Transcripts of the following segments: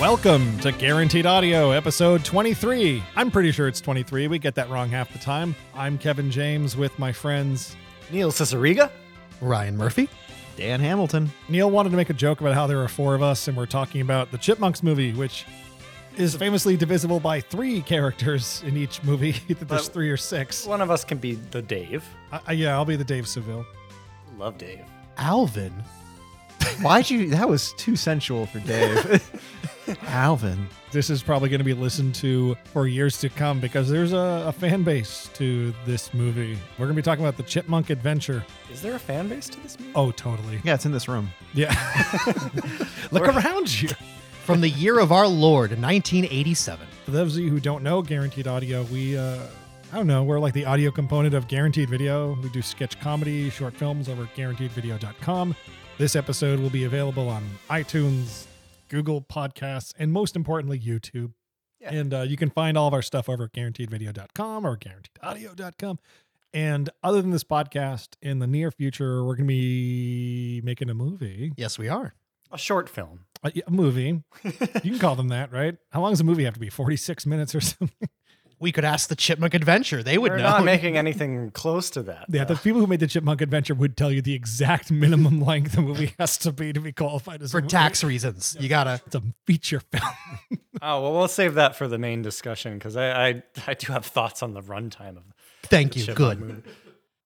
Welcome to Guaranteed Audio, episode 23. I'm pretty sure it's 23. We get that wrong half the time. I'm Kevin James with my friends. Neil Ciceriga? Ryan Murphy. Dan Hamilton. Neil wanted to make a joke about how there are four of us and we're talking about the Chipmunks movie, which is famously divisible by three characters in each movie. Either There's But- three or six. One of us can be the Dave. I, I- yeah, I'll be the Dave Seville. Love Dave. Alvin. Why'd you? That was too sensual for Dave. Alvin. This is probably going to be listened to for years to come because there's a, a fan base to this movie. We're going to be talking about the Chipmunk Adventure. Is there a fan base to this movie? Oh, totally. Yeah, it's in this room. Yeah. Look around you. From the year of our Lord, 1987. For those of you who don't know Guaranteed Audio, we, uh, I don't know, we're like the audio component of Guaranteed Video. We do sketch comedy, short films over at guaranteedvideo.com. This episode will be available on iTunes, Google Podcasts, and most importantly, YouTube. Yeah. And uh, you can find all of our stuff over at guaranteedvideo.com or guaranteedaudio.com. And other than this podcast, in the near future, we're going to be making a movie. Yes, we are. A short film. A, a movie. you can call them that, right? How long does a movie have to be? 46 minutes or something? We could ask the Chipmunk Adventure. They would We're know. not making anything close to that. Yeah, the people who made the Chipmunk Adventure would tell you the exact minimum length the movie has to be to be qualified as a For movie. tax reasons. You gotta. It's a feature film. Oh, well, we'll save that for the main discussion because I, I, I do have thoughts on the runtime of Thank the you. Chipmunk Good. movie.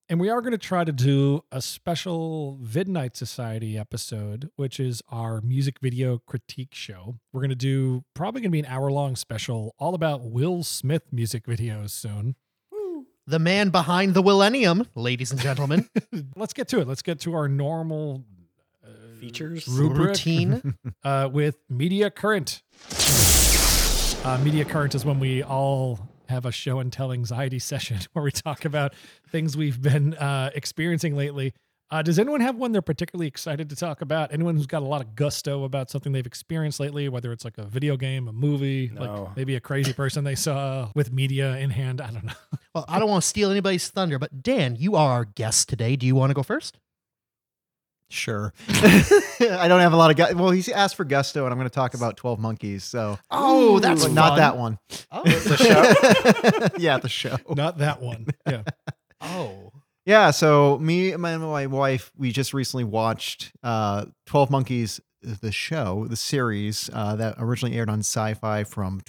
And we are going to try to do a special Vidnight Society episode, which is our music video critique show. We're going to do probably going to be an hour long special all about Will Smith music videos soon. The man behind the millennium, ladies and gentlemen. Let's get to it. Let's get to our normal uh, Features? rubric. Routine. uh, with Media Current. Uh, Media Current is when we all have a show and tell anxiety session where we talk about things we've been uh, experiencing lately. Uh, does anyone have one they're particularly excited to talk about? Anyone who's got a lot of gusto about something they've experienced lately, whether it's like a video game, a movie, No. like maybe a crazy person they saw with media in hand? I don't know. Well, I don't want to steal anybody's thunder, but Dan, you are our guest today. Do you want to go first? Sure. I don't have a lot of. Gu- well, he's asked for gusto, and I'm going to talk about Twelve Monkeys. So, Oh, that's but not fun. that one. Oh. The show. yeah, the show. Not that one. Yeah. oh. Yeah. So me and my, my wife, we just recently watched uh, Twelve Monkeys, the show, the series uh, that originally aired on Sci-Fi from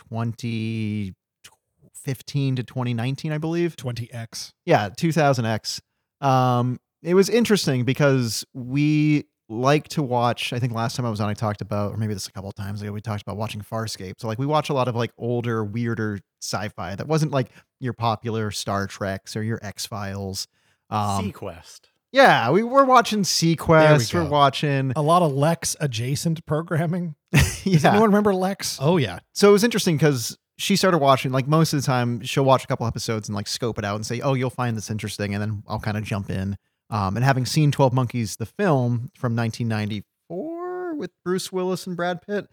2015 to 2019, I believe. 20X. Yeah, 2000X. Um, it was interesting because we like to watch. I think last time I was on, I talked about, or maybe this a couple of times ago, we talked about watching Farscape. So like, we watch a lot of like older, weirder sci-fi that wasn't like your popular Star Treks or your X Files. Um, Sequest. yeah, we were watching Sequest. There we We go. are watching. A lot of Lex adjacent programming. Does yeah. anyone remember Lex? Oh, yeah. so it was interesting because she started watching like most of the time she'll watch a couple episodes and like scope it out and say oh you'll find this interesting and then i'll kind of jump in um, and having seen 12 monkeys the film from 1994 with bruce willis and brad pitt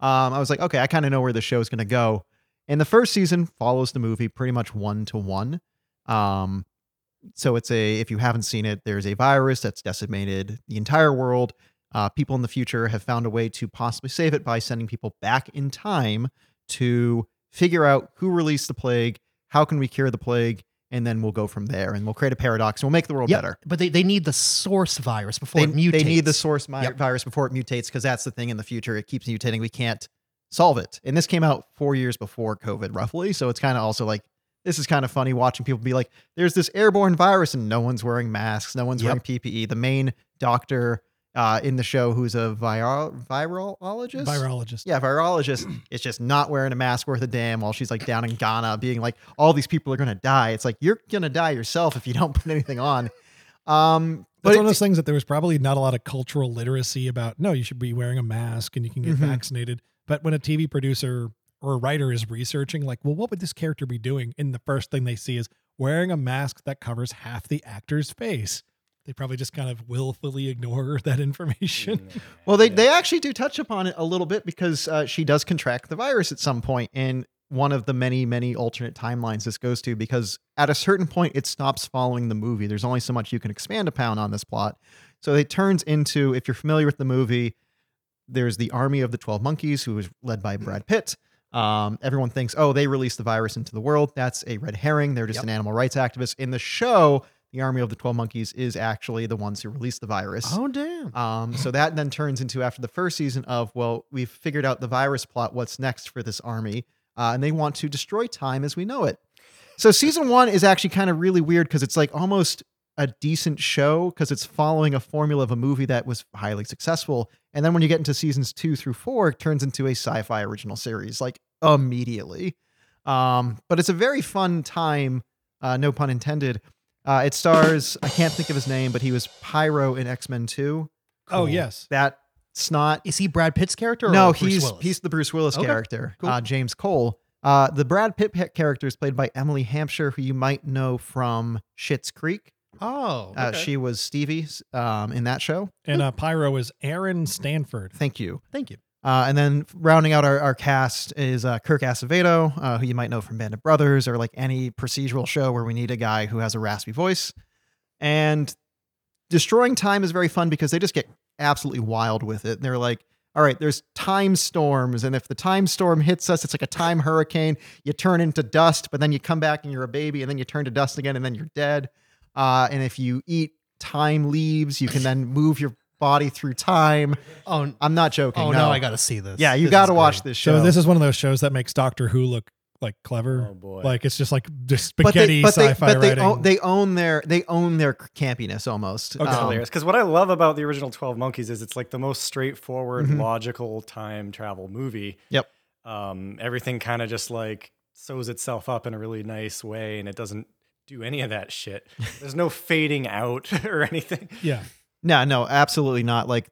um, i was like okay i kind of know where the show's going to go and the first season follows the movie pretty much one to one um, so it's a if you haven't seen it there's a virus that's decimated the entire world uh, people in the future have found a way to possibly save it by sending people back in time to figure out who released the plague, how can we cure the plague, and then we'll go from there and we'll create a paradox and we'll make the world Yep, better. But they, they need the source virus before They, it mutates. they need the source mi- Yep. virus before it mutates because that's the thing in the future. It keeps mutating. We can't solve it. And this came out four years before COVID, roughly. So it's kind of also like, this is kind of funny watching people be like, there's this airborne virus and no one's wearing masks, no one's Yep. wearing PPE. The main doctor uh, in the show who's a viral virologist. Virologist. Yeah, virologist is just not wearing a mask worth a damn while she's like down in Ghana being like, all these people are gonna die. It's like you're gonna die yourself if you don't put anything on. Um That's but one of it- those things that there was probably not a lot of cultural literacy about. No, you should be wearing a mask and you can get Mhm. vaccinated. But when a TV producer or a writer is researching, like, well, what would this character be doing? And the first thing they see is wearing a mask that covers half the actor's face. They probably just kind of willfully ignore that Mm, information. Well, they, Yeah. they actually do touch upon it a little bit because uh, she does contract the virus at some point in one of the many, many alternate timelines this goes to because at a certain point it stops following the movie. There's only so much you can expand upon on this plot. So it turns into, if you're familiar with the movie, there's the Army of the 12 Monkeys, who is led Mm-hmm. by Brad Pitt. Um, everyone thinks, oh, they released the virus into the world. That's a red herring. They're just Yep. an animal rights activist. In the show, the Army of the 12 Monkeys is actually the ones who released the virus. Oh damn! Um, so that then turns into after the first season of, well, we've figured out the virus plot. What's next for this army? Uh, and they want to destroy time as we know it. So season one is actually kind of really weird because it's like almost a decent show because it's following a formula of a movie that was highly successful. And then when you get into seasons two through four, it turns into a sci fi original series like immediately. Um, but it's a very fun time, uh, no pun intended. Uh, it stars, I can't think of his name, but he was Pyro in X Men 2 Oh yes. that snot. Is he Brad Pitt's character? Or No, Bruce he's Willis? he's the Bruce Willis Okay, character, cool. uh, James Cole. Uh, the Brad Pitt pa- character is played by Emily Hampshire, who you might know from Schitt's Creek. oh Uh, okay. She was Stevie um, in that show. And uh, Pyro is Aaron Stanford. Thank you. Thank you. Uh, and then rounding out our, our cast is uh, Kirk Acevedo, uh, who you might know from Band of Brothers or like any procedural show where we need a guy who has a raspy voice. And destroying time is very fun because they just get absolutely wild with it. They're like, all right, there's time storms. And if the time storm hits us, it's like a time hurricane. You turn into dust, but then you come back and you're a baby, and then you turn to dust again, and then you're dead. Uh, and if you eat time leaves, you can then move your body through time. Oh, n- I'm not joking. oh no, I gotta see this. Yeah, you This got to is watch great. this show. So this is one of those shows that makes Doctor Who look like clever. Oh boy. Like it's just like just spaghetti sci-fi but they writing. own, they own their they own their campiness almost. Okay. That's Um, hilarious. Because what I love about the original Twelve Monkeys is it's like the most straightforward, Mm-hmm. Mhm. logical time travel movie. Yep. Um, everything kind of just like sews itself up in a really nice way, and it doesn't do any of that shit. There's no fading out or anything. yeah. No, no, absolutely not. Like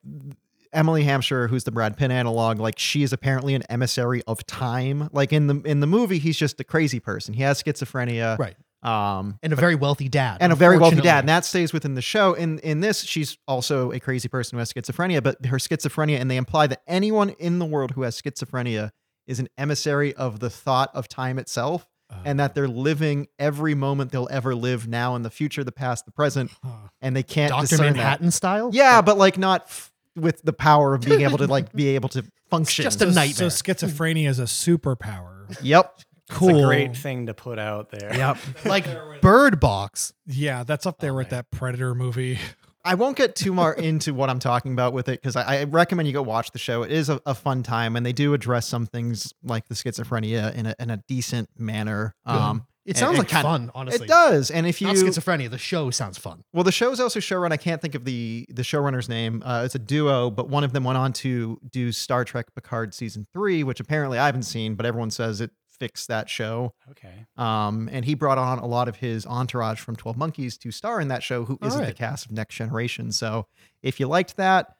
Emily Hampshire, who's the Brad Pitt analog, like she is apparently an emissary of time. Like in the in the movie, he's just a crazy person. He has schizophrenia. Right. Um, And a very wealthy dad. and a very wealthy dad, and unfortunately. that stays within the show. In in this, she's also a crazy person who has schizophrenia, but her schizophrenia, and they imply that anyone in the world who has schizophrenia is an emissary of the thought of time itself, and Oh. that they're living every moment they'll ever live now in the future, the past, the present, Huh. and they can't Doctor discern Manhattan style. that. Yeah, but like not f- with the power of being able to like be able to function. just a So- So nightmare. schizophrenia is a superpower. yep. Cool. It's a great thing to put out there. Yep. like Bird Box. Yeah, that's up there Oh, with man. that Predator movie. I won't get too far into what I'm talking about with it because I, I recommend you go watch the show. It is a, a fun time, and they do address some things like the schizophrenia in a, in a decent manner. Um, It and- sounds and like kinda- fun, honestly. It does, and if you Not schizophrenia. The show sounds fun. well, the show's also showrun. I can't think of the the showrunner's name. Uh, it's a duo, but one of them went on to do Star Trek Picard season three, which apparently I haven't seen, but everyone says it fixed that show. Okay. Um, and he brought on a lot of his entourage from 12 Monkeys to star in that show, who All not the right. cast of Next Generation. So if you liked that,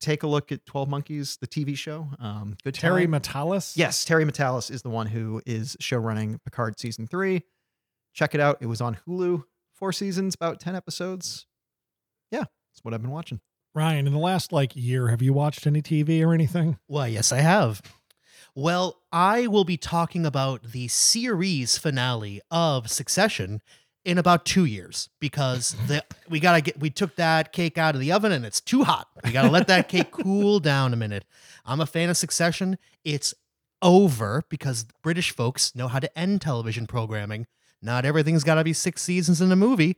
take a look at 12 Monkeys, the TV show. Um, good Terry time. Metalis. yes, Terry Metalis is the one who is show running Picard season three. Check it out. It was on Hulu, four seasons, about 10 episodes. Yeah, that's what I've been watching. Ryan, in the last like year, have you watched any TV or anything? Well, yes, I have. Well, I will be talking about the series finale of Succession in about two years because the we gotta get we took that cake out of the oven and it's too hot. We gotta let that cake cool down a minute. I'm a fan of Succession. It's over because British folks know how to end television programming. Not everything's gotta be six seasons in a movie.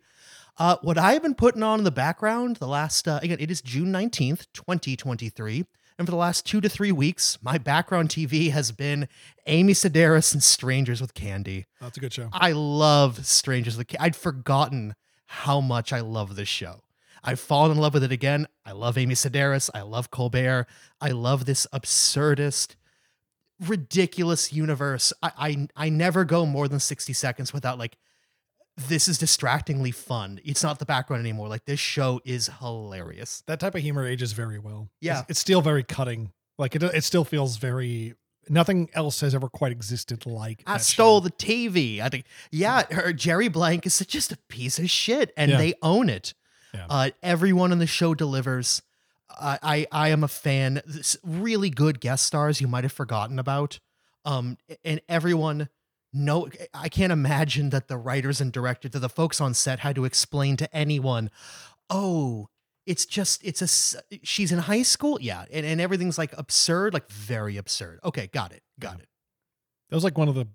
Uh, what I've been putting on in the background the last uh, again, it is June 19th, 2023. And for the last two to three weeks, my background TV has been Amy Sedaris and Strangers with Candy. That's a good show. I love Strangers with Candy. I'd forgotten how much I love this show. I've fallen in love with it again. I love Amy Sedaris. I love Colbert. I love this absurdist, ridiculous universe. I, I, I never go more than 60 seconds without like, this is distractingly fun. It's not the background anymore. Like, this show is hilarious. That type of humor ages very well. Yeah. It's, it's still very cutting. Like it, it still feels very. Nothing else has ever quite existed like. I that stole show. the TV. I think, yeah, her, Jerry Blank is just a piece of shit, and Yeah. they own it. Yeah. Uh, everyone in the show delivers. I I, I am a fan. This really good guest stars you might have forgotten about. Um, and everyone. No, I can't imagine that the writers and directors, that the folks on set had to explain to anyone, oh, it's just it's a s- she's in high school yeah and, and everything's like absurd like very absurd okay got it got it That was like one of the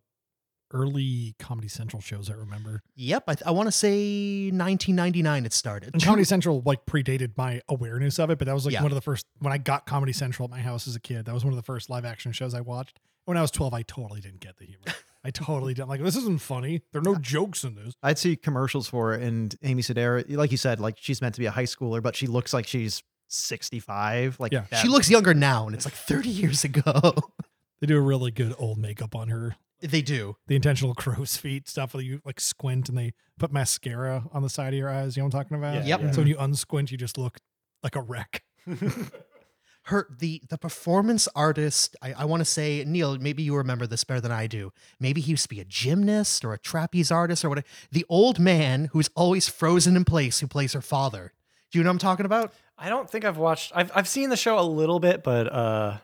early Comedy Central shows I remember. yep i, th- I want to say 1999 it started And Two- Comedy Central like predated my awareness of it, but that was like Mm-hmm. Yeah. one of the first when I got Comedy Central at my house as a kid. That was one of the first live action shows I watched. When I was 12, I totally didn't get the humor. I totally didn't like this isn't funny. There are no jokes in this. I'd see commercials for it, and Amy Sedaris, like you said, like she's meant to be a high schooler, but she looks like she's 65. Like Yeah. that- she looks younger now and it's like 30 years ago They do a really good old makeup on her. they do The intentional crow's feet stuff where you like squint and they put mascara on the side of your eyes. You know what I'm talking about? Yep. So when you unsquint, you just look like a wreck. her the the performance artist i, I want to say neil maybe you remember this better than i do maybe he used to be a gymnast or a trapeze artist or whatever the old man who's always frozen in place who plays her father do you know what i'm talking about I don't think I've watched. I've I've seen the show a little bit, but uh,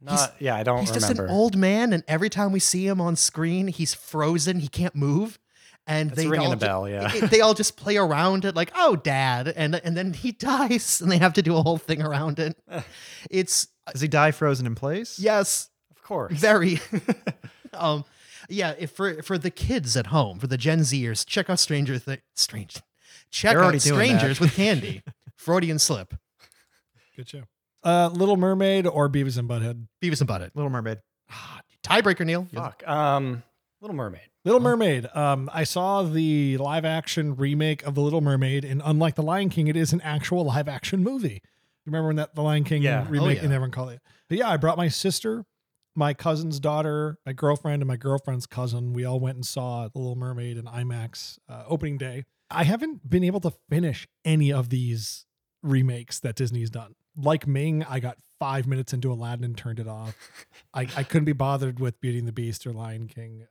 not. He's- yeah, I don't he's remember. just an old man and every time we see him on screen he's frozen he can't move and That's they ringing all a ju- bell, yeah. it- they all just play around it like oh dad and and then he dies and they have to do a whole thing around it it's uh, does he die frozen in place? yes of course. Very. um, yeah. If for for the kids at home, for the Gen Zers, check out Stranger Things. Strange. Check They're out already doing that. Strangers with Candy. Freudian slip. Good show. Uh, Little Mermaid or Beavis and Butthead. Beavis and Butthead. Ah, Little Mermaid. Tiebreaker, Neil. Fuck. Um, Little Mermaid. Little Mermaid. Um, I saw the live action remake of The Little Mermaid, and unlike The Lion King, it is an actual live action movie. You remember when that The Lion King Yeah. Oh, remake yeah. and everyone called it? But yeah, I brought my sister, my cousin's daughter, my girlfriend, and my girlfriend's cousin. We all went and saw The Little Mermaid in IMAX uh, opening day. I haven't been able to finish any of these remakes that Disney's done. Like Ming, I got five minutes into Aladdin and turned it off. I, I couldn't be bothered with Beauty and the Beast or Lion King.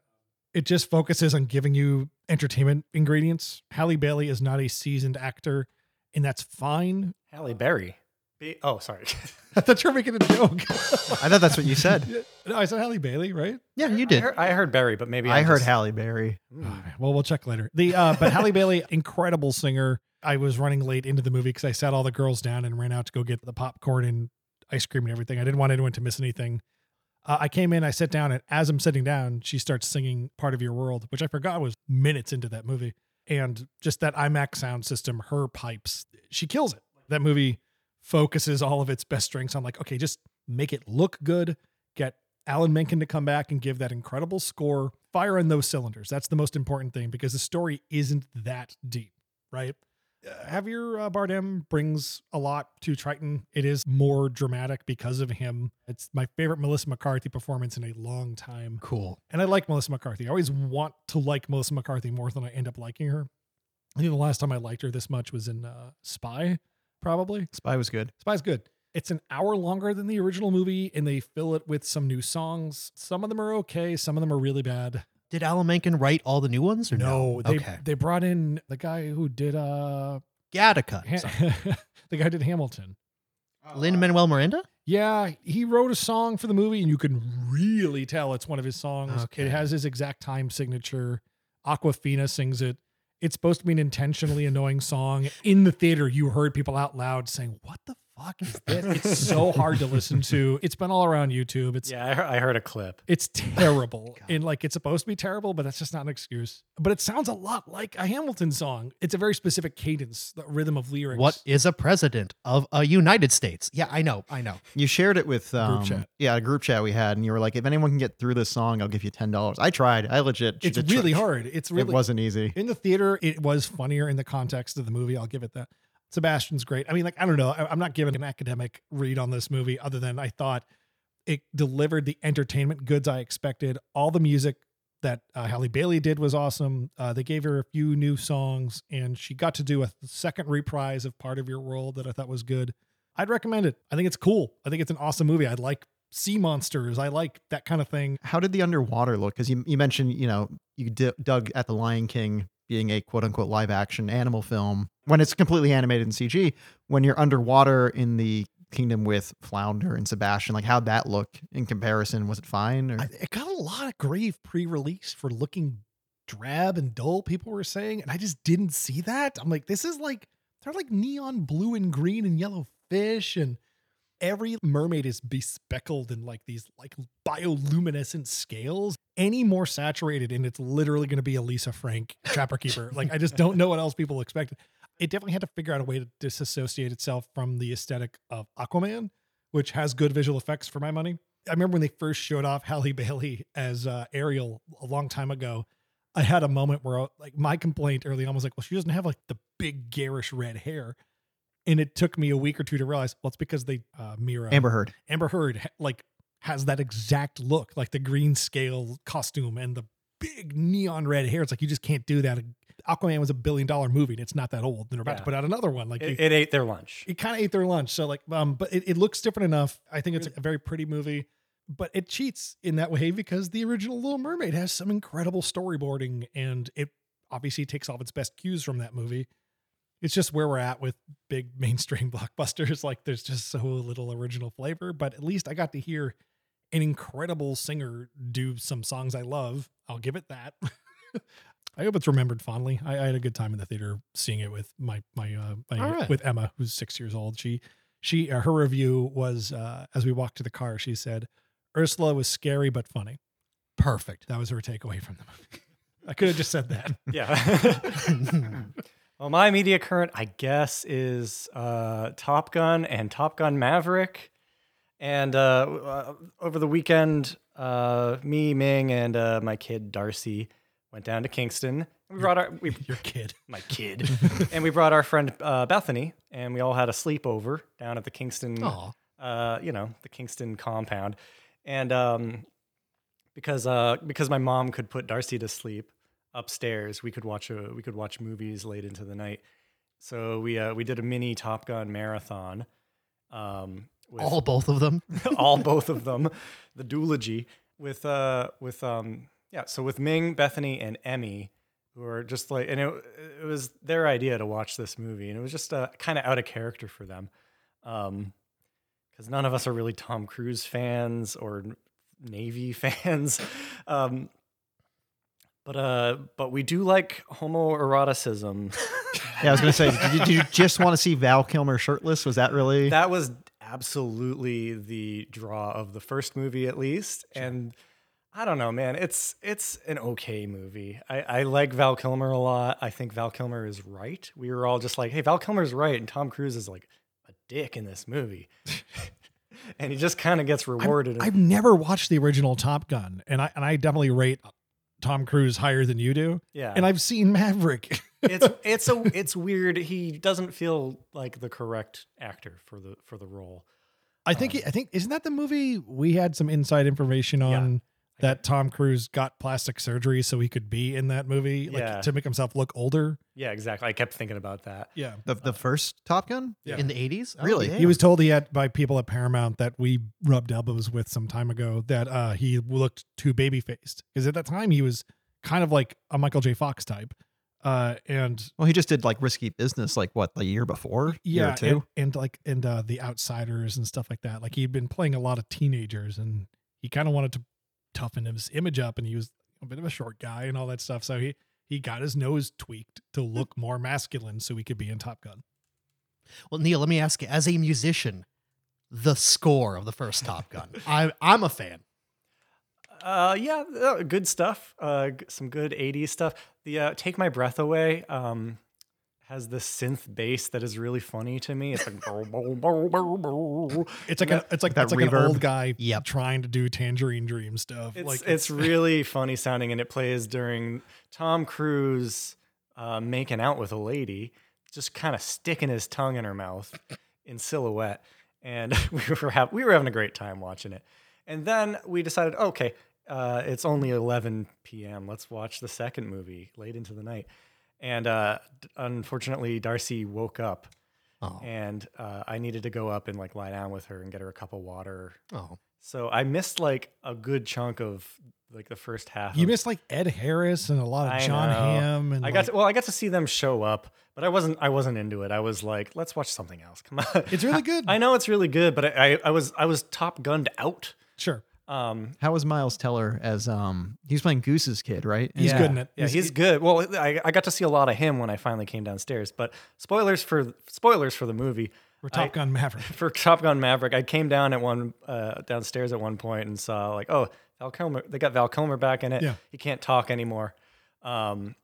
It just focuses on giving you entertainment ingredients. Halle Bailey is not a seasoned actor, and that's fine. Halle Berry. Be- oh, sorry. I thought you were making a joke. I thought that's what you said. no, I said Oh, Halle Bailey, right? Yeah, you I did. heard, I heard Berry, but maybe I I'm heard just- Halle Berry. All right, well, we'll check later. The uh, but Halle Bailey, incredible singer. I was running late into the movie because I sat all the girls down and ran out to go get the popcorn and ice cream and everything. I didn't want anyone to miss anything. Uh, I came in, I sat down, and as I'm sitting down, she starts singing "Part of Your World," which I forgot was minutes into that movie, and just that IMAX sound system, her pipes, she kills it. That movie focuses all of its best strengths on like, okay, just make it look good, get Alan Menken to come back and give that incredible score. Fire on those cylinders. That's the most important thing because the story isn't that deep, right? Uh, Javier uh, Bardem brings a lot to Triton. It is more dramatic because of him. It's my favorite Melissa McCarthy performance in a long time. Cool. And I like Melissa McCarthy. I always want to like Melissa McCarthy more than I end up liking her. I think the last time I liked her this much was in uh, Spy, probably. Spy was good. Spy's good. It's an hour longer than the original movie, and they fill it with some new songs. Some of them are okay, some of them are really bad. Did Alan Menken write all the new ones or no? they okay. they brought in the guy who did uh Gattaca. Sorry. ha- the guy who did Hamilton. Hmm. Lin Manuel Miranda. Yeah, he wrote a song for the movie, and you can really tell it's one of his songs. Okay. It has his exact time signature. Aquafina sings it. It's supposed to be an intentionally annoying song. In the theater, you heard people out loud saying, "What the fuck is this?" It's so hard to listen to. It's been all around YouTube. It's Yeah, I heard, I heard a clip. It's terrible. and like it's supposed to be terrible, but that's just not an excuse. But it sounds a lot like a Hamilton song. It's a very specific cadence, the rhythm of lyrics. What is a president of a United States? Yeah, I know. I know. You shared it with um, chat. Yeah, a group chat we had, and you were like, "If anyone can get through this song, I'll give you ten dollars." I tried. I legit. It's did really try. hard. It's really It wasn't easy. in the theater. It was funnier in the context of the movie. I'll give it that. Sebastian's great. I mean, like I don't know. I, I'm not giving an academic read on this movie other than I thought it delivered the entertainment goods I expected. All the music that uh, Halle Bailey did was awesome. Uh, they gave her a few new songs, and she got to do a second reprise of "Part of Your World" that I thought was good. I'd recommend it. I think it's cool. I think it's an awesome movie. I like sea monsters. I like that kind of thing. How did the underwater look? Because you, you mentioned, you know, you d- dug at the Lion King being a quote unquote live action animal film when it's completely animated in CG. When you're underwater in the kingdom with Flounder and Sebastian, like how'd that look in comparison? Was it fine? Or I, it got a lot of grave pre-release for looking drab and dull. People were saying, and I just didn't see that. I'm like, this is like they're like neon blue and green and yellow fish and every mermaid is bespeckled in like these like bioluminescent scales any more saturated and it's literally going to be elisa frank trapper keeper like i just don't know what else people expected it definitely had to figure out a way to disassociate itself from the aesthetic of aquaman which has good visual effects for my money i remember when they first showed off halle bailey as uh, ariel a long time ago I had a moment where like my complaint early on was like, well, she doesn't have like the big garish red hair. And it took me a week or two to realize, well, it's because they uh, Mira Amber Heard. Amber Heard ha- like has that exact look, like the green scale costume and the big neon red hair. It's like you just can't do that. Aquaman was a billion dollar movie, and it's not that old. And they're about to Yeah. put out another one. Like you- It, it ate their lunch. it kind of ate their lunch. So like, um, but it, it looks different enough. I think it's a very pretty movie, but it cheats in that way because the original Little Mermaid has some incredible storyboarding, and it obviously takes all of its best cues from that movie. It's just where we're at with big mainstream blockbusters. Like, there's just so little original flavor. But at least I got to hear an incredible singer do some songs I love. I'll give it that. I hope it's remembered fondly. I, I had a good time in the theater seeing it with my my, uh, my All right. with Emma, who's six years old. She she uh, her review was uh, as we walked to the car. She said Ursula was scary but funny. Perfect. That was her takeaway from the movie. I could have just said that. Yeah. well, my media current, I guess, is uh, Top Gun and Top Gun Maverick. And uh, w- uh, over the weekend, uh, me, Ming, and uh, my kid Darcy went down to Kingston. We brought our we, Your kid. my kid, and we brought our friend uh, Bethany, and we all had a sleepover down at the Kingston Aw. uh, you know, the Kingston compound. And um, because uh, because my mom could put Darcy to sleep upstairs, we could watch a, we could watch movies late into the night. So we uh, we did a mini Top Gun marathon. Um, with All both of them. all both of them, the duology with uh with um yeah so with Ming, Bethany, and Emmy, who are just like and it it was their idea to watch this movie and it was just uh, kind of out of character for them, um, because none of us are really Tom Cruise fans or Navy fans, um. But uh, but we do like homoeroticism. Yeah, I was gonna say, did you, did you just want to see Val Kilmer shirtless? Was that really? that was absolutely the draw of the first movie at least and i don't know man it's it's an okay movie I, I like val kilmer a lot i think val kilmer is right we were all just like hey val kilmer's right and tom cruise is like a dick in this movie and he just kind of gets rewarded I've never watched the original Top Gun, and I and I definitely rate Tom Cruise higher than you do. yeah And I've seen Maverick. it's it's a it's weird he doesn't feel like the correct actor for the for the role I think I think isn't that the movie we had some inside information on that Tom Cruise got plastic surgery so he could be in that movie, like Yeah. to make himself look older. yeah exactly i kept thinking about that Yeah. the, the first Top Gun? Yeah. in the 80s Oh, Really? yeah. He was told he had by people at Paramount that we rubbed elbows with some time ago that uh, he looked too baby faced because at that time he was kind of like a Michael J. Fox type, uh, and Well, he just did like risky business, like what the year before, year yeah, or two. and, and like and uh, the Outsiders and stuff like that. Like he'd been playing a lot of teenagers, and he kind of wanted to toughen his image up, and he was a bit of a short guy and all that stuff. So he he got his nose tweaked to Hmm. look more masculine, so he could be in Top Gun. Well, Neil, let me ask you as a musician, the score of the first Top Gun. I, I'm a fan. Uh, yeah, uh, good stuff. Uh, g- some good '80s stuff. The uh, "Take My Breath Away" um, has this synth bass that is really funny to me. It's like, bow, bow, bow, bow, bow. It's like a, it's like That that's like an reverb. old guy Yep. trying to do Tangerine Dream stuff. it's, like it's really funny sounding, and it plays during Tom Cruise uh, making out with a lady, just kind of sticking his tongue in her mouth in silhouette, and we were hav- we were having a great time watching it. And then we decided, okay, uh, it's only 11 p.m. Let's watch the second movie late into the night. And uh, d- unfortunately, Darcy woke up, Oh, and uh, I needed to go up and like lie down with her and get her a cup of water oh. so I missed like a good chunk of like the first half. you of- missed like Ed Harris and a lot of I John know. Hamm. And I got like- to, well, I got to see them show up, but I wasn't. I wasn't into it. I was like, let's watch something else. Come on. it's really good. I know it's really good, but I, I, I was I was Top Gunned out. sure. Um, How was Miles Teller as um he's playing Goose's kid, right? He's yeah. good in it. Yeah, he's, good. Well, I, I got to see a lot of him when I finally came downstairs. But spoilers for spoilers for the movie We're Top Gun Maverick. for Top Gun Maverick. I came down at one uh, downstairs at one point and saw like, oh, Val Kilmer. They got Val Kilmer back in it. Yeah. He can't talk anymore. Um,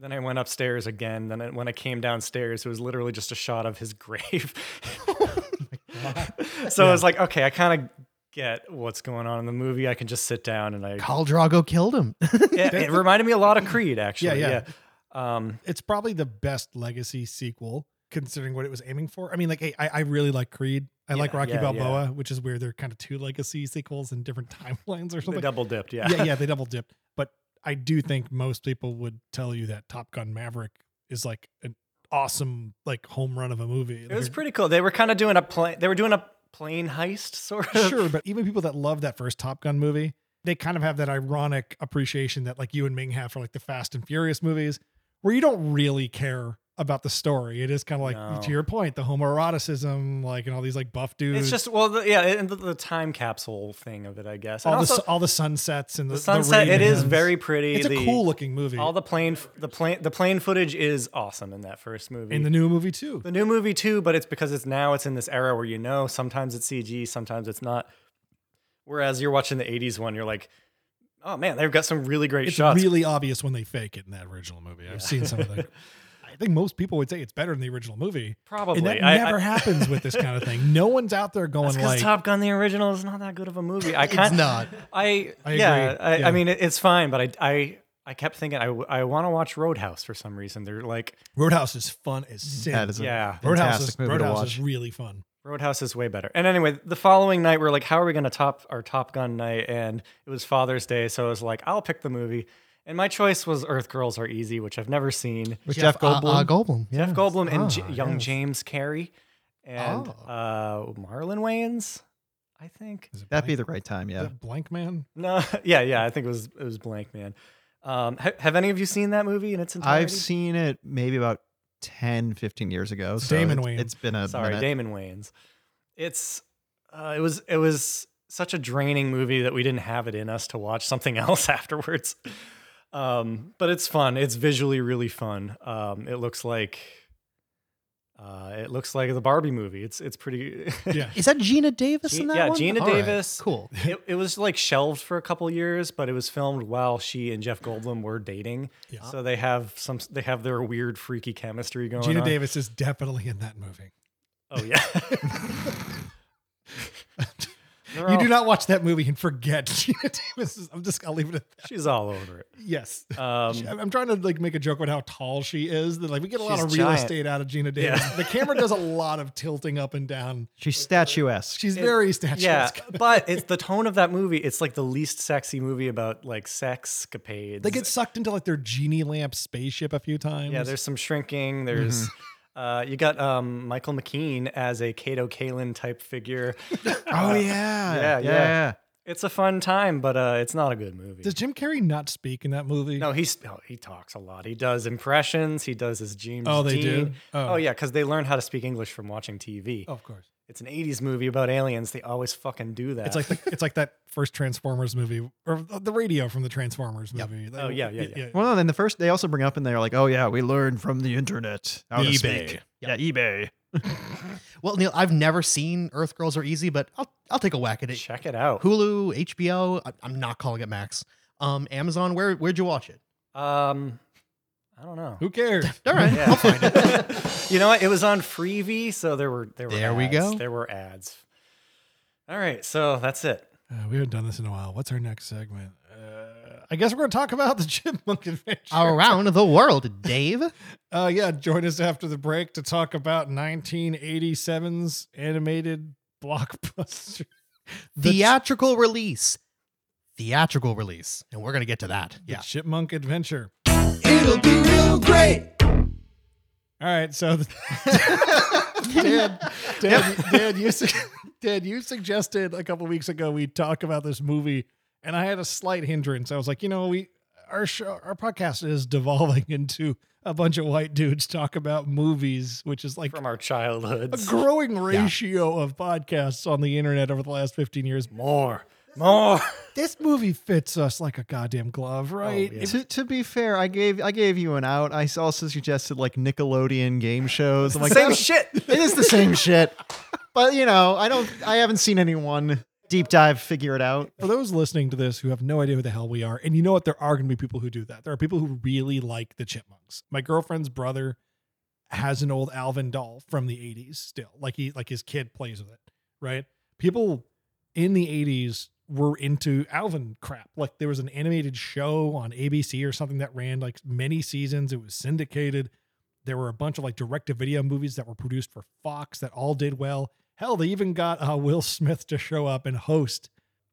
then I went upstairs again. Then I, when I came downstairs, it was literally just a shot of his grave. so I was like, okay, I kind of get what's going on in the movie. I can just sit down and I. Khal Drago killed him. Yeah, it reminded me a lot of Creed, actually. yeah. yeah. Um, It's probably the best legacy sequel considering what it was aiming for. I mean, like, hey, I, I really like Creed. I like Yeah, Rocky yeah, Balboa, which is where they're kind of two legacy sequels in different timelines or they something. double dipped. Yeah. yeah, yeah, they double dipped. But I do think most people would tell you that Top Gun Maverick is like an awesome like home run of a movie. It was pretty cool. They were kind of doing a plane. They were doing a plane heist, sort of. sure, but even people that love that first Top Gun movie, they kind of have that ironic appreciation that like you and Ming have for like the Fast and Furious movies, where you don't really care about the story. It is kind of like No. to your point, the homoeroticism, like and all these like buff dudes. It's just well, the, yeah, and the, the time capsule thing of it, I guess. And all the also, the all the sunsets and the, the sunset. it is Ray-Bans. very pretty. It's the, a cool looking movie. All the plane, the plane, the plane footage is awesome in that first movie. in the new movie too. the new movie too, but it's because it's now it's in this era where you know sometimes it's CG, sometimes it's not. Whereas you're watching the '80s one, you're like, oh man, they've got some really great it's shots. really obvious when they fake it in that original movie. I've seen some of that. I think most people would say it's better than the original movie. Probably, And that I- never I- happens with this kind of thing. No one's out there going That's because like Top Gun the original is not that good of a movie. I it's kind not. I, I yeah, agree. I, Yeah. I mean it, it's fine, but I I I kept thinking I want to watch Roadhouse for some reason. They're like Roadhouse is fun as sin. Mm-hmm. That is a yeah, Roadhouse fantastic is movie to Roadhouse is watch. really fun. Roadhouse is way better. And anyway, the following night we're like, how are we going to top our Top Gun night? And it was Father's Day, so I was like, I'll pick the movie. And my choice was Earth Girls Are Easy, which I've never seen. with Jeff, Jeff, uh, Goldblum. uh, Goldblum. Jeff Goldblum and J- Ah, young yes. James Carey and Oh. uh, Marlon Wayans, I think. Is it That'd be Blank- the right time, is yeah. it Blank Man. No, yeah, yeah, I think it was it was Blank Man. Um, ha- have any of you seen that movie in its entirety? I've seen it maybe about 10, 15 years ago. So Damon it's- Wayans. It's been a Sorry, minute. Damon Wayans. It's uh, it was it was such a draining movie that we didn't have it in us to watch something else afterwards. Um, but it's fun. It's visually really fun. Um, it looks like uh, it looks like the Barbie movie. It's it's pretty. Yeah. Is that Gina Davis Ge- in that yeah, one? Gina All right, Davis. Cool. it, it was like shelved for a couple years, but it was filmed while she and Jeff Goldblum were dating. Yeah. So they have some they have their weird freaky chemistry going Gina on. Davis is definitely in that movie. Oh yeah. They're You all- do not watch that movie and forget Gina Davis. Is, I'm just I'll leave it at that. She's all over it. Yes. Um, She- I'm I'm trying to like make a joke about how tall she is. That like we get a lot She's of real giant. estate out of Gina Davis. Yeah. The camera does a lot of tilting up and down. She's statuesque. She's very yeah, statuesque. but it's the tone of that movie. It's like the least sexy movie about like sex capades. They get sucked into like their genie lamp spaceship a few times. yeah. There's some shrinking. Mm-hmm. There's uh, you got um, Michael McKean as a Cato Kalin type figure. Uh, oh yeah, yeah. yeah. it's a fun time, but uh, it's not a good movie. Does Jim Carrey not speak in that movie? no, he's oh, he talks a lot. He does impressions. He does his James. Oh, they Dean. do? Oh, Oh. yeah, because they learn how to speak English from watching TV. Oh, of course. It's an '80s movie about aliens. They always fucking do that. It's like the, it's like that first Transformers movie or the radio from the Transformers movie. That- Oh, yeah, yeah, yeah. Well, no, then the first they also bring up and they're like, "Oh yeah, we learned from the internet, how to eBay. speak." Yeah. Yeah, eBay. Well, Neil, I've never seen Earth Girls Are Easy, but I'll I'll take a whack at it. check it out. Hulu, HBO. I, I'm not calling it Max. Um, Amazon. Where where'd you watch it? Um, I don't know. Who cares? All right, Yeah. I'll find it. you know what? It was on Freevee, so there were there were There ads. we go. There were ads. All right, so that's it. Uh, we haven't done this in a while. What's our next segment? Uh, I guess we're going to talk about the Chipmunk Adventure. Oh. Around the world, Dave. Uh, yeah, join us after the break to talk about 1987's animated blockbuster. The Ch- Theatrical release. Theatrical release, and we're gonna get to that. The Yeah. Chipmunk Adventure. It'll be real great. All right, so the- Dan, Dan, Dan, you su- Dan, you suggested a couple weeks ago we talk about this movie, and I had a slight hindrance. I was like, you know, we our show, our podcast is devolving into a bunch of white dudes talk about movies, which is like From our childhoods. a growing ratio of podcasts on the internet over the last 15 years. More. More. This movie fits us like a goddamn glove, right? yeah. If- To, to be fair, I gave I gave you an out. I also suggested like Nickelodeon game shows. I'm like Same "That- shit. It is the same shit, but you know I don't. I haven't seen anyone deep dive figure it out. For those listening to this who have no idea who the hell we are, and you know what? There are going to be people who do that. There are people who really like the Chipmunks. My girlfriend's brother has an old Alvin doll from the 80s still. Like he like his kid plays with it, right? People in the 80s were into Alvin crap. Like there was an animated show on ABC or something that ran like many seasons. It was syndicated. There were a bunch of like direct to video movies that were produced for Fox that all did well. Hell, they even got uh, Will Smith to show up and host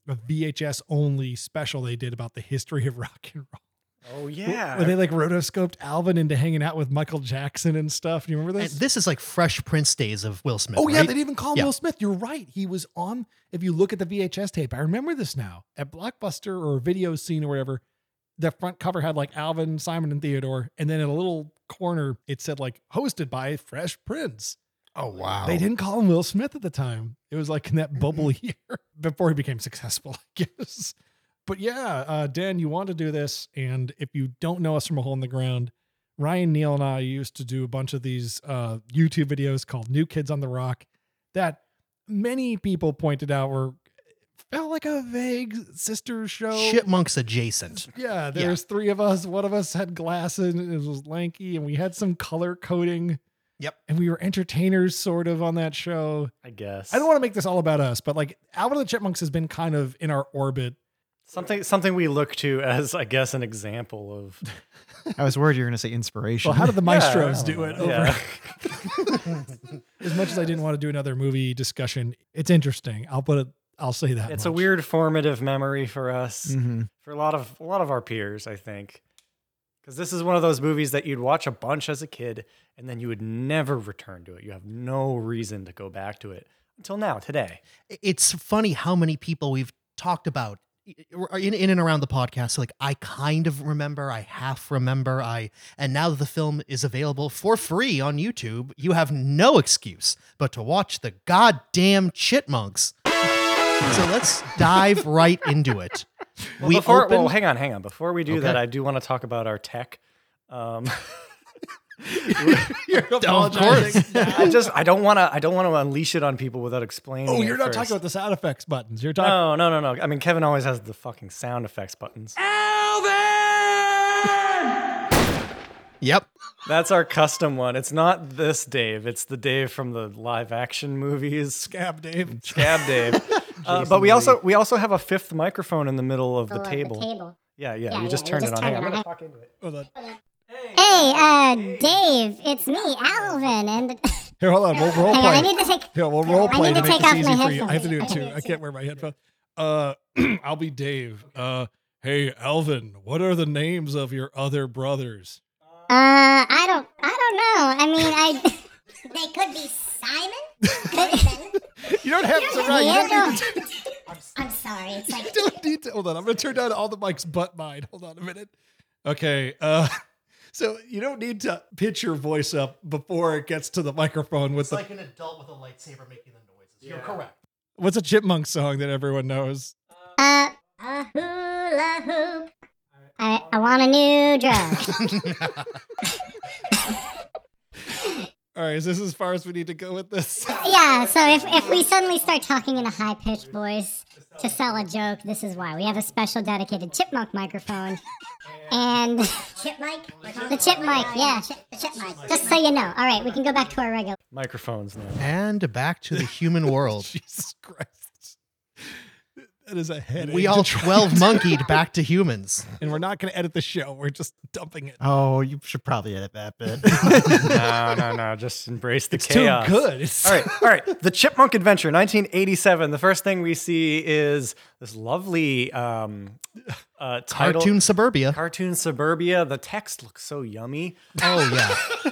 a VHS only special they did about the history of rock and roll. Oh yeah. Where they like rotoscoped Alvin into hanging out with Michael Jackson and stuff. Do you remember And this? this is like Fresh Prince days of Will Smith. Oh yeah, right? they didn't even call him Yeah. Will Smith. You're right. He was on. If you look at the VHS tape, I remember this now at Blockbuster or Video Scene or whatever. The front cover had like Alvin, Simon, and Theodore, and then in a little corner it said like hosted by Fresh Prince. Oh wow. They didn't call him Will Smith at the time. It was like in that bubble year before he became successful, I guess. But yeah, uh, Dan, you want to do this. And if you don't know us from a hole in the ground, Ryan Neal and I used to do a bunch of these uh, YouTube videos called New Kids on the Rock that many people pointed out were felt like a vague sister show. Chipmunks adjacent. Yeah, there was three of us. One of us had glasses and it was lanky, and we had some color coding. Yep. And we were entertainers sort of on that show. I guess. I don't want to make this all about us, but like Alvin and the Chipmunks has been kind of in our orbit. something something we look to as I guess an example of I was worried you were going to say inspiration. Well, how did the maestros Yeah, I do it? don't Over know. Yeah. as much as I didn't want to do another movie discussion, it's interesting. I'll put it. I'll say that. It's a much. Mm. weird formative memory for us. Mhm. for a lot of a lot of our peers, I think. Because this is one of those movies that you'd watch a bunch as a kid, and then you would never return to it. You have no reason to go back to it until now, today. It's funny how many people we've talked about in in and around the podcast. So, like I kind of remember, I half remember, I and now that the film is available for free on YouTube, you have no excuse but to watch the goddamn Chipmunks. So let's dive right into it. Well, we before, open well, hang on, hang on. Before we do that, Okay. I do want to talk about our tech. Um, You're of course. I just I don't want to I don't want to unleash it on people without explaining. Oh, it you're not first. talking about the sound effects buttons. You're talking. No, no, no, no. I mean, Kevin always has the fucking sound effects buttons. Yep. That's our custom one. It's not this Dave. It's the Dave from the live action movies. Scab Dave. Scab Dave. Uh, but we also we also have a fifth microphone in the middle Oh, of Oh, the, table. Yeah, yeah. you just turnn it on. Hang on, I'm gonna talk into it. Hold on. Hey, uh, Dave, it's me, Alvin, and Here, hold on. We'll roll hang on, I play. need to take. uh, Here, we'll role I play need to to make take this off easy my for you. I have to do it headphones. too. I can't wear my headphones. Uh, I'll be Dave. Uh, hey, Alvin. What are the names of your other brothers? Uh, I don't, I don't know. I mean, I. they could be Simon. Could You don't have to. Right. You don't need to Diego. I'm sorry. It's like You don't need to hold on. I'm gonna turn down all the mics but mine. Hold on a minute. Okay. Uh so you don't need to pitch your voice up before it gets to the microphone with the an adult with a lightsaber making the noises. You're correct. what's a chipmunk song that everyone knows? uh, a hula hoop. I, I want a new drug. All right, is this as far as we need to go with this? yeah. So if if we suddenly start talking in a high pitched voice to sell a joke, this is why we have a special dedicated chipmunk microphone. And chip mic, the chip mic, yeah, the chip mic. Just so you know. All right, we can go back to our regular. Microphones now. And back to the human world. Jesus Christ. That is a headache. we all to try- 12 monkeyed back to humans. and we're not gonna edit the show. We're just dumping it. Oh, you should probably edit that bit. no, no, no. Just embrace the It's chaos. too good. It's All right, all right. The Chipmunk Adventure, 1987. The first thing we see is this lovely um, uh, title. Cartoon suburbia. Cartoon Suburbia. The text looks so yummy. Oh yeah.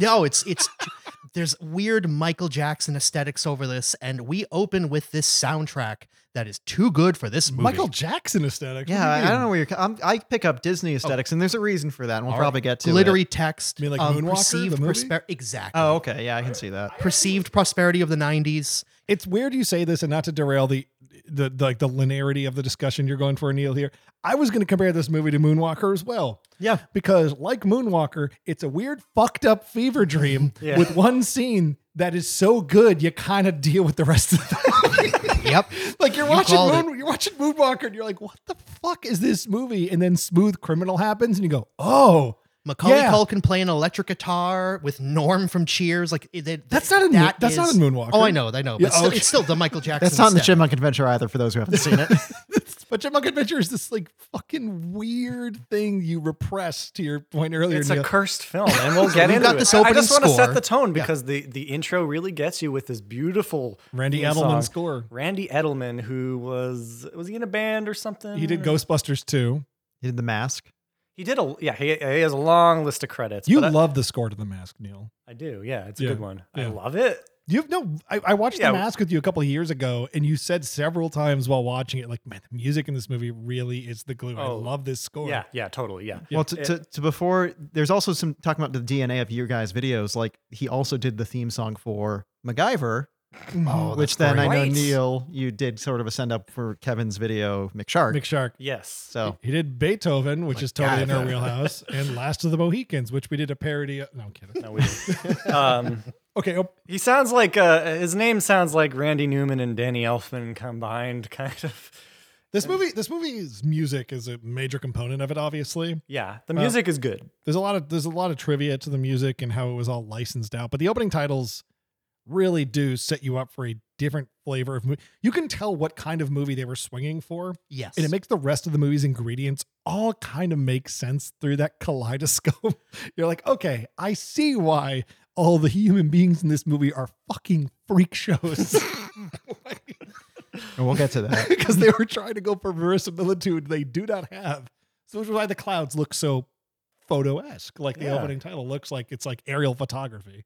no, it's it's there's weird Michael Jackson aesthetics over this, and we open with this soundtrack that is too good for this movie. Michael Jackson aesthetic. What do you yeah, I, I mean? don't know where you're. co- I'm, I pick up Disney aesthetics, and there's a reason for that, and we'll All right. probably get to glittery It. text. You mean like Moonwalker, perceived the movie? prosper- exactly. Oh, okay. Yeah, I can see that. Perceived prosperity of the '90s. It's weird you say this and not to derail the the, the like the linearity of the discussion you're going for, Neil. Here, I was going to compare this movie to Moonwalker as well. Yeah. because like Moonwalker, it's a weird, fucked up fever dream Yeah. with one scene that is so good you kind of deal with the rest of it. Yep. like you're You watching called it. Moon, you're watching Moonwalker, and you're like, "What the fuck is this movie?" And then Smooth Criminal happens, and you go, "Oh." Macaulay Yeah. Culkin playing electric guitar with Norm from Cheers. Like it- it- That's not in Moon- that's not in Moonwalker. Oh, I know, I know. But Yeah, still, okay. it's still the Michael Jackson. That's not in the step. Chipmunk Adventure either, for those who haven't seen it. But Chipmunk Adventure is this like fucking weird thing you repress to your point earlier. It's Neil. a cursed film, and we'll get we've into got it. this I- I opening just want to set score. the tone because the, the intro really gets you with this beautiful Randy theme Edelman song. score. Randy Edelman, who was was he in a band or something? He did Ghostbusters too. He did the mask. He did a yeah. He, he has a long list of credits. You but I- love the score to The Mask, Neil. I, do. Yeah, it's a Yeah, good one. I yeah. love it. You've no, I, I watched Yeah. The Mask with you a couple of years ago, and you said several times while watching it, like, man, the music in this movie really is the glue. I Oh, love this score. Yeah, yeah, totally. Yeah. Yeah. Well, to, to, to before, there's also some talking about the DNA of your guys' videos. Like he also did the theme song for MacGyver, Mhm. which then I know great. Neil, you did sort of a send up for Kevin's video McShark. McShark. Yes. so He did Beethoven, which is totally in God. our wheelhouse, and Last of the Mohicans, which we did a parody of. No, I'm kidding. No, we didn't. um, Okay. Oh, he sounds like uh, his name sounds like Randy Newman and Danny Elfman combined, kind of. this movie, this movie's music is a major component of it, obviously. Yeah, Uh. the music is good. there's a lot of there's a lot of trivia to the music and how it was all licensed out but the opening titles really do set you up for a different flavor of movie you can tell what kind of movie they were swinging for Yes. and it makes the rest of the movie's ingredients all kind of make sense through that kaleidoscope you're like okay i see why all the human beings in this movie are fucking freak shows and we'll get to that. because they were trying to go for verisimilitude they do not have. So which is why the clouds look so photo-esque. Like the Yeah. opening title looks like it's like aerial photography.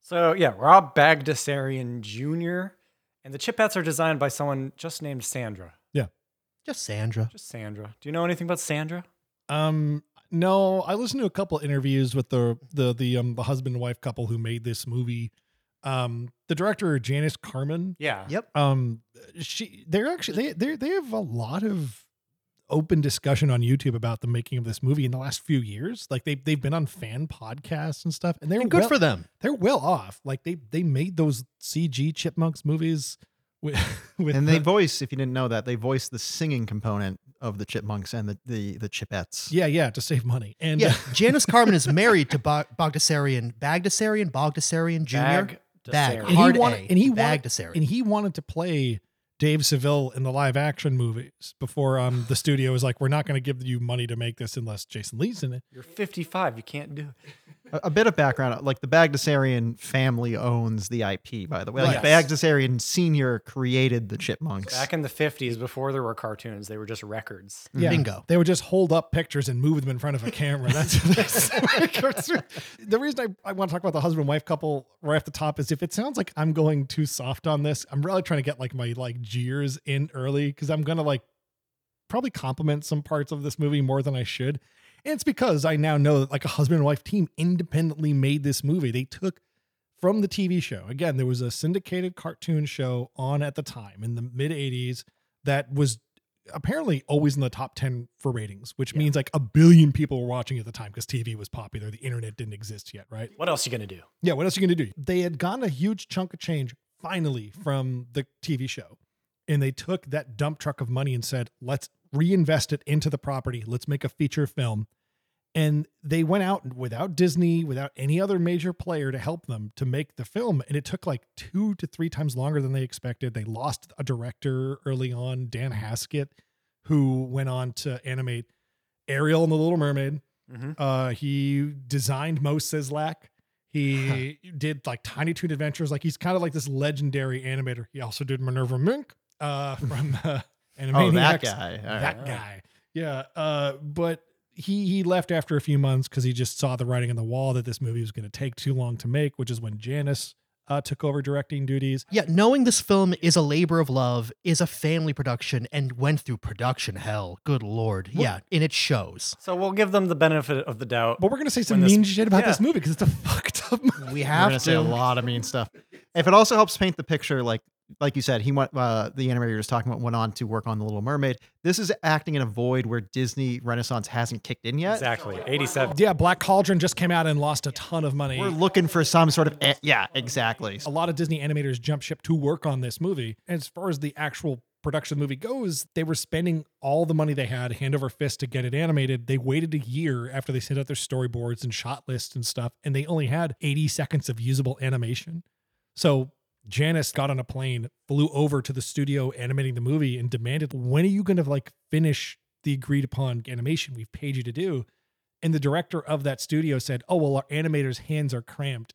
So yeah, Rob Bagdasarian Jr. and the chipettes are designed by someone just named Sandra. just Sandra. Just Sandra. Do you know anything about Sandra? Um no, I listened to a couple interviews with the the the um the husband and wife couple who made this movie. Um the director Janice Carmen. Yeah. Yep. Um she they're actually they they they have a lot of open discussion on YouTube about the making of this movie in the last few years. Like they they've been on fan podcasts and stuff and they're And good well- for them. they're well off. Like they they made those CG chipmunks movies with, with and they the- voice, if you didn't know that, they voice the singing component of the chipmunks and the the, the chipettes. yeah yeah to save money and Yeah. Janice Carmen is married to Bog- Bogdasarian, Bagdasarian, Bogdasarian Jr. Bag. And he Bagdasarian. Hard wanted- A. and he wanted- Bagdasarian. and he wanted to play Dave Seville in the live action movies before um the studio was like we're not going to give you money to make this unless Jason Lee's in it. You're 55. You can't do it. A, a bit of background, like the Bagdasarian family owns the IP, by the way. Like Yes. Bagdasarian Senior created the chipmunks. Back in the 50s, before there were cartoons, they were just records. Yeah. Bingo. They would just hold up pictures and move them in front of a camera. That's the reason I, I want to talk about the husband and wife couple right off the top is if it sounds like I'm going too soft on this, I'm really trying to get like my like jeers in early because I'm gonna like probably compliment some parts of this movie more than I should. And it's because I now know that like a husband and wife team independently made this movie. They took from the TV show. Again, there was a syndicated cartoon show on at the time in the mid 80s that was apparently always in the top 10 for ratings, which means like a billion people were watching at the time because TV was popular. The internet didn't exist yet, right? What else you going to do? Yeah, what else are you going to do? They had gotten a huge chunk of change finally from the TV show. And they took that dump truck of money and said, let's reinvest it into the property. Let's make a feature film. And they went out without Disney, without any other major player to help them to make the film. And it took like two to three times longer than they expected. They lost a director early on, Dan Haskett, who went on to animate Ariel and the Little Mermaid. Mm-hmm. Mhm. Uh, he designed Mo Sizlak. He did like Tiny Toon Adventures. Like he's kind of like this legendary animator. He also did Minerva Mink uh, from uh, Animaniacs. Oh, that guy. All right. That guy. Yeah. Uh, but he he left after a few months because he just saw the writing on the wall that this movie was going to take too long to make, which is when Janice uh, took over directing duties. Yeah, knowing this film is a labor of love, is a family production, and went through production hell. Good lord. Yeah, and it shows. So we'll give them the benefit of the doubt. But we're going to say some this- mean shit about yeah. this movie because it's a fucked up movie. We We're have gonna to. say a lot of mean stuff. If it also helps paint the picture, like like you said, he went. Uh, the animator you're just talking about went on to work on the Little Mermaid. This is acting in a void where Disney Renaissance hasn't kicked in yet. Exactly. 87. Yeah, Black Cauldron just came out and lost a ton of money. We're looking for some sort of eh, yeah, exactly. a lot of Disney animators jump ship to work on this movie. And as far as the actual production of the movie goes, they were spending all the money they had hand over fist to get it animated. They waited a year after they sent out their storyboards and shot lists and stuff, and they only had 80 seconds of usable animation. So Janice got on a plane, flew over to the studio animating the movie, and demanded, "When are you going to like finish the agreed upon animation we've paid you to do?" And the director of that studio said, "Oh well, our animators' hands are cramped."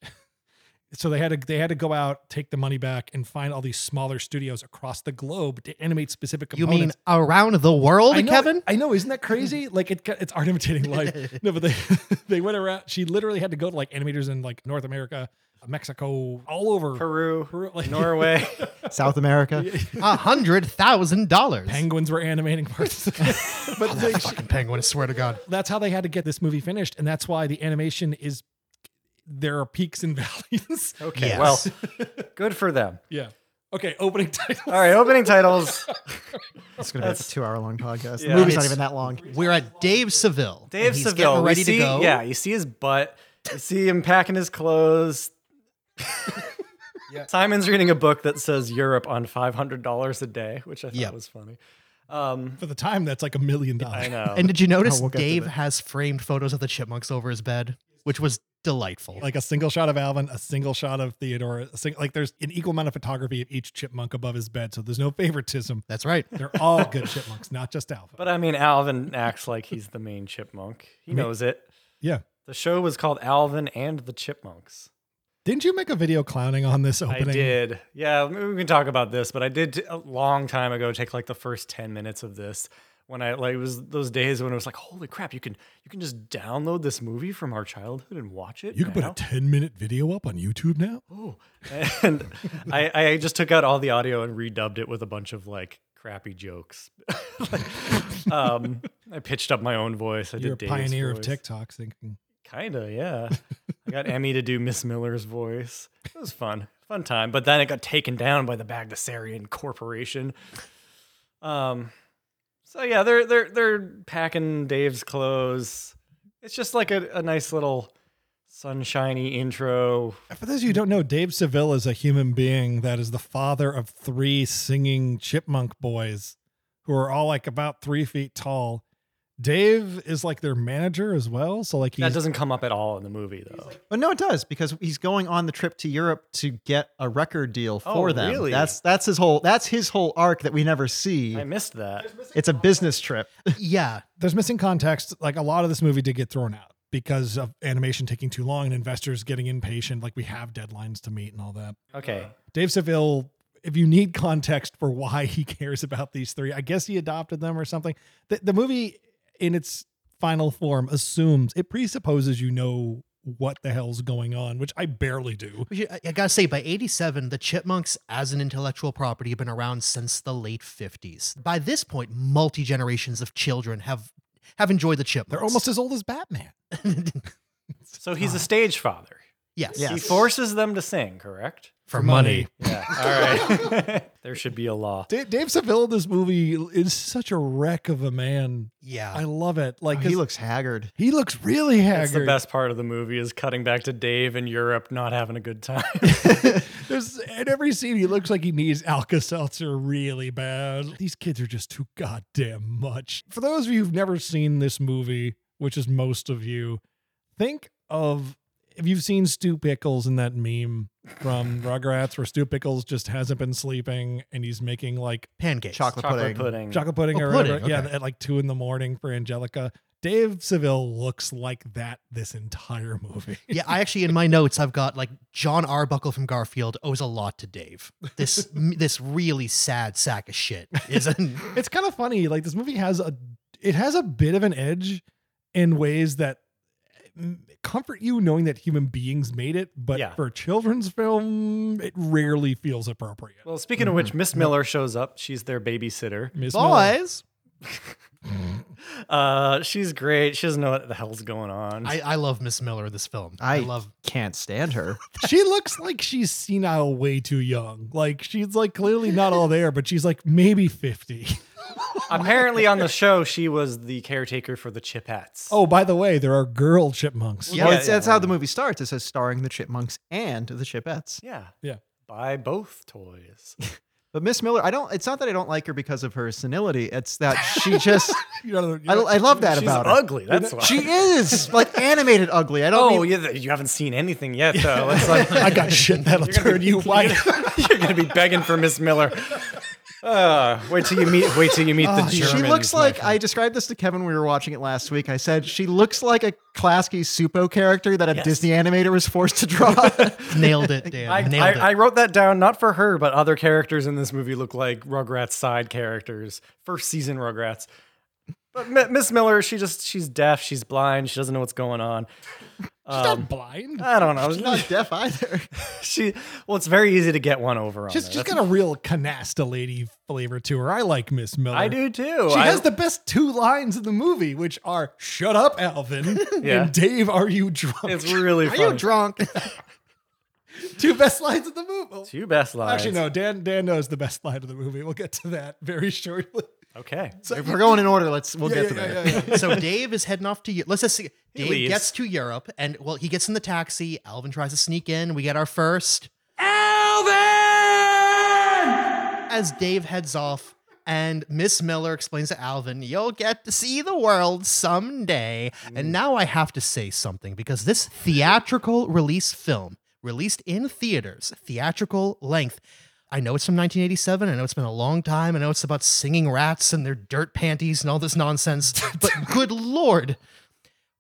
so they had to they had to go out, take the money back, and find all these smaller studios across the globe to animate specific You components. mean around the world, Oh, I know, Kevin? I know, isn't that crazy? Like it, it's art imitating life. no, but they they went around. She literally had to go to like animators in like North America, Mexico, all over Peru, Peru, like- Norway. South America. A hundred thousand dollars. Ah, penguins were animating parts. but they- Fucking penguin! I swear to God. that's how they had to get this movie finished, and that's why the animation is. There are peaks and valleys. Okay. Yes. Well, good for them. yeah. Okay. Opening title. All right. Opening titles. It's gonna be like a two-hour-long podcast. Yeah. The movie's not It's- even that long. We're at Dave Seville. and Dave he's Seville. getting we ready see- to go. Yeah, you see his butt. You see him packing his clothes. Simon's reading a book that says Europe on five hundred dollars a day, which I thought Yeah. was funny. Um, For the time, that's like a million dollars. I know. And did you notice we'll get to Dave that. has framed photos of the chipmunks over his bed, which was delightful. Like a single shot of Alvin, a single shot of Theodore. A sing- like there's an equal amount of photography of each chipmunk above his bed, so there's no favoritism. That's right. They're all good chipmunks, not just Alvin. but I mean, Alvin acts like he's the main chipmunk. He knows it. yeah. The show was called Alvin and the Chipmunks. Didn't you make a video clowning on this opening? I did. Yeah, maybe we can talk about this, but I did t- a long time ago take like the first 10 minutes of this when I like it was those days when it was like, holy crap, you can you can just download this movie from our childhood and watch it. You can put a now? 10 minute video up on YouTube now? and I, I just took out all the audio and redubbed it with a bunch of like crappy jokes. um, I pitched up my own voice. I You're a did Dave's pioneer of voice. TikTok thinking. Kinda, yeah. I got Emmy to do Miss Miller's voice. It was fun, fun time. But then it got taken down by the Bagdasarian Corporation. Um, so yeah, they're they're they're packing Dave's clothes. It's just like a, a nice little sunshiny intro. For those of you who don't know, Dave Seville is a human being that is the father of three singing chipmunk boys who are all like about three feet tall. Dave is like their manager as well. So, like, That he's doesn't come up at all in the movie though. But no, it does because he's going on the trip to Europe to get a record deal for Oh, them. really? That's that's his whole that's his whole arc that we never see. I missed that. It's a business trip. Yeah. there's missing context. Like a lot of this movie did get thrown out because of animation taking too long and investors getting impatient. Like we have deadlines to meet and all that. Okay. Dave Seville, if you need context for why he cares about these three, I guess he adopted them or something. The, the movie, in its final form, assumes it presupposes you know what the hell's going on, which I barely do. We should- I I gotta say, by 87, the chipmunks as an intellectual property have been around since the late 50s. By this point, multi generations of children have have enjoyed the chipmunks. They're almost as old as Batman. So he's a stage father. yes. Yeah. He Yes. forces them to sing, correct? For money. Yeah. All right. there should be a law. Da- Dave Seville in this movie is such a wreck of a man. Yeah. I love it. Like he his- looks haggard. he looks really haggard. That's the best part of the movie is cutting back to Dave in Europe not having a good time. There's in every scene he looks like he needs Alka Seltzer really bad. These kids are just too goddamn much. For those of you who've never seen this movie, which is most of you, think of if you've seen Stu Pickles in that meme from Rugrats where Stu Pickles just hasn't been sleeping and he's making like Pancakes. Chocolate, Chocolate pudding. pudding. chocolate pudding Oh, or pudding, whatever. Yeah, okay. at like two in the morning for Angelica. Dave Seville looks like that this entire movie. Yeah, I actually in my notes I've got like John Arbuckle from Garfield owes a lot to Dave. This this really sad sack of shit is an it's kind of funny. Like this movie has a it has a bit of an edge in ways that mm, comfort you knowing that human beings made it, but Yeah. for a children's film, it rarely feels appropriate. Well, speaking of which, Miss Miller shows up. She's their babysitter. Miss Miller. boys. Uh, she's great. She doesn't know what the hell's going on. I, I love Miss Miller in this film. I, I- love. Can't stand her. she looks like she's senile way too young. Like she's like clearly not all there, but she's like maybe 50. Apparently, on the show, she was the caretaker for the Chipettes. Oh, by the way, there are girl chipmunks. Yeah, Yeah, that's, yeah. that's how the movie starts. It says starring the Chipmunks and the Chipettes. yeah, Yeah. Buy both toys. But Miss Miller, I don't. It's not that I don't like her because of her senility. It's that she just. You know, you I, know- I love that she's about her. ugly. That's why. She is like animated ugly. I don't. oh mean- yeah, th- you haven't seen anything yet though. It's like I got shit that'll turn you white. you're gonna be begging for Miss Miller. Uh, wait till you meet. Wait till you meet Oh, the Germans. she looks my like friend. I described this to Kevin. when We were watching it last week. I said she looks like a Klasky Supo character that a Yes. Disney animator was forced to draw. Nailed it, Dan. I, Nailed I, I it. wrote that down not for her, but other characters in this movie look like Rugrats side characters, first season Rugrats. But M- Miss Miller, she just she's deaf, she's blind, she doesn't know what's going on. Um, blind. I don't know. Not deaf either. she well, it's very easy to get one over on. She's her. just That's- got a real canasta lady flavor to her. I like Miss Miller. I do too. She I- has the best two lines in the movie, which are "Shut up, Alvin," Yeah. and "Dave, are you drunk?" It's really Are funny. you drunk? two best lines of the movie. Two best lines. Actually, no. Dan Dan knows the best line of the movie. We'll get to that very shortly. Okay. if we're going in order, let's we'll Yeah, get to yeah, that. yeah, yeah, yeah. so Dave is heading off to Europe. Let's just see. Dave leaves. gets to Europe, and well, he gets in the taxi. Alvin tries to sneak in. We get our first. Alvin! As Dave heads off, and Miss Miller explains to Alvin, You'll get to see the world someday. And now I have to say something because this theatrical release film, released in theaters, theatrical length, I know it's from 1987. I know it's been a long time. I know it's about singing rats and their dirt panties and all this nonsense. But good lord,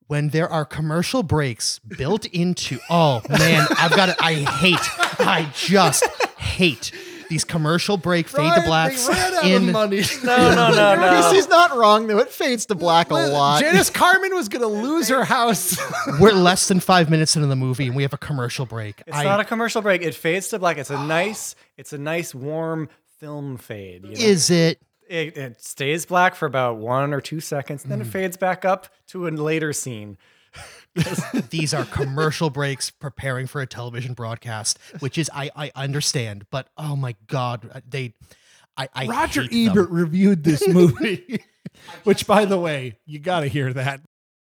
when there are commercial breaks built into oh man, I've got it. I hate. I just hate these commercial break fade to Brian, blacks They ran out of in money. No, no, no, no. He's not wrong though. It fades to black a lot. Janice Carmen was gonna lose her house. We're less than five minutes into the movie and we have a commercial break. It's I, not a commercial break. It fades to black. It's a nice. It's a nice warm film fade. You know? is it? it, it stays black for about one or two seconds, and then it fades back up to a later scene. These are commercial breaks preparing for a television broadcast, which is I I understand, but oh my god, they. I, I Roger hate them. Ebert reviewed this movie, which, by the way, you gotta hear that.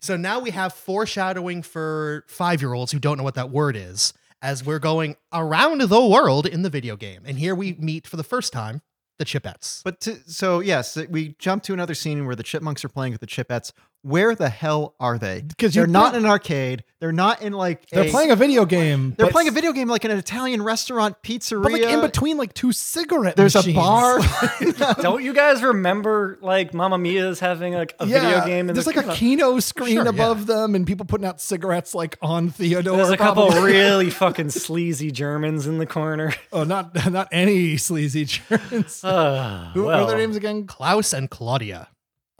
So now we have foreshadowing for five year olds who don't know what that word is as we're going around the world in the video game. And here we meet for the first time the Chipettes. But to, so yes, we jump to another scene where the chipmunks are playing with the chipettes. Where the hell are they? 'Cause you they're not don't- in an arcade. They're not in like They're a- playing a video game. They're but- playing a video game like in an Italian restaurant pizzeria. but like in between like two cigarette. There's machines. a bar. Don't you guys remember like Mamma Mia's having like a video game? in there's the- like a Kino screen Sure, yeah. above them, and people putting out cigarettes like on Theodore. There's a couple probably. really fucking sleazy Germans in the corner. Oh, not not any sleazy Germans. Uh, Who what are their names again? Klaus and Claudia.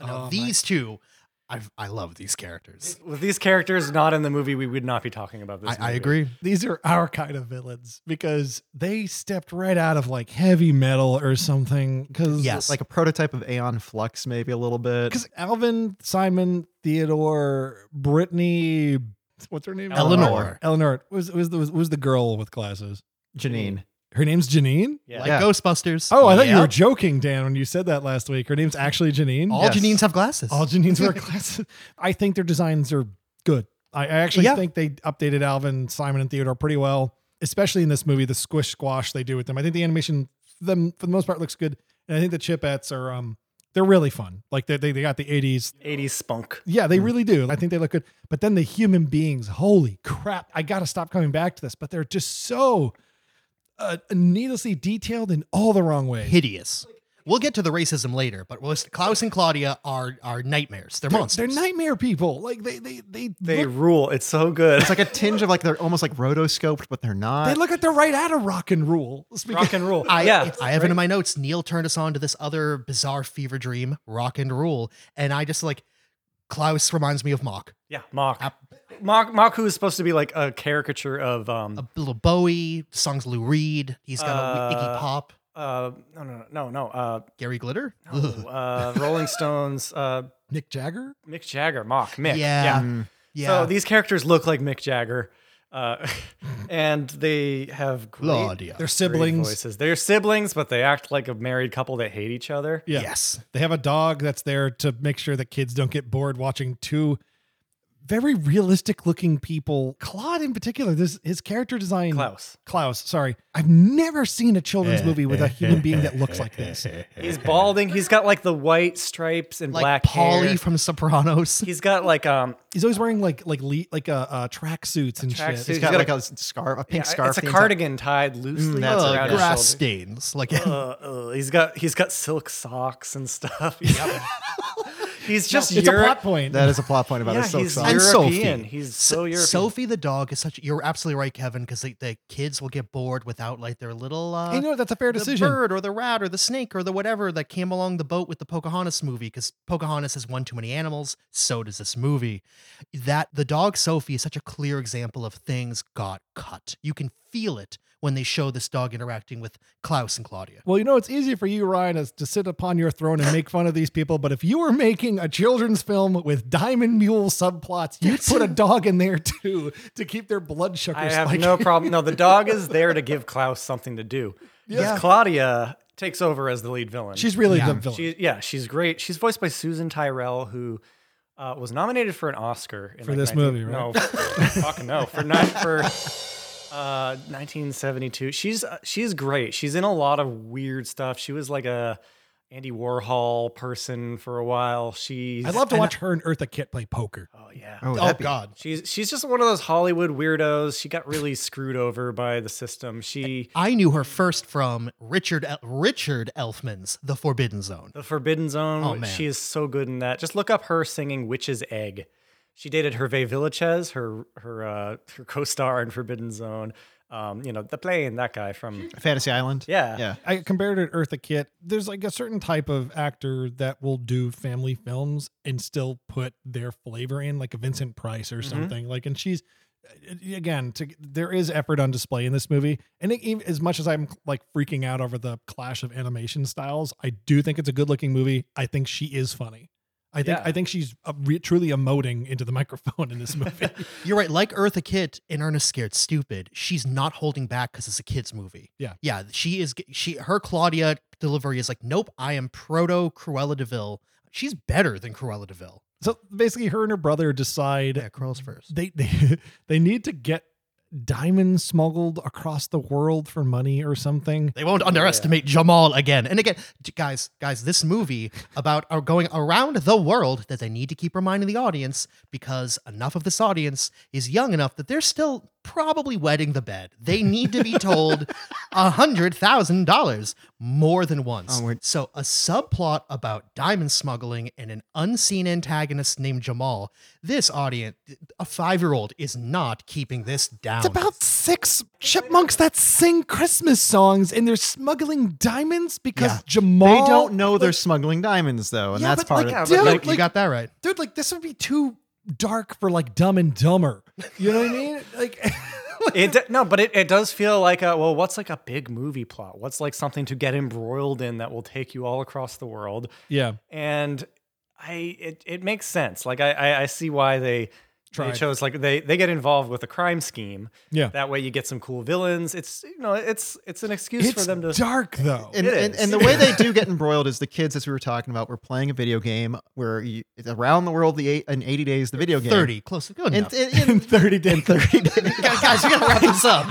Now, Oh, my- these two, I, I love these characters. With these characters not in the movie, we would not be talking about this. I, I movie. agree. These are our kind of villains because they stepped right out of like heavy metal or something. Because Yes. like a prototype of Aeon Flux, maybe a little bit. because Alvin, Simon, Theodore, Brittany, what's her name? Eleanor. Eleanor was was the, was the girl with glasses. Janine. Her name's Janine. Yeah. Like Yeah. Ghostbusters. Oh, I thought you Yeah. were joking, Dan, when you said that last week. Her name's actually Janine. All Yes. Janines have glasses. All Janine's wear glasses. I think their designs are good. I, I actually Yeah. think they updated Alvin, Simon, and Theodore pretty well, especially in this movie. The squish squash they do with them. I think the animation, them for the most part, looks good, and I think the chipettes are um they're really fun. Like they they, they got the '80s 80s spunk. yeah, Mm. they really do. I think they look good. But then the human beings, holy crap. I got to stop coming back to this, but they're just so uh, needlessly detailed in all the wrong ways. Hideous. We'll get to the racism later, but we'll- Klaus and Claudia are, are nightmares. They're, monsters. They're nightmare people. Like they they they They look, rule. It's so good. It's like a tinge of like they're almost like rotoscoped, but they're not. they look like they're right out of rock and roll. Speaking rock and roll. I, yeah. I have it in my notes. Neil turned us on to this other bizarre fever dream, rock and roll. And I just like, Klaus reminds me of Mock. Yeah. Mock. Mock, Mock, who is supposed to be like a caricature of um, A little Bowie, songs Lou Reed. He's got a wee- Iggy Uh, Pop. uh, no, no, no, no, uh, Gary Glitter? no, Ugh. uh, Rolling Stones, uh, Mick Jagger? Mick Jagger, Mock, Mick. Yeah. Mm. Yeah. So these characters look like Mick Jagger, uh, and they have great, Claudia. They're great siblings. voices. They're siblings, but they act like a married couple that hate each other. Yeah. Yes. They have a dog that's there to make sure that kids don't get bored watching two very realistic looking people. Claude in particular, this his character design Klaus, Klaus, sorry. I've never seen a children's movie with a human being that looks like this. he's balding. He's got like the white stripes and Like black Polly hair. from Sopranos. He's got like um He's always wearing like like le- like uh, uh tracksuits and tracksuit. shit. He's He's got, got like a, scarf, a yeah, pink scarf. It's a the entire- cardigan tied loosely that's around his right. Ugh, Mm, oh, grass shoulder. stains. Like Uh, uh, he's got he's got silk socks and stuff. he's just It's a Euro- plot point. That is a plot point about Yeah, his silk he's socks. and European. Sophie. He's So- so European. Sophie the dog is such. You're absolutely right, Kevin, because the, the kids will get bored without like their little uh, you know that's a fair decision. the bird or the rat or the snake or the whatever that came along the boat with the Pocahontas movie. Because Pocahontas has one too many animals, so does this movie. That the dog Sophie is such a clear example of things got cut. You can feel it when they show this dog interacting with Klaus and Claudia. Well, you know, it's easy for you, Ryan, as to sit upon your throne and make fun of these people. But if you were making a children's film with diamond mule subplots, you'd put a dog in there too to keep their blood I sugars. have like, no problem. No, the dog is there to give Klaus something to do. Yeah. Because Claudia takes over as the lead villain. She's really Yeah. the villain. She- yeah, she's great. She's voiced by Susan Tyrell, who uh, was nominated for an Oscar in For like, this 19 movie, right? No, fucking no, for not for uh, 1972. She's uh, she's great. She's in a lot of weird stuff. She was like a Andy Warhol person for a while. She's I'd love to watch her and Eartha Kitt play poker. Oh yeah. Oh, Oh that'd be- God! She's she's just one of those Hollywood weirdos. She got really screwed over by the system. She I knew her first from Richard El- Richard Elfman's The Forbidden Zone. The Forbidden Zone. Oh, man. She is so good in that. Just look up her singing Witch's Egg. She dated Hervé Villachez, her her uh, her co-star in Forbidden Zone. Um, you know, the plane, that guy from Fantasy Island. Yeah. Yeah. I compared her to Eartha Kitt. There's like a certain type of actor that will do family films and still put their flavor in, like a Vincent Price or something. Like, and she's again, to, there is effort on display in this movie. And it, even, as much as I'm like freaking out over the clash of animation styles, I do think it's a good looking movie. I think she is funny. I think Yeah. I think she's uh, re- truly emoting into the microphone in this movie. You're right. Like Eartha Kitt in Ernest Scared Stupid, she's not holding back because it's a kids movie. Yeah. yeah. She is. She her Claudia delivery is like, nope. I am proto Cruella Deville. She's better than Cruella Deville. so basically, her and her brother decide Yeah, curls first. they they, they need to get diamonds smuggled across the world for money or something. They won't underestimate Jamal again and again, J- guys. Guys, this movie about are going around the world that they need to keep reminding the audience because enough of this audience is young enough that they're still probably wetting the bed. They need to be told a hundred thousand dollars more than once. Oh, we're- so a subplot about diamond smuggling and an unseen antagonist named Jamal. This audience, a five-year-old, is not keeping this down. It's about six chipmunks that sing Christmas songs and they're smuggling diamonds because Yeah. Jamal. They don't know they're smuggling diamonds though, and Yeah, that's but, part like, of dude, like, Like, you got that right. dude, like this would be too dark for like Dumb and Dumber. You know what I mean? Like, it d- no, but it, it does feel like a well, what's like a big movie plot? What's like something to get embroiled in that will take you all across the world? yeah, And I it, it makes sense. Like I I, I see why they they Tried. chose like they they get involved with a crime scheme. yeah. That way you get some cool villains. It's you know, it's it's an excuse It's for them to dark though. And, It and, is. and the way they do get embroiled is the kids, as we were talking about, were playing a video game where you, it's around the world, the eight, in 80 days, the video game. 30, close. Good In, enough. in, in 30 days. 30 days. Guys, guys, we gotta wrap this up.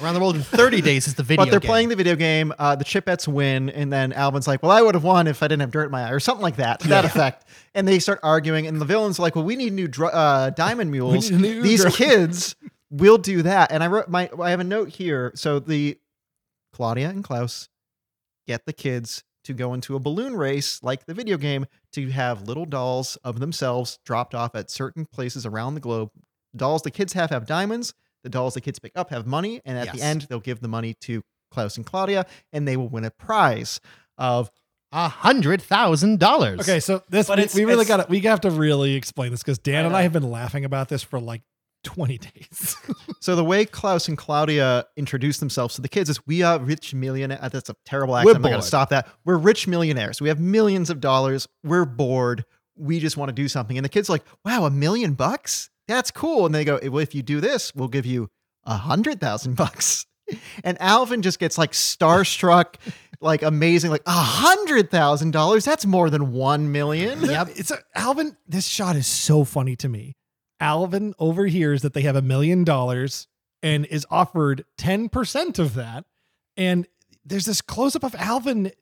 Around the world in 30 days is the video. But they're game. playing the video game. Uh, the Chipettes win, and then Alvin's like, "Well, I would have won if I didn't have dirt in my eye," or something like that. To that effect. And they start arguing, and the villains are like, "Well, we need new dr- uh, diamond mules. need new These dr- kids will do that." And I wrote my. I have a note here. So the Claudia and Klaus get the kids to go into a balloon race like the video game to have little dolls of themselves dropped off at certain places around the globe. Dolls the kids have have diamonds. The dolls the kids pick up have money, and at the Yes. end they'll give the money to Klaus and Claudia, and they will win a prize of a hundred thousand dollars. Okay, so this But we, it's- we really it's- got to we have to really explain this because Dan I and know. I have been laughing about this for like 20 days. So the way Klaus and Claudia introduce themselves to the kids is we are rich millionaires. That's a terrible We're accent. I'm not going bored. to stop that. We're rich millionaires. We have millions of dollars. We're bored. We just want to do something. And the kids are like, wow, a million bucks? That's cool. And they go, well, if you do this, we'll give you a hundred thousand bucks. And Alvin just gets like starstruck, like amazing, like a hundred thousand dollars. That's more than one million. Yep. It's a, Alvin. This shot is so funny to me. Alvin overhears that they have a million dollars and is offered 10% of that. And there's this close up of Alvin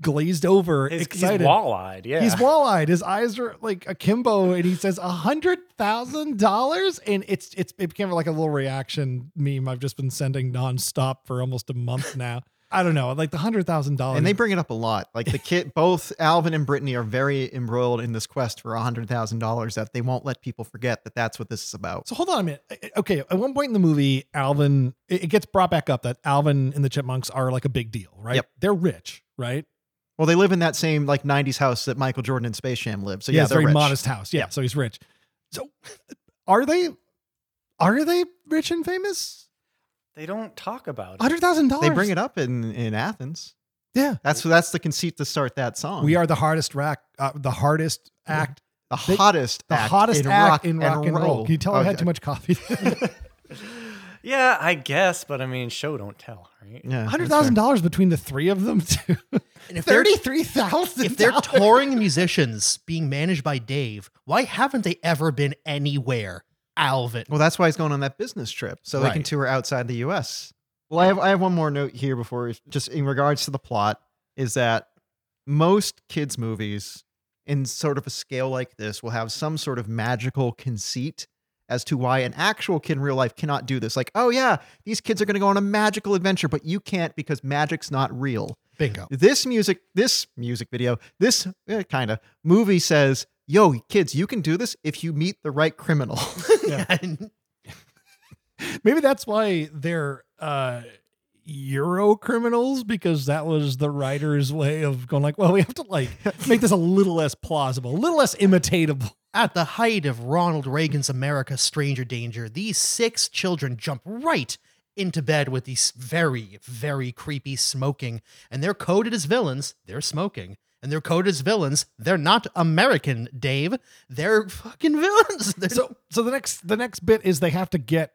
glazed over, He's, he's excited. wall-eyed. Yeah. He's wall-eyed. His eyes are like akimbo, and he says a hundred thousand dollars, and it's it's it became like a little reaction meme I've just been sending nonstop for almost a month now. I don't know, like the hundred thousand dollars. And they bring it up a lot. Like the kid, both Alvin and Brittany are very embroiled in this quest for $100,000 that they won't let people forget that that's what this is about. So hold on a minute. I- I- Okay, at one point in the movie, Alvin it it gets brought back up that Alvin and the Chipmunks are like a big deal, right? Yep. They're rich, right? Well, they live in that same like 90s house that Michael Jordan and Space Jam lived. So yeah, they're very rich. modest house. Yeah, so he's rich. So are they are they rich and famous? They don't talk about it. Hundred thousand dollars. They bring it up in, in Athens. Yeah. That's that's the conceit to start that song. We are the hardest rack, uh, the hardest act, the they- hottest, the act hottest in act rock Oh, in rock and, roll. Can you tell I Okay. had too much coffee? Yeah, I guess, but I mean, show don't tell, right? Yeah, that's Hundred thousand dollars between the three of them. Too. And if they're Thirty-three thousand. if they're touring musicians being managed by Dave, why haven't they ever been anywhere? Alvin. Well, that's why he's going on that business trip, so they can Right. tour outside the U.S. Well, I have I have one more note here before, just in regards to the plot, is that most kids' movies, in sort of a scale like this, will have some sort of magical conceit as to why an actual kid in real life cannot do this. Like, oh yeah, these kids are going to go on a magical adventure, but you can't because magic's not real Bingo. this music this music video this kind of movie says yo kids you can do this if you meet the right criminal Maybe that's why they're uh, Euro criminals because that was the writer's way of going like, well, we have to like make this a little less plausible, a little less imitatable. At the height of Ronald Reagan's America Stranger Danger, these six children jump right into bed with these very, very creepy smoking. And they're coded as villains, they're smoking. And they're coded as villains, they're not American, Dave. They're fucking villains. They're- So, so the next the next bit is they have to get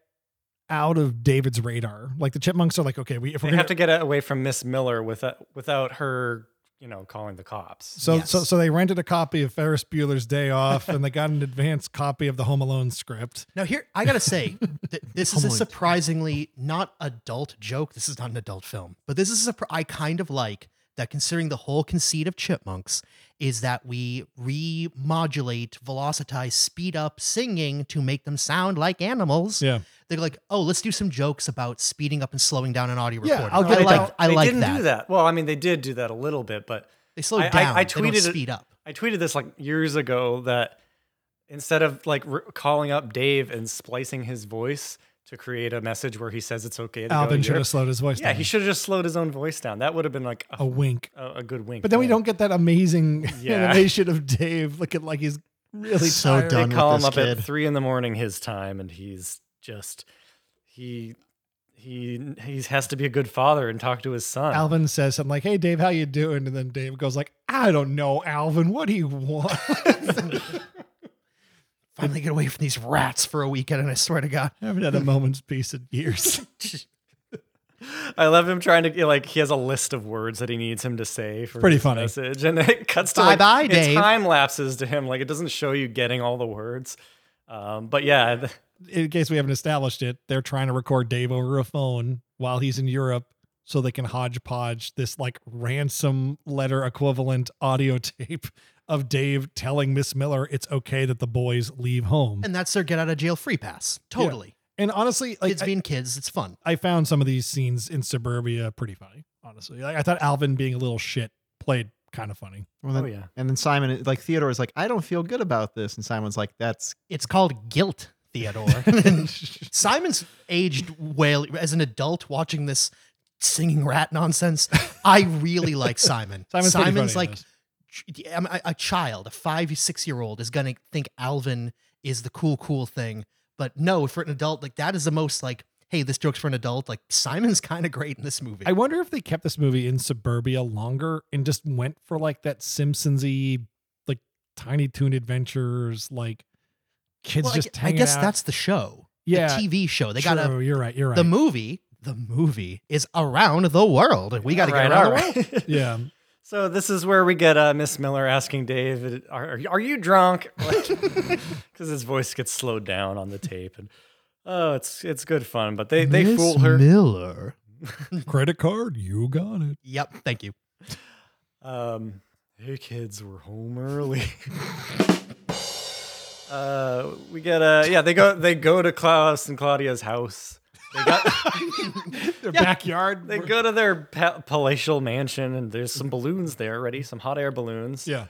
out of David's radar. Like the chipmunks are like, okay, we if we're They gonna have to get away from Miss Miller without without her, you know, calling the cops. So, Yes. so, so they rented a copy of Ferris Bueller's Day Off, and they got an advance copy of the Home Alone script. Now here, I gotta say, th- this is a Homeland. surprisingly not adult joke. This is not an adult film, but this is a. pr- I kind of like that, considering the whole conceit of Chipmunks is that we remodulate, velocitize, speed up singing to make them sound like animals. Yeah. They're like, oh, let's do some jokes about speeding up and slowing down an audio Yeah, recording. I'll give I it like. that. I they like didn't that. do that. Well, I mean, they did do that a little bit, but They slow I- I- down. I they tweeted it- don't speed up. I tweeted this like years ago that instead of like r calling up Dave and splicing his voice to create a message where he says it's okay, to Alvin go to should Europe, have slowed his voice yeah, down. he should have just slowed his own voice down. That would have been like a a, wink. a, a good wink. Oh. But then we yeah. don't get that amazing Yeah. animation of Dave looking like he's really So tired. done. They with call him this up at kid. three in the morning his time, and he's just he he he has to be a good father and talk to his son. Alvin says something like, "Hey Dave, how you doing?" And then Dave goes like, "I don't know, Alvin. What do you want?" Finally, get away from these rats for a weekend, and I swear to God, I haven't had a moment's peace in years. I love him trying to like he has a list of words that he needs him to say for Pretty his funny. message, and it cuts to like, Bye-bye, it Dave. time lapses to him like it doesn't show you getting all the words. Um, but yeah, th- in case we haven't established it, they're trying to record Dave over a phone while he's in Europe so they can hodgepodge this like ransom letter equivalent audio tape of Dave telling Miss Miller it's okay that the boys leave home. And, and that's their get out of jail free pass. Totally, honestly, kids like I, being kids, it's fun. I found some of these scenes in suburbia pretty funny, honestly. Like I thought Alvin being a little shit played kind of funny. Well, then- oh yeah, and then simon like theodore is like i don't feel good about this and simon's like that's It's called guilt, Theodore. Simon's aged well as an adult watching this singing rat nonsense. I really like Simon. Simon's, pretty funny in like um, this. ch- I'm a, a child, a five, six year old is gonna think Alvin is the cool, cool thing. But no, for an adult, like that is the most like, hey, this joke's for an adult. Like Simon's kind of great in this movie. I wonder if they kept this movie in suburbia longer and just went for like that Simpsonsy, like Tiny Toon Adventures, like kids Well, I, just gu- I hanging guess out. that's the show. yeah. The TV show. They got true, to you're right. You're right. the movie. The movie is around the world. We got to get around the world. yeah. So this is where we get uh, Miss Miller asking Dave, "Are are you- are you drunk?" Because his voice gets slowed down on the tape, and oh, it's it's good fun. But they they Miss fool her. Miller. Credit card, you got it. Yep. Thank you. Um, hey kids, we're home early. uh, we get uh, yeah, they go they go to Klaus and Claudia's house. They got Their backyard. they go to their pa- palatial mansion, and there's some balloons there already, some hot air balloons. Yeah.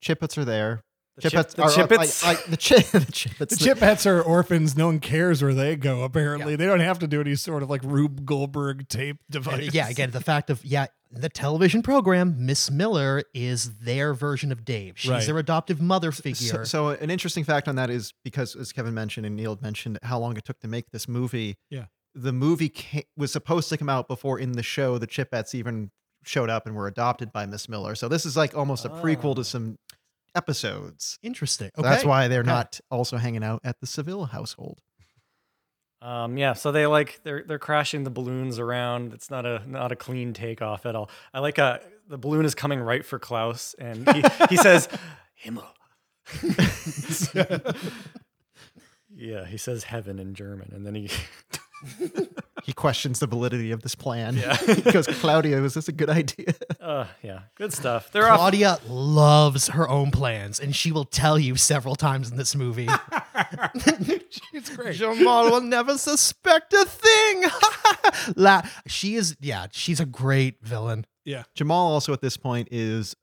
Chippets are there. The chip- Chippets the are up- I- chippets. I- the chi- the chippets. The Chipettes are orphans. No one cares where they go, apparently. They don't have to do any sort of like Rube Goldberg tape And, device. yeah, again, the fact of yeah, the television program, Miss Miller is their version of Dave. She's Right. their adoptive mother So, figure. so an interesting fact on that is because as Kevin mentioned and Neil had mentioned how long it took to make this movie. Yeah. The movie ca was supposed to come out before in the show the Chipettes even showed up and were adopted by Miss Miller. So this is like almost a prequel Oh. to some episodes. Interesting. So Okay. That's why they're Okay. not also hanging out at the Seville household. Um, yeah, so they like they're they're crashing the balloons around. It's not a not a clean takeoff at all. I like uh the balloon is coming right for Klaus, and he, he says Himmel. yeah, he says heaven in German, and then he He questions the validity of this plan. Yeah. he goes, Claudio, is this a good idea? uh, yeah, good stuff. They're off. Claudia loves her own plans, and she will tell you several times in this movie. It's great. Jamal will never suspect a thing. La- she is, yeah, she's a great villain. Jamal also at this point is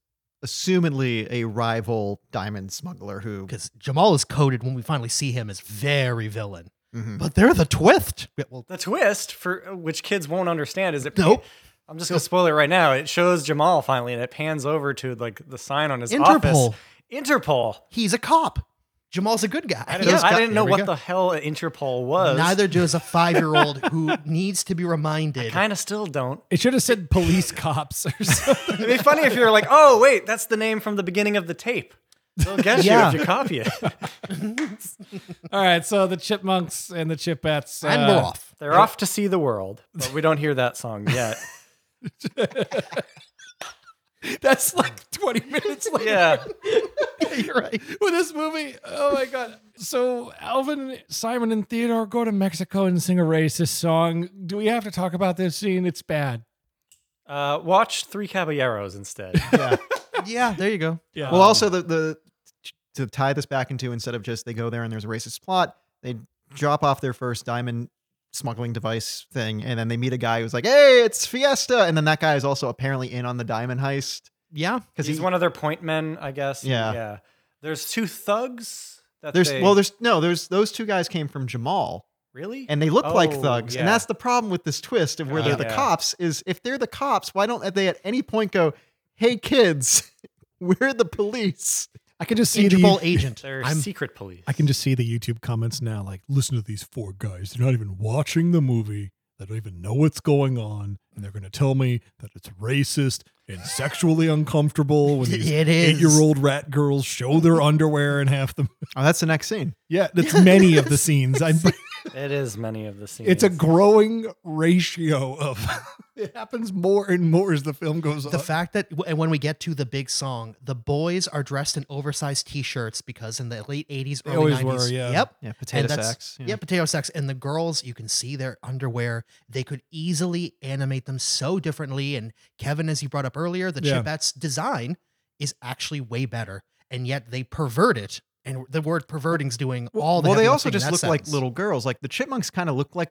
assumedly a rival diamond smuggler who Because Jamal is coded when we finally see him as very villain. Mhm. But they're the twist. Yeah, Well, The twist for which kids won't understand is it. Nope. I'm just gonna spoil it right now. It shows Jamal finally, and it pans over to like the sign on his Interpol. office. Interpol. he's a cop. Jamal's a good guy. I didn't, Yeah. I didn't know there we what go. the hell Interpol was. Neither does a five year old who needs to be reminded. Kind of still don't. It should have said police cops or something. It'd be funny if you were like, oh, wait, that's the name from the beginning of the tape. They'll get Yeah. you if you copy it. All right, so the Chipmunks and the uh, Chipettes. and uh, we're off. They're off to see the world, but we don't hear that song yet. That's like 20 minutes later. yeah. You're right. with this movie. Oh my god! So Alvin, Simon, and Theodore go to Mexico and sing a racist song. Do we have to talk about this scene? It's bad. Uh, watch Three Caballeros instead. Yeah, there you go. Yeah. Well, also the the to tie this back into instead of just they go there and there's a racist plot, they drop off their first diamond smuggling device thing, and then they meet a guy who's like, "Hey, it's Fiesta," and then that guy is also apparently in on the diamond heist Yeah. because He's he's one of their point men, I guess. Yeah. Yeah. There's two thugs. That there's they- well there's no there's those two guys came from Jamal really? and they look like Oh, thugs, and yeah. that's the problem with this twist of where Yeah. they're the Yeah. cops is if they're the cops, why don't they at any point go, "Hey kids, we're the police." I can just see Interpol the. agent. They're I'm secret police. I can just see the YouTube comments now. Like, listen to these four guys. They're not even watching the movie. They don't even know what's going on, and they're going to tell me that it's racist and sexually uncomfortable when these It is. eight-year-old rat girls show their underwear in half the. Oh, that's the next scene. Yeah, that's many of the scenes. I'm It is many of the scenes. It's a growing ratio of it happens more and more as the film goes uh, the on. fact that and when we get to the big song, the boys are dressed in oversized T-shirts because in the late '80s, They early always '90s, were, yeah. yep, Yeah, potato and that's sacks. yeah. potato sacks. And the girls, you can see their underwear. They could easily animate them so differently. And Kevin, as you brought up earlier, the Yeah. Chipettes design is actually way better, and yet they pervert it. And the word perverting's doing all the well, they heavy also lifting in just that look like sentence. little girls. Like the chipmunks kind of look like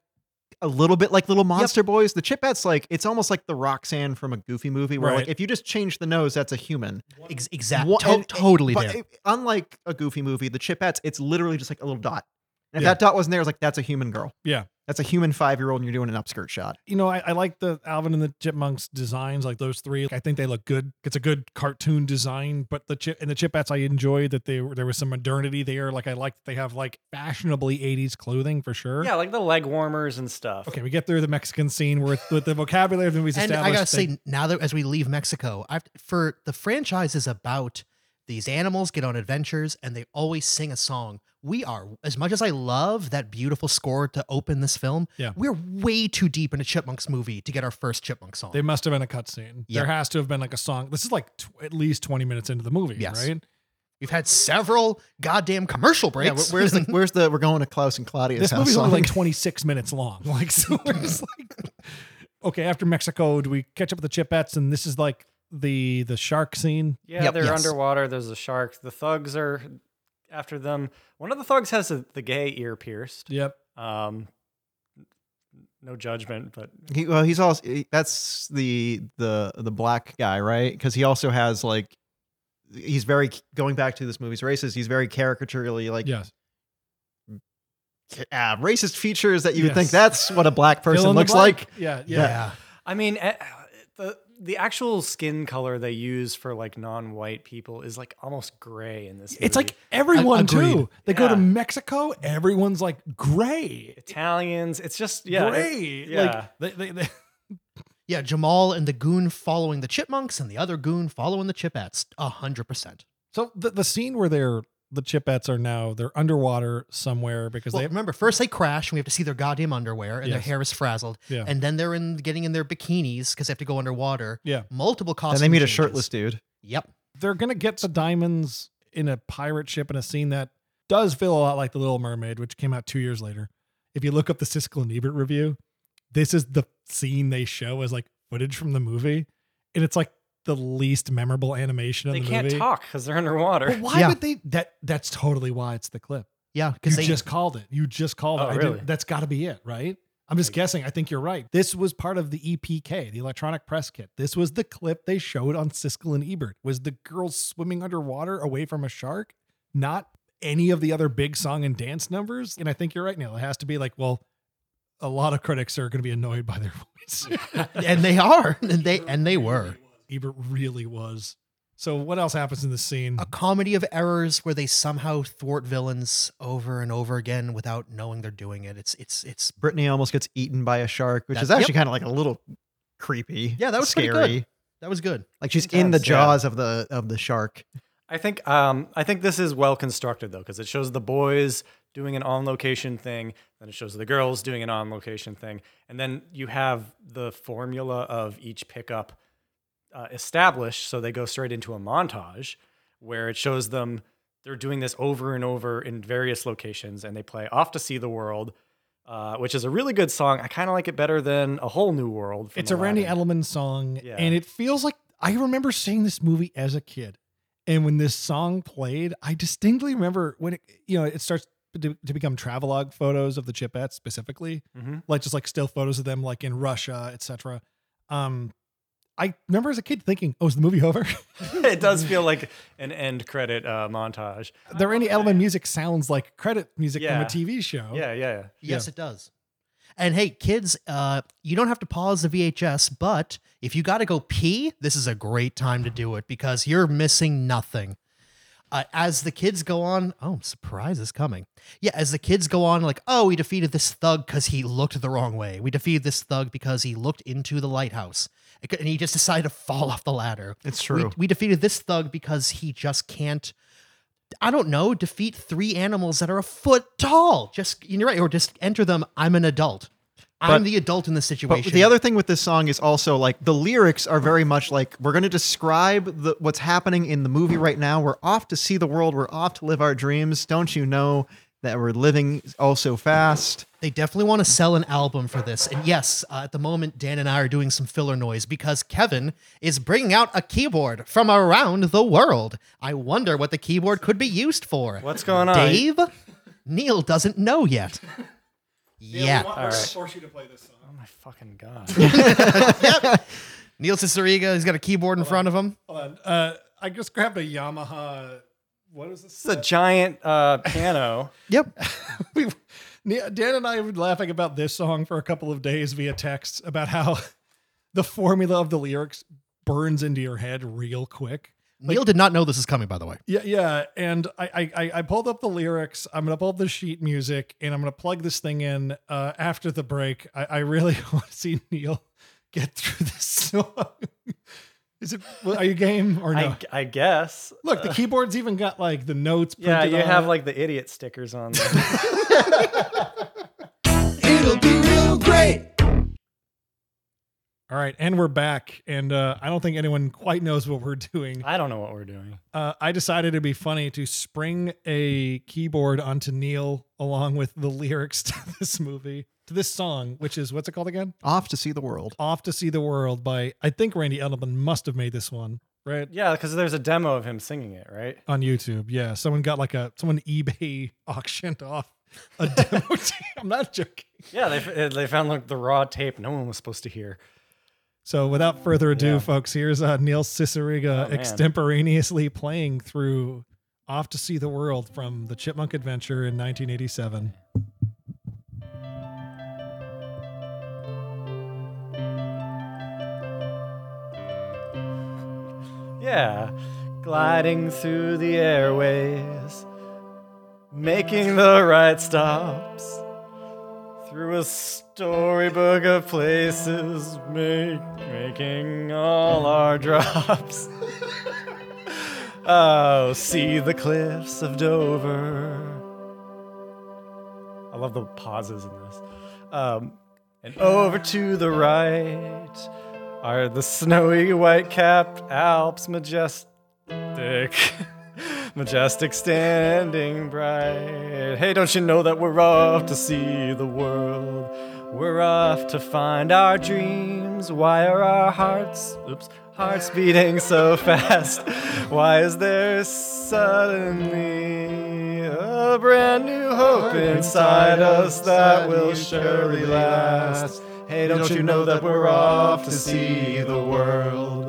a little bit like little monster boys. The chipettes, like it's almost like the Roxanne from a Goofy movie, where Right. like if you just change the nose, that's a human. Ex- exact, Wha- to- and- totally but there. it- unlike a Goofy movie, the chipettes, it's literally just like a little dot. And if Yeah. that dot wasn't there, it was like, that's a human girl. Yeah. That's a human five year old and you're doing an upskirt shot. You know, I, I like the Alvin and the Chipmunks designs, like those three. I think they look good. It's a good cartoon design, but the chip and the Chipettes, I enjoyed that they were there was some modernity there. Like I like that they have like fashionably '80s clothing for sure. Yeah, like the leg warmers and stuff. Okay, we get through the Mexican scene where it's- with the vocabulary of the movie's And established. I gotta they- say, now that as we leave Mexico, I've for the franchise is about these animals get on adventures and they always sing a song. We are as much as I love that beautiful score to open this film. Yeah. we're way too deep in a Chipmunks movie to get our first Chipmunk song. They must have been a cutscene. Yeah. There has to have been like a song. This is like tw- at least 20 minutes into the movie, Yes. right? We've had several goddamn commercial Yeah, breaks. where- where's the where's the we're going to Klaus and Claudia's This house? movie's song? only like 26 minutes long. Like, so we're just like, okay, after Mexico, do we catch up with the Chipettes? And this is like the the shark scene. Yeah, Yep. they're Yes. underwater. There's a shark. The thugs are after them. One of the thugs has a, the gay ear pierced. Yep. Um, no judgment, but He, well, he's also he- that's the the the black guy, right? Because he also has like he's very going back to this movie's racist. He's very caricaturely like yes. ah, racist features that you would Yes. think that's what a black person Fill in the looks blank. like. Yeah. Yeah. yeah. I mean, eh, the the actual skin color they use for like non-white people is like almost gray in this. It's movie. like everyone, Agreed. too. They go to Yeah. Mexico, everyone's like gray. Italians. It's just yeah, it- Gray. yeah. Like, they, they, they, Yeah, Jamal and the goon following the chipmunks and the other goon following the chipettes. A hundred percent. so the, the scene where they're, the Chipettes are now, they're underwater somewhere because Well, they, remember, first they crash and we have to see their goddamn underwear and their Yes. hair is frazzled. Yeah. And then they're in getting in their bikinis because they have to go underwater. Yeah. Multiple And costumes. they meet a shirtless dude. Yep. they're gonna get the diamonds in a pirate ship in a scene that does feel a lot like The Little Mermaid, which came out two years later. If you look up the Siskel and Ebert review, this is the scene they show as like footage from the movie, and it's like the least memorable animation of They the can't movie. talk because they're underwater. But why Yeah. would they? That that's totally why it's the clip. Yeah. You Because they just called it. You just called Oh, it. I really? didn't- That's got to be it, right? I'm just guessing. I think you're right. This was part of the EPK, the electronic press kit. This was the clip they showed on Siskel and Ebert. Was the girl swimming underwater away from a shark? Not any of the other big song and dance numbers. And I think you're right, Neil. It has to be like, well, a lot of critics are going to be annoyed by their voice. and they are. And they and they were. Ebert really was. So what else happens in this scene? A comedy of errors where they somehow thwart villains over and over again without knowing they're doing it. It's it's it's Brittany almost gets eaten by a shark, which That- is actually kind of like a little creepy. Yeah, that was pretty scary. good. that was good. Like she's in the Intense, yeah. jaws of the of the shark. I think um, I think this is well constructed though, because it shows the boys doing an on location thing, then it shows the girls doing an on location thing, and then you have the formula of each pickup uh, established, so they go straight into a montage where it shows them they're doing this over and over in various locations, and they play "Off to See the World," uh, which is a really good song. I kind of like it better than "A Whole New World." from It's a Randy Aladdin. Edelman song, Yeah. and it feels like I remember seeing this movie as a kid. And when this song played, I distinctly remember when it, you know, it starts to, to become travelogue photos of the Chipettes specifically, Mhm. like just like still photos of them, like in Russia, etc. Um, I remember as a kid thinking, "Oh, is the movie over?" it does feel like an end credit uh, montage. the Randy Edelman music sounds like credit music Yeah. from a TV show. Yeah, yeah, yeah. Yes, it does. And hey, kids, uh, you don't have to pause the VHS, but if you got to go pee, this is a great time to do it because you're missing nothing. Uh, as the kids go on, oh, surprise is coming. Yeah, as the kids go on, like, oh, we defeated this thug because he looked the wrong way. We defeated this thug because he looked into the lighthouse and he just decided to fall off the ladder. It's We- true. We, defeated this thug because he just can't. I don't know. Defeat three animals that are a foot tall. Just you're right, or just enter them. I'm an adult. I'm But- the adult in this But situation. the other thing with this song is also like the lyrics are very much like we're going to describe the, what's happening in the movie right now. We're off to see the world. We're off to live our dreams. Don't you know that we're living oh so fast? they definitely want to sell an album for this. And yes, uh, at the moment, Dan and I are doing some filler noise because Kevin is bringing out a keyboard from around the world. I wonder what the keyboard could be used for. What's going on? Dave? Neil doesn't know yet. Yeah. force you to play this song. Oh my fucking god. Neil Ciceriga, he's got a keyboard in front of him. Hold on. Uh, I just grabbed a Yamaha what is this? It's a giant uh, piano. Yep. we Ne- Dan and I were laughing about this song for a couple of days via text about how the formula of the lyrics burns into your head real quick. Neil did not know this is coming, by the way. Yeah, yeah. And I, I- I, I pulled up the lyrics. I'm gonna pull up the sheet music, and I'm gonna plug this thing in uh, after the break. I, I really want to see Neil get through this song. Is it? Are you game or no? I, I guess. Look, the keyboard's even got like the notes. Yeah, printed you on have it. like the idiot stickers on there. It'll be real great. All right, and we're back, and uh, I don't think anyone quite knows what we're doing. I don't know what we're doing. Uh, I decided it'd be funny to spring a keyboard onto Neil along with the lyrics to this movie, to this song, which is what's it called again? Off to see the world. "Off to See the World" by I think Randy Edelman must have made this one right Yeah, because there's a demo of him singing it, right? on YouTube. Yeah, someone got like a someone eBay auctioned off a demo. tape. I'm not joking. Yeah, they, they found like the raw tape no one was supposed to hear. So without further ado, Yeah. folks, here's uh, Neil Cicerega Oh, man. extemporaneously playing through "Off to See the World" from the Chipmunk Adventure in 1987. Yeah, gliding through the airways, making the right stops. Through a storybook of places, make, making all our drops. oh, see the cliffs of Dover. I love the pauses in this. Um, and over to the right are the snowy white capped Alps majestic, majestic standing bright. Hey, don't you know that we're off to see the world? We're off to find our dreams. Why are our hearts, oops, hearts beating so fast? Why is there suddenly a brand new hope inside us that will surely last? Hey, don't you know that we're off to see the world?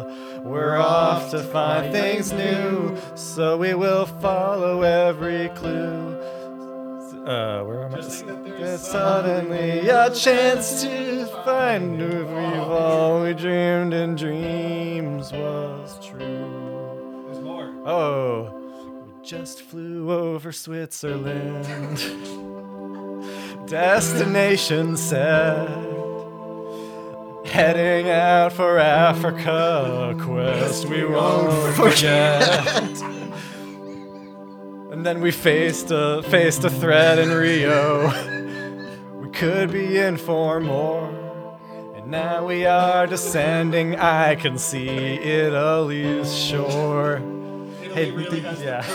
We're off to find things new, so we will follow every clue. Uh, where am I? There's suddenly a chance to find if we've all we dreamed and dreams was true. There's more. Oh, we just flew over Switzerland. Destination set. Heading out for Africa, a quest we won't forget. and then we faced a faced a threat in Rio. we could be in for more. And now we are descending. I can see Italy's shore. Italy really has yeah.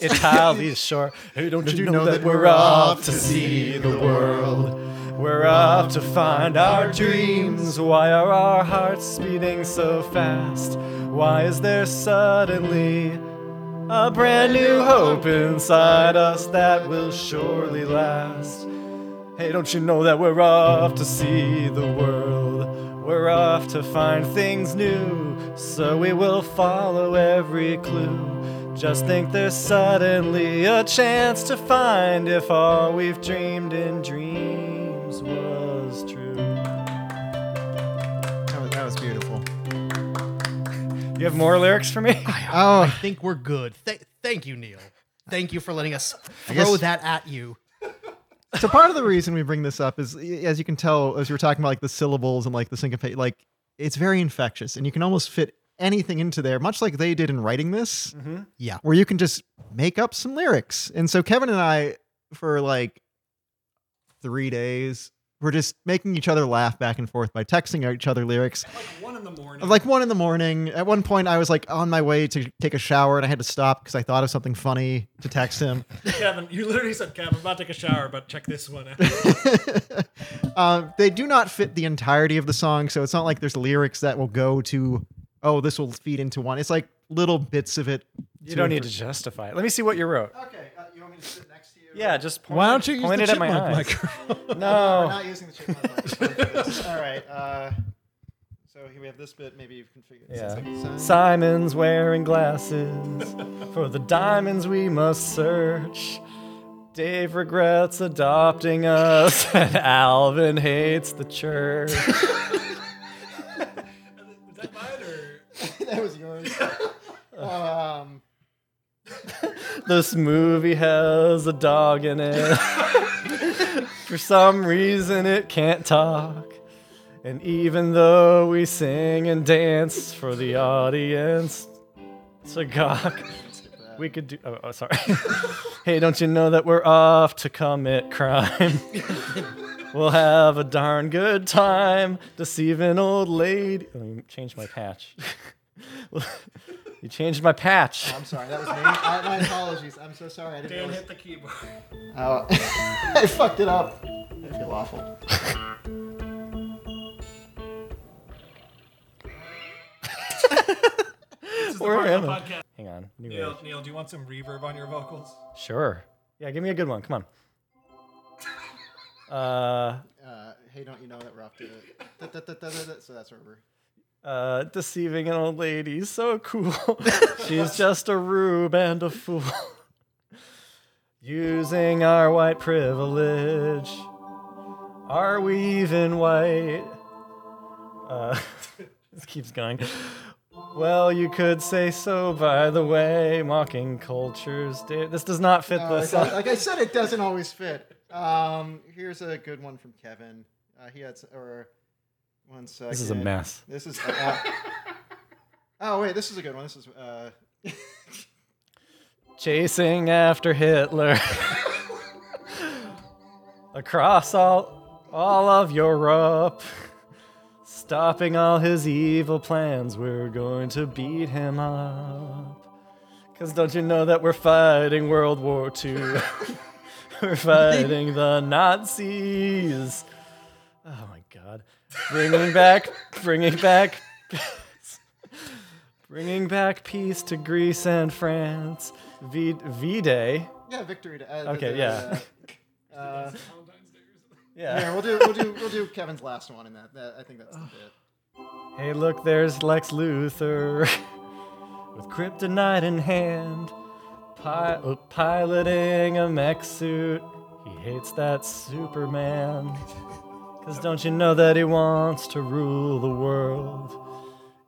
Italy's shore. Hey, don't you know that we're off to see the world? We're off to find our dreams. Why are our hearts beating so fast? Why is there suddenly a brand new hope inside us that will surely last? Hey, don't you know that we're off to see the world? We're off to find things new, so we will follow every clue. Just think there's suddenly a chance to find if all we've dreamed in dreams was true. That was, that was beautiful. You have more lyrics for me? I Oh, think we're good. Th- thank you, Neil. Thank you for letting us throw guess- that at you. so part of the reason we bring this up is, as you can tell, as you were talking about like the syllables and like the syncopate, like it's very infectious, and you can almost fit anything into there, much like they did in writing this. Mm-hmm. Yeah. where you can just make up some lyrics. And so Kevin and I, for like three days, were just making each other laugh back and forth by texting each other lyrics. Like one in the morning. Like one in the morning. At one point, I was like on my way to take a shower, and I had to stop because I thought of something funny to text him. Kevin, you literally said, "Kevin, I'm about to take a shower, but check this one out." uh, they do not fit the entirety of the song, so it's not like there's lyrics that will go to, oh, this will feed into one. It's like little bits of it. You don't need to justify it. Let me see what you wrote. Okay, uh, you want me to sit next to you? Yeah, just point, Why don't you use point the it at my chipmunk eyes. microphone? We're No. not using the chipmunk microphone for this. All right. Uh, so So here we have this bit. Maybe you've configured. Yeah. Like Simon's wearing glasses. For the diamonds we must search. Dave regrets adopting us, and Alvin hates the church. that was yours. um, this movie has a dog in it. For some reason, it can't talk. And even though we sing and dance for the audience to gawk, we could do. Oh, oh, sorry. hey, don't you know that we're off to commit crime? we'll have a darn good time deceiving old lady. Let me change my patch. you changed my patch. I'm sorry. That was me. I, my apologies. I'm so sorry. I didn't. the keyboard. Oh, I fucked it up. I feel awful. Where am I? Podcast. Hang on. New Neil, Age. Neil, do you want some reverb on your vocals? Sure. Yeah, give me a good one. Come on. Uh, Uh, hey, don't you know that we're off to da, da, da, da, da, da, So that's over. uh, deceiving an old lady, so cool. She's just a rube and a fool. Using our white privilege. Are we even white? Uh, this keeps going. Well, you could say so, by the way, mocking cultures. da- This does not fit No, the it song. does- Uh, like I said, it doesn't always fit. Um, here's a good one from Kevin. Uh, he had s- or one second. This is a mess. This is. Uh, oh wait, this is a good one. This is. Uh, chasing after Hitler across all all of Europe, stopping all his evil plans. We're going to beat him up. Cause don't you know that we're fighting World War II? we're fighting the Nazis. Oh my God! Bringing back, bringing back. Bringing back peace to Greece and France. V, v Day. yeah, victory. To, uh, Okay, the- yeah. Uh, Yeah. here, we'll do we'll do we'll do Kevin's last one in that. that I think that's the bit. Hey, look, there's Lex Luthor with kryptonite in hand, pi- uh, piloting a mech suit. He hates that Superman. Cause don't you know that he wants to rule the world?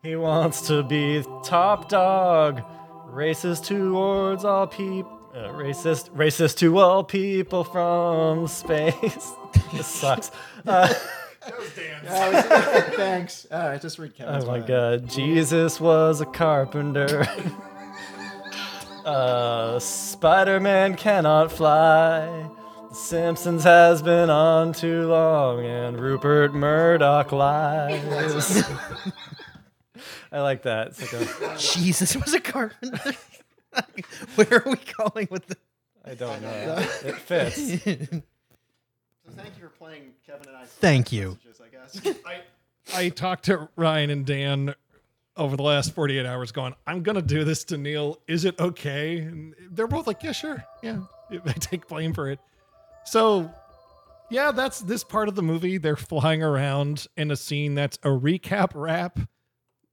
He wants to be top dog, racist towards all people. Uh, racist, racist to all people from space. this sucks. Uh, Oh, Thanks. All right, just read Kevin's Oh my one. god, Jesus was a carpenter. uh, Spider Man cannot fly. The Simpsons has been on too long, and Rupert Murdoch lies. I like that. It's like a, Jesus was a carpenter. Where are we going with this? I don't know. It fits. So thank you for playing Kevin and I. Thank you. messages, I guess. I talked to Ryan and Dan over the last 48 hours going, I'm going to do this to Neil. Is it okay? And they're both like, yeah, sure. Yeah. I take blame for it. So, yeah, that's this part of the movie. They're flying around in a scene that's a recap wrap.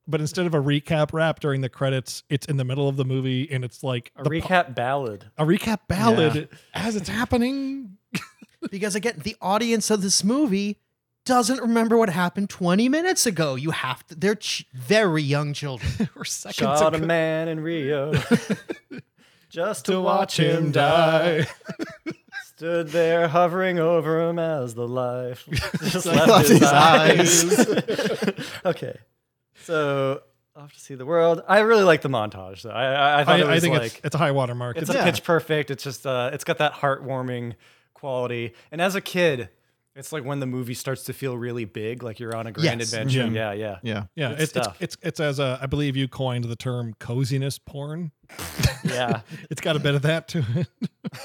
But instead of a recap wrap during the credits, it's in the middle of the movie and it's like A the pa- recap ballad. a recap ballad as it's happening. Because again, the audience of this movie doesn't remember what happened 20 minutes ago. You have to, they're ch- very young children. We're seconds Shot a ago man in Rio just to, to watch him die. Stood there hovering over him as the life just left his, his eyes. okay, so off to see the world. I really like the montage though. I I, I thought I, it was I think like it's, it's a high water mark. it's It's- a pitch perfect. It's just uh, it's got that heartwarming quality. And as a kid, it's like when the movie starts to feel really big, like you're on a grand Yes. adventure. Yeah. Yeah, yeah. yeah. yeah, it's, good it's, stuff. it's it's as a, I believe you coined the term coziness porn. yeah. It's got a bit of that to it.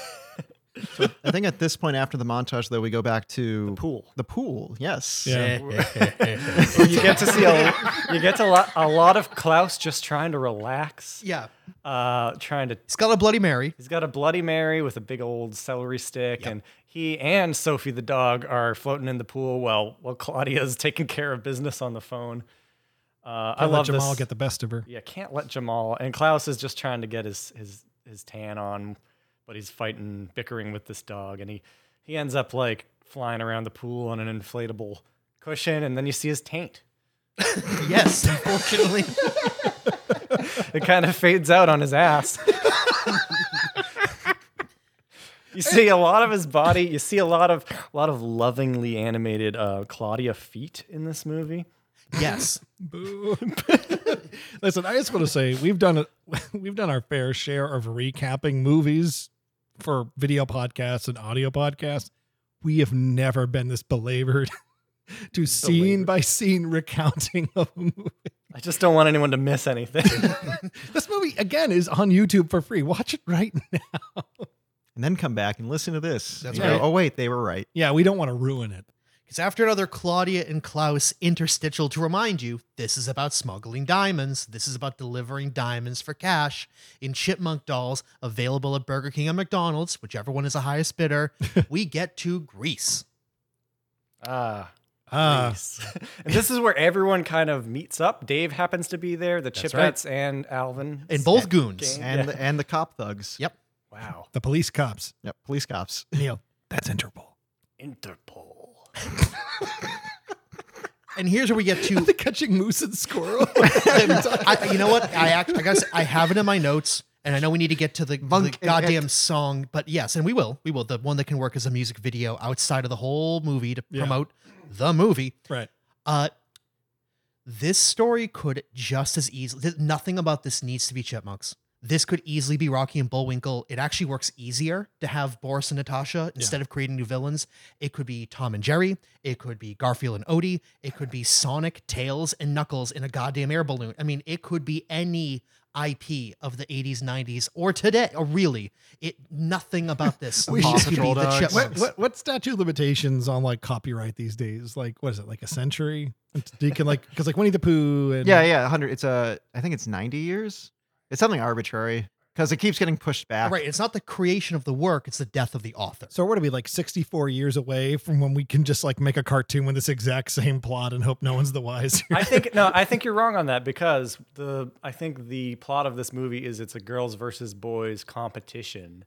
I think at this point, after the montage, though, we go back to the pool. The pool. Yes. Eh. Yeah. You get to see a you get to lo- a lot of Klaus just trying to relax, yeah. uh, trying to It's called a Bloody Mary. He's got a Bloody Mary with a big old celery stick, and he and Sophie the dog are floating in the pool while while Claudia's taking care of business on the phone. Uh, I Can't let love Jamal this. get the best of her. yeah, can't let Jamal. And Klaus is just trying to get his his his tan on, but he's fighting, bickering with this dog, and he he ends up like flying around the pool on an inflatable cushion, and then you see his taint. Yes, unfortunately. It kind of fades out on his ass. you see a lot of his body. You see a lot of a lot of lovingly animated uh, Claudia feet in this movie. yes. Listen, I just want to say we've done a, we've done our fair share of recapping movies for video podcasts and audio podcasts. We have never been this belabored to scene Belabored. by scene recounting of a movie. I just don't want anyone to miss anything. This movie again is on YouTube for free. Watch it right now. and then come back and listen to this. That's And you go, right. oh wait, they were right. Yeah, we don't want to ruin it. Because after another Claudia and Klaus interstitial to remind you, this is about smuggling diamonds. This is about delivering diamonds for cash in chipmunk dolls available at Burger King and McDonald's, whichever one is the highest bidder. we get to Greece. Ah, Uh. Ah, Greece. and this is where everyone kind of meets up. Dave happens to be there. The That's right. Chipettes and Alvin And both goons. Gang. And Yeah. the, and the cop thugs. Yep. Wow, the police cops. Yep. Police cops. Neil, that's Interpol. Interpol. And here's where we get to. The catching moose and squirrel. I, you know what? I act, I guess I have it in my notes, and I know we need to get to the, the Monk and goddamn song, but yes, and we will, we will. The one that can work as a music video outside of the whole movie to Yeah. promote the movie. right. Uh, this story could just as easily. th- nothing about this needs to be Chipmunks. This could easily be Rocky and Bullwinkle. It actually works easier to have Boris and Natasha instead of creating new villains. It could be Tom and Jerry. It could be Garfield and Odie. It could be Sonic, Tails, and Knuckles in a goddamn air balloon. I mean, it could be any IP of the 80s, 90s, or today. Or really, it nothing about this We should- needs to be Patrol the Dogs. What, Chipmunks. what what statute of limitations on like copyright these days? Like what is it? Like a century? You can like because like Winnie the Pooh and Mm. Yeah, yeah. Hundred. It's a. I think it's ninety years. It's something arbitrary because it keeps getting pushed back. Right, it's not the creation of the work; it's the death of the author. So what are we like 64 years away from when we can just like make a cartoon with this exact same plot and hope no one's the wiser? I think no, I think you're wrong on that because the I think the plot of this movie is it's a girls versus boys competition,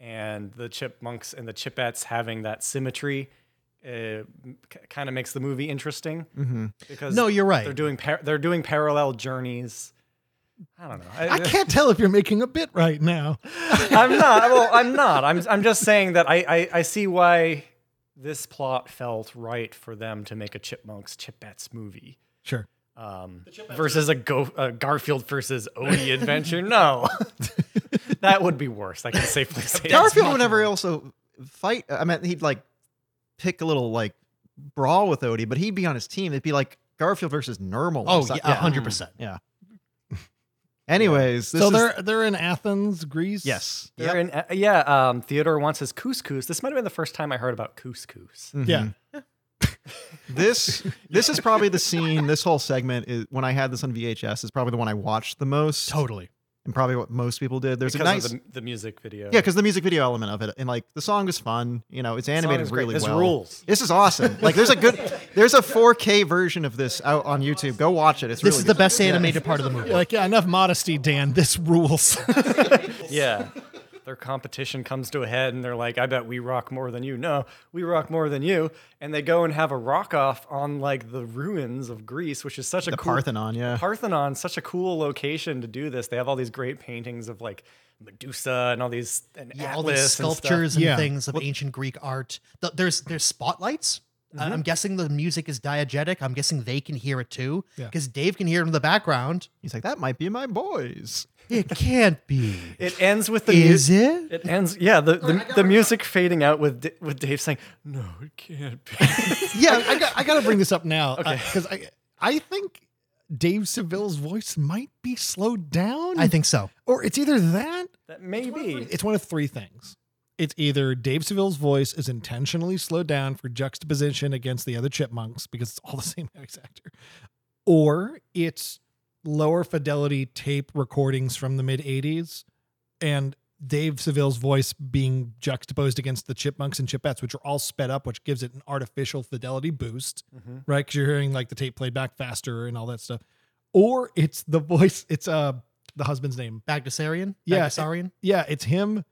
and the chipmunks and the chipettes having that symmetry, uh, kind of makes the movie interesting hmm because Mm-hmm. No, you're right. They're doing par- they're doing parallel journeys. I don't know. I, I can't tell if you're making a bit right now. I'm not. Well, I'm not. I'm. I'm just saying that I, I. I see why this plot felt right for them to make a Chipmunks Chipettes movie. Sure. um, versus a, go- a Garfield versus Odie adventure. No, that would be worse. I can safely say. that. Garfield would never also fight. I mean, he'd like pick a little like brawl with Odie, but he'd be on his team. It'd be like Garfield versus Normal. Oh, yeah, a hundred percent. Yeah. Anyways, this so is- they're they're in Athens, Greece. yes. They're in- uh, yeah, um, Theodore wants his couscous. This might have been the first time I heard about couscous. Yeah. Mm-hmm. This this is probably the scene. This whole segment is when I had this on VHS. Is probably the one I watched the most, Totally. and probably what most people did. There's because a nice of the, the music video. Yeah, because the music video element of it, and like the song was fun. You know, it's The song animated is great. really this well. rules. This is awesome. Like, there's a good, there's a 4K version of this out on YouTube. Go watch it. It's This really is the good. best animated part of the movie. You're like, yeah, enough modesty, Dan. This rules. Yeah. Their competition comes to a head, and they're like, "I bet we rock more than you." No, we rock more than you. And they go and have a rock off on like the ruins of Greece, which is such a The cool Parthenon, yeah. Parthenon, such a cool location to do this. They have all these great paintings of like Medusa and all these and Yeah, Atlas all these and stuff. sculptures and, Yeah. things of ancient Greek art. Th- There's there's spotlights. I- I'm guessing the music is diegetic. I'm guessing they can hear it too, Yeah. because Dave can hear it in the background. He's like, that might be my boys. It can't be. It ends with the is music. it? It ends, yeah. The, the, the music fading out with D- with Dave saying, "No, it can't be." yeah, I got I got to bring this up now because I I think Dave Seville's voice might be slowed down. I think so. or it's either that that may three- be. It's one of three things. It's either Dave Seville's voice is intentionally slowed down for juxtaposition against the other chipmunks because it's all the same voice actor, or it's lower fidelity tape recordings from the mid 80s. And Dave Seville's voice being juxtaposed against the chipmunks and chipettes, which are all sped up, which gives it an artificial fidelity boost, right? Because you're hearing like the tape played back faster and all that stuff. Or it's the voice. It's uh the husband's name. Bagdasarian? Yeah, Bagdasarian? Yeah, it's him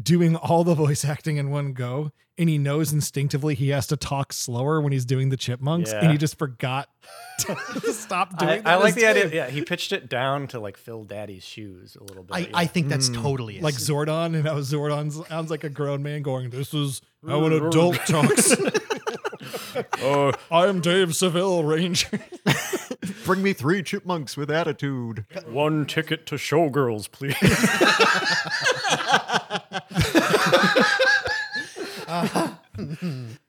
doing all the voice acting in one go, and he knows instinctively he has to talk slower when he's doing the chipmunks, and Yeah. he just forgot to stop doing. I, that I like as the idea. Dave. Yeah, he pitched it down to like fill Daddy's shoes a little bit. I, yeah. I think that's Mm. totally it. like Zordon, and how Zordon sounds like a grown man going, "This is how an adult talks." oh, I am Dave Seville, Ranger. Bring me three chipmunks with attitude. one ticket to showgirls, please.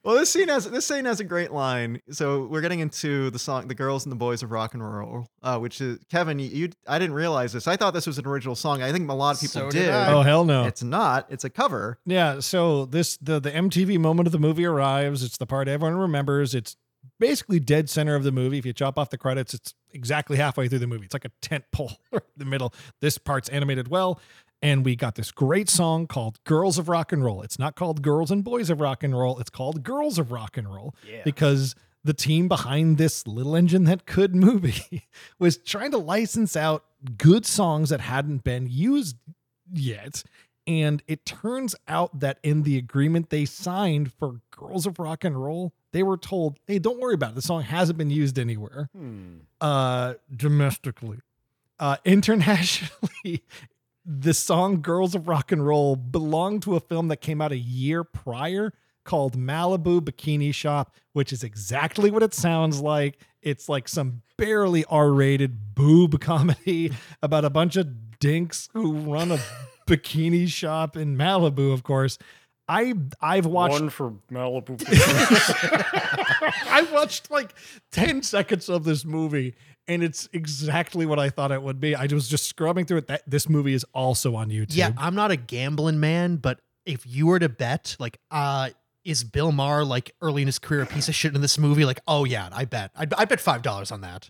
Well, this scene has this scene has a great line. So we're getting into the song "The Girls and the Boys of Rock and Roll," uh, which is Kevin. You, you, I didn't realize this. I thought this was an original song. I think a lot of people So did did. I. Oh hell no! It's not. It's a cover. yeah, so this the the MTV moment of the movie arrives. It's the part everyone remembers. It's basically dead center of the movie. If you chop off the credits, it's exactly halfway through the movie. It's like a tent pole in the middle. This part's animated well. And we got this great song called Girls of Rock and Roll. It's not called Girls and Boys of Rock and Roll. It's called Girls of Rock and Roll. Yeah. because the team behind this little engine that could movie was trying to license out good songs that hadn't been used yet. And it turns out that in the agreement they signed for Girls of Rock and Roll, they were told, hey, don't worry about it. The song hasn't been used anywhere Hmm. uh domestically uh internationally the song girls of rock and roll belonged to a film that came out a year prior called malibu bikini shop which is exactly what it sounds like it's like some barely r-rated boob comedy about a bunch of dinks who run a bikini shop in malibu of course i i've watched One for Malibu. I watched like 10 seconds of this movie and it's exactly what I thought it would be. I was just scrubbing through it. That this movie is also on YouTube. Yeah, I'm not a gambling man, but if you were to bet, like, uh, is Bill Maher like early in his career a piece of shit in this movie? Like, oh yeah, I bet. I, I bet five dollars on that.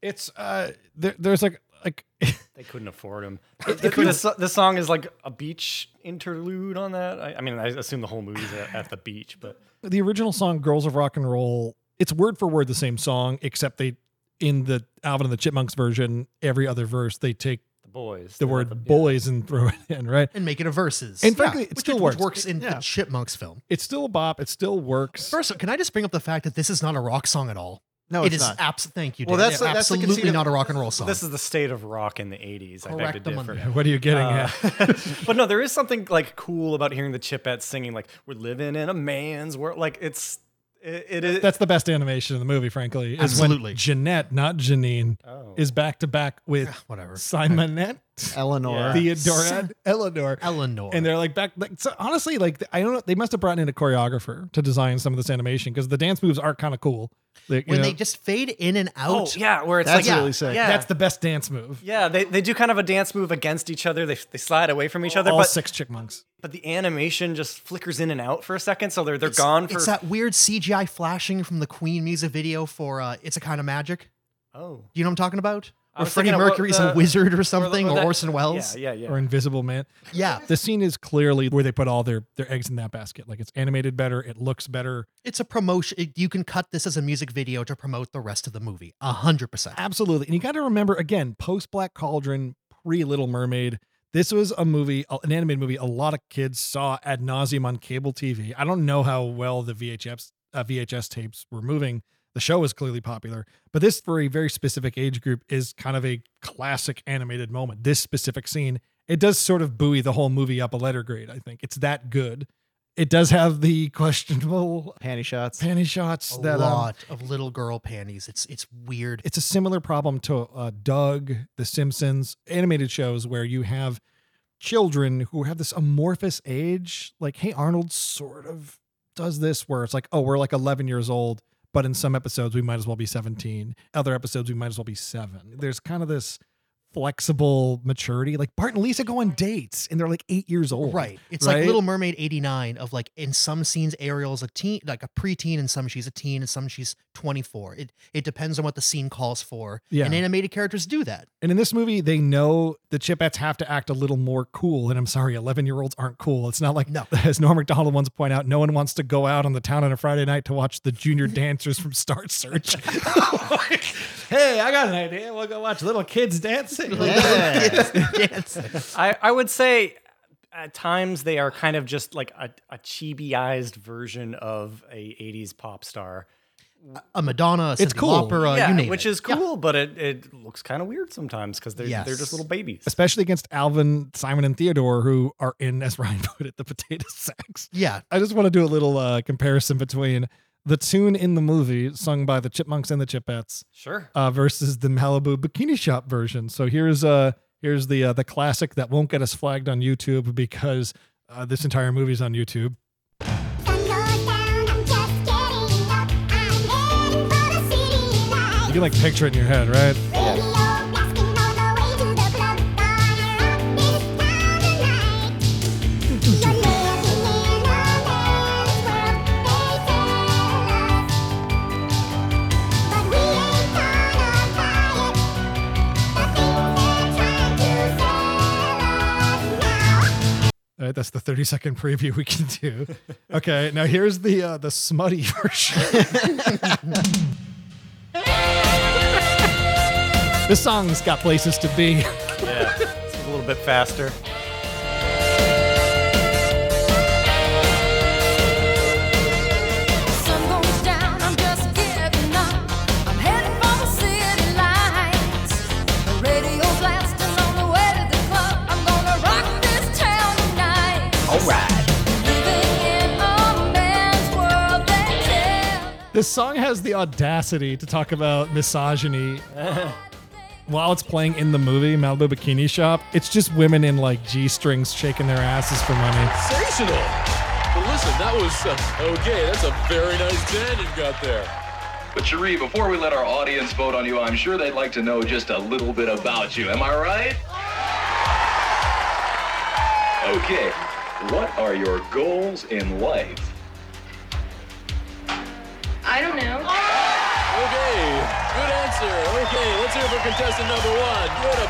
It's uh there, there's like like they couldn't afford him. The, the, the song is like a beach interlude on that. I, I mean, I assume the whole movie's at, at the beach, but the original song Girls of Rock and Roll, it's word for word the same song, except they in the Alvin and the Chipmunks version, every other verse they take the boys. the they're word at yeah. boys and throw it in, right? And make it a versus. And frankly, it which- still which works. in the Yeah. Chipmunks film. It's still a bop, it still works. First, can I just bring up the fact that this is not a rock song at all? No, it it's is not. abs- Thank you. Well, Dave. that's the- that's the absolutely conceit of- not a rock and roll song. This is the state of rock in the 80s. I beg Correct to them on differ. that. what are you getting Uh, at? but no, there is something like cool about hearing the Chipettes singing like "We're living in a man's world." Like it's it, it is. That's the best animation in the movie, frankly. Is Absolutely. when Jeanette, not Janine, oh. is back to back with whatever. Simonette, Eleanor. Yeah. Theodora, Eleanor. Eleanor. And they're like back. Like, so honestly, like I don't know, they must have brought in a choreographer to design some of this animation because the dance moves are kind of cool. Like, you when know, they just fade in and oh out. yeah, where it's That's like really yeah, sick. Yeah, that's the best dance move. yeah. They, they do kind of a dance move against each other. They, they slide away from each other, All but six chipmunks. but the animation just flickers in and out for a second, so they're they're It's- gone for It's that weird CGI flashing from the Queen music video for uh, "It's a Kind of Magic." oh You know what I'm talking about? I Where was Freddie thinking of what Mercury's the- a wizard or something, or, that- Orson Welles. Yeah, yeah, Or yeah. Invisible Man. Yeah. The scene is clearly where they put all their, their eggs in that basket. Like it's animated better, it looks better. it's a promotion. it- you can cut this as a music video to promote the rest of the movie. A hundred percent. Absolutely. And you got to remember again, post Black Cauldron, pre Little Mermaid. This was a movie, an animated movie, a lot of kids saw ad nauseum on cable TV. I don't know how well the VHS uh, VHS tapes were moving. The show was clearly popular, but this for a very specific age group is kind of a classic animated moment. This specific scene, it does sort of buoy the whole movie up a letter grade. I think it's that good. It does have the questionable Panty shots. panty shots A that um, lot of little girl panties. It's it's weird. it's a similar problem to uh, Doug, The Simpsons, animated shows where you have children who have this amorphous age. Like, hey, Arnold sort of does this where it's like, oh, we're like 11 years old, but in some episodes we might as well be 17. Other episodes we might as well be seven. There's kind of this flexible maturity. Like Bart and Lisa go on dates and they're like eight years old. Right. It's right? like Little Mermaid 89 of like in some scenes Ariel's a teen like a preteen and some she's a teen and some she's 24. It it depends on what the scene calls for. Yeah. And animated characters do that. And in this movie, they know the Chipettes have to act a little more cool. And I'm sorry, 11 year olds aren't cool. It's not like, No. as Norm MacDonald once point out, no one wants to go out on the town on a Friday night to watch the junior dancers from Star Search. Like, hey, I got an idea. We'll go watch little kids dancing. Yes. I, I would say at times they are kind of just like a, a chibi-ized version of a 80s pop star. A Madonna, a Cyndi cool. Lauper, uh, you name which it. is cool, but it, it looks kind of weird sometimes because they're, they're Yes. just little babies. Especially against Alvin, Simon, and Theodore, who are in, as Ryan put it, the potato sacks. yeah. I just want to do a little uh, comparison between the tune in the movie sung by the Chipmunks and the Chipettes Sure. uh, versus the Malibu Bikini Shop version. So here's uh here's the uh, the classic that won't get us flagged on YouTube because uh, this entire movie's on YouTube. You can like picture it in your head, right? All right, that's the 30 second preview we can do. Okay, now here's the uh, the smutty version. this song's got places to be. Yeah. it's a little bit faster. This song has the audacity to talk about misogyny while it's playing in the movie Malibu Bikini Shop. It's just women in like G strings shaking their asses for money. Sensational! But listen, that was uh, okay. That's a very nice band you've got there. But Cherie, before we let our audience vote on you, I'm sure they'd like to know just a little bit about you. Am I right? Okay. What are your goals in life? I don't know. Okay, good answer. Okay, let's hear it for contestant number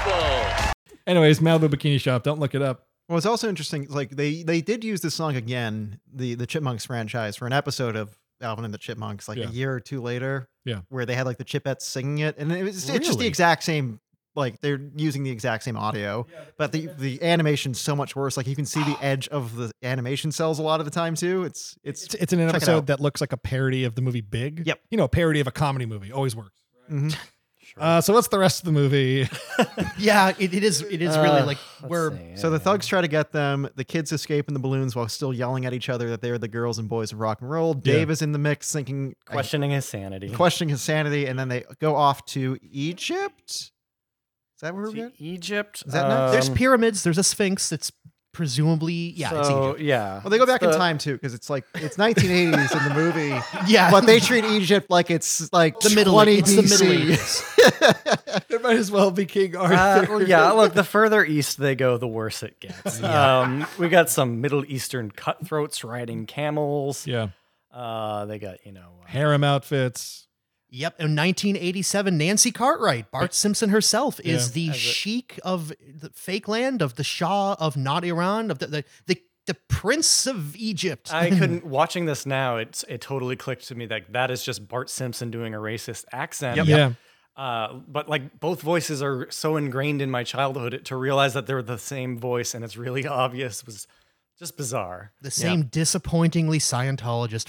one. Beautiful. Anyways, Malibu Bikini Shop. Don't look it up. Well, it's also interesting. Like they they did use this song again, the the Chipmunks franchise, for an episode of Alvin and the Chipmunks, like Yeah. a year or two later. Yeah. where they had like the Chipettes singing it, and it was it's just Really? the exact same. Like they're using the exact same audio, but the the animation's so much worse. Like you can see the edge of the animation cells a lot of the time too. It's it's, It's, it's in an Check it episode out. that looks like a parody of the movie Big. Yep. You know, a parody of a comedy movie always works. Mhm. Uh, so what's the rest of the movie? Yeah, it, it is it is really Uh, like let's we're see, So the yeah. thugs try to get them. The kids escape in the balloons while still yelling at each other that they're the girls and boys of rock and roll. Dave is in the mix, thinking, questioning his sanity. questioning his sanity, and then they go off to Egypt. Is that where we're To going? Egypt. Is that next? there's um, pyramids, there's a sphinx that's presumably yeah, it's so, Egypt. yeah. Well, they go It's back in the- time too, because it's like it's 1980s in the movie, Yeah. but they treat Egypt like it's like the middle 20 it's the middle BC. Ages. it might as well be King Arthur. Uh, well, yeah, look, the further east they go, the worse it gets. um, we got some Middle Eastern cutthroats riding camels. Yeah. Uh, they got, you know, uh, Harem outfits. Yep, in 1987, Nancy Cartwright, Bart Simpson herself, is the sheik of the fake land of the Shah of not Iran of the the, the, the Prince of Egypt. Uh, I couldn't watching this now. It's it totally clicked to me that that is just Bart Simpson doing a racist accent. Yeah. Uh, but like both voices are so ingrained in my childhood to realize that they're the same voice and it's really obvious was just bizarre. the same disappointingly Scientologist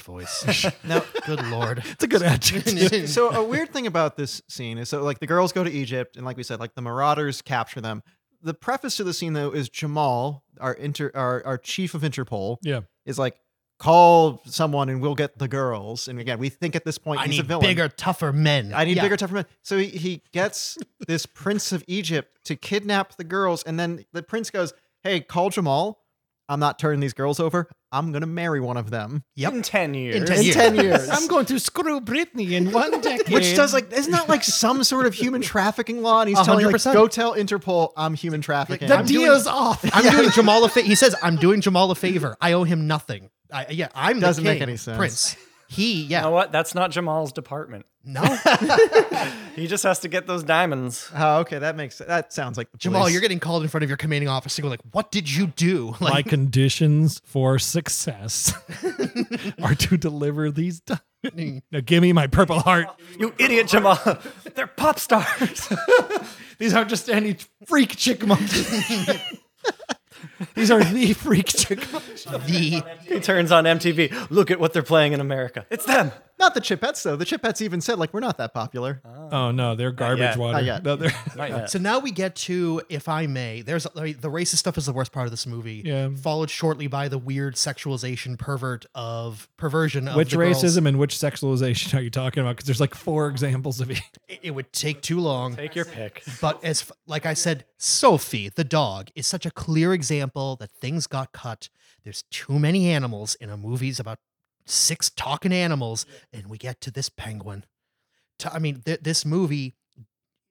voice. no, good lord. It's a good adjective. so a weird thing about this scene is so like the girls go to Egypt and like we said like the marauders capture them. The preface to the scene though is Jamal, our inter our, our chief of Interpol, yeah. is like call someone and we'll get the girls. And again, we think at this point I he's a need villain. bigger, tougher men. I need Yeah. bigger, tougher men. So he, he gets this prince of Egypt to kidnap the girls, and then the prince goes, "Hey, call Jamal. I'm not turning these girls over. I'm gonna marry one of them Yep. In 10 years. In 10 in years. ten years. going to screw Britney in one decade. Which does like isn't that like some sort of human trafficking law? And he's telling like 100%. go tell Interpol I'm human trafficking. The I'm deal- doing- Dia's off. I'm doing Jamal a favor. He says, I'm doing Jamal a favor. I owe him nothing. I, yeah, I'm the Doesn't make king, any sense. Prince. You He, know yeah. what? That's not Jamal's department. No. He just has to get those diamonds. Oh, okay, that makes that sounds like the Jamal, police. you're getting called in front of your commanding officer. You're like, what did you do? My Like, conditions for success are to deliver these. Di- now give me my purple heart. You idiot, Jamal. They're pop stars. These aren't just any freak chick monkeys. These are the freak chick monkeys. the, he turns on MTV. Look at what they're playing in America. It's them. not the Chipettes though. The Chipettes even said like we're not that popular. Oh no, they're garbage yet. water. Not yet. No, they're- Not yet. so now we get to, if I may, there's I mean, the racist stuff is the worst part of this movie. Yeah. Followed shortly by the weird sexualization pervert of perversion of which the girls. racism and which sexualization are you talking about? Because there's like four examples of each. It, it would take too long. Take your pick. But as f- like I said, Sophie the dog is such a clear example that things got cut. There's too many animals in a movie's about six talking animals, and we get to this penguin. T- I mean, th- this movie.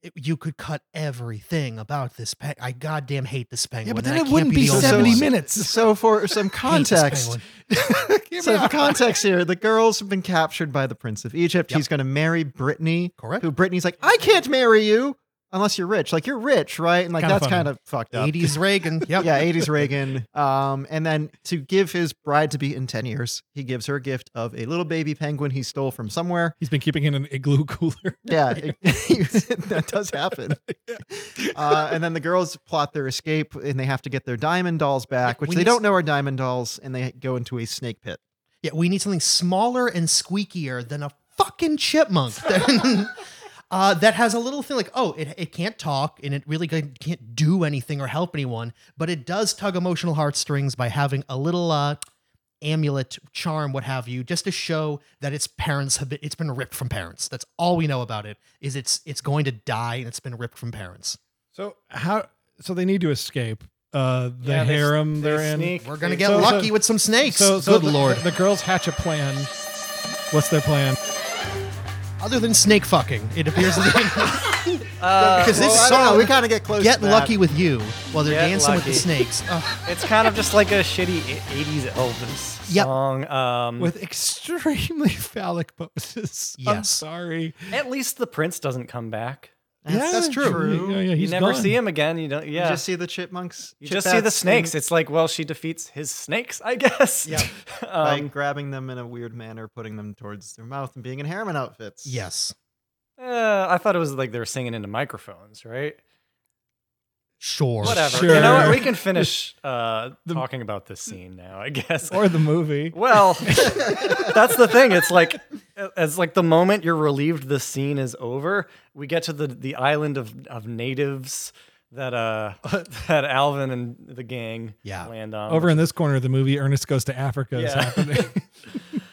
it- You could cut everything about this. Pe- I goddamn hate this penguin. and I can't the only one. minutes. So for some I hate this context, penguin. so for context here, the girls have been captured by the Prince of Egypt. He's going to marry Brittany. Correct. Who Brittany's like, I can't marry you unless you're rich. Like you're rich, right? And like Kinda that's funny. kind of fucked up. 80s Reagan. Yep. Yeah, 80s Reagan. Um, and then to give his bride to be in 10 years, he gives her a gift of a little baby penguin he stole from somewhere. He's been keeping in an igloo cooler. Yeah, it- that does happen. Uh, and then the girls plot their escape and they have to get their diamond dolls back, which we they need- don't know are diamond dolls, and they go into a snake pit. Yeah, we need something smaller and squeakier than a fucking chipmunk. Uh, that has a little thing like, oh, it, it can't talk and it really g- can't do anything or help anyone, but it does tug emotional heartstrings by having a little uh, amulet, charm, what have you, just to show that its parents have been, it's been ripped from parents. That's all we know about it is it's it's going to die and it's been ripped from parents. So how? So they need to escape uh, the Yeah, they s- harem they, are in. sneak. We're gonna They- get So- so- lucky with some snakes. So, so Good the, lord! the girls hatch a plan. What's their plan? Other than snake fucking, it appears that because this Uh, Well, I don't know, song we kind of get close. get to that. lucky with you while they're Get dancing with the lucky. snakes. Ugh. It's kind of just like a shitty i- 80s Elvis Yep. song. Um, With extremely phallic poses. I'm Yes. sorry. at least the prince doesn't come back. That's- that's true. Yeah, yeah, You he's never gone. see him again. You don't. Yeah. You just see the chipmunks. You just see the chipettes, snakes. and, It's like, well, she defeats his snakes, I guess. Yeah. like um, grabbing them in a weird manner, putting them towards their mouth, and being in Harriman outfits. yes, uh, I thought it was like they were singing into microphones, right? sure. Whatever. You know what? Sure. We can finish uh, The- talking about this scene now, I guess. Or the movie. well, that's the thing. It's like, as like the moment you're relieved the scene is over, we get to the the island of of natives that uh that Alvin and the gang Yeah. land on. Over in this corner of the movie, Ernest goes to Africa is Yeah. happening.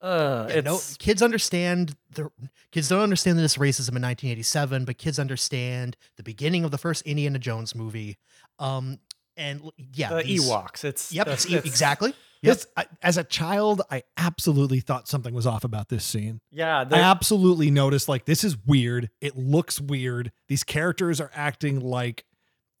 uh, Yeah, no, it's- kids understand the kids don't understand this racism in 1987, but kids understand the beginning of the first Indiana Jones movie. Um, and l- yeah, the these- Ewoks. It's Yep, that's- it's E- exactly. Yep. This, I, as a child, I absolutely thought something was off about this scene. Yeah, I the- absolutely noticed like this is weird. It looks weird. These characters are acting like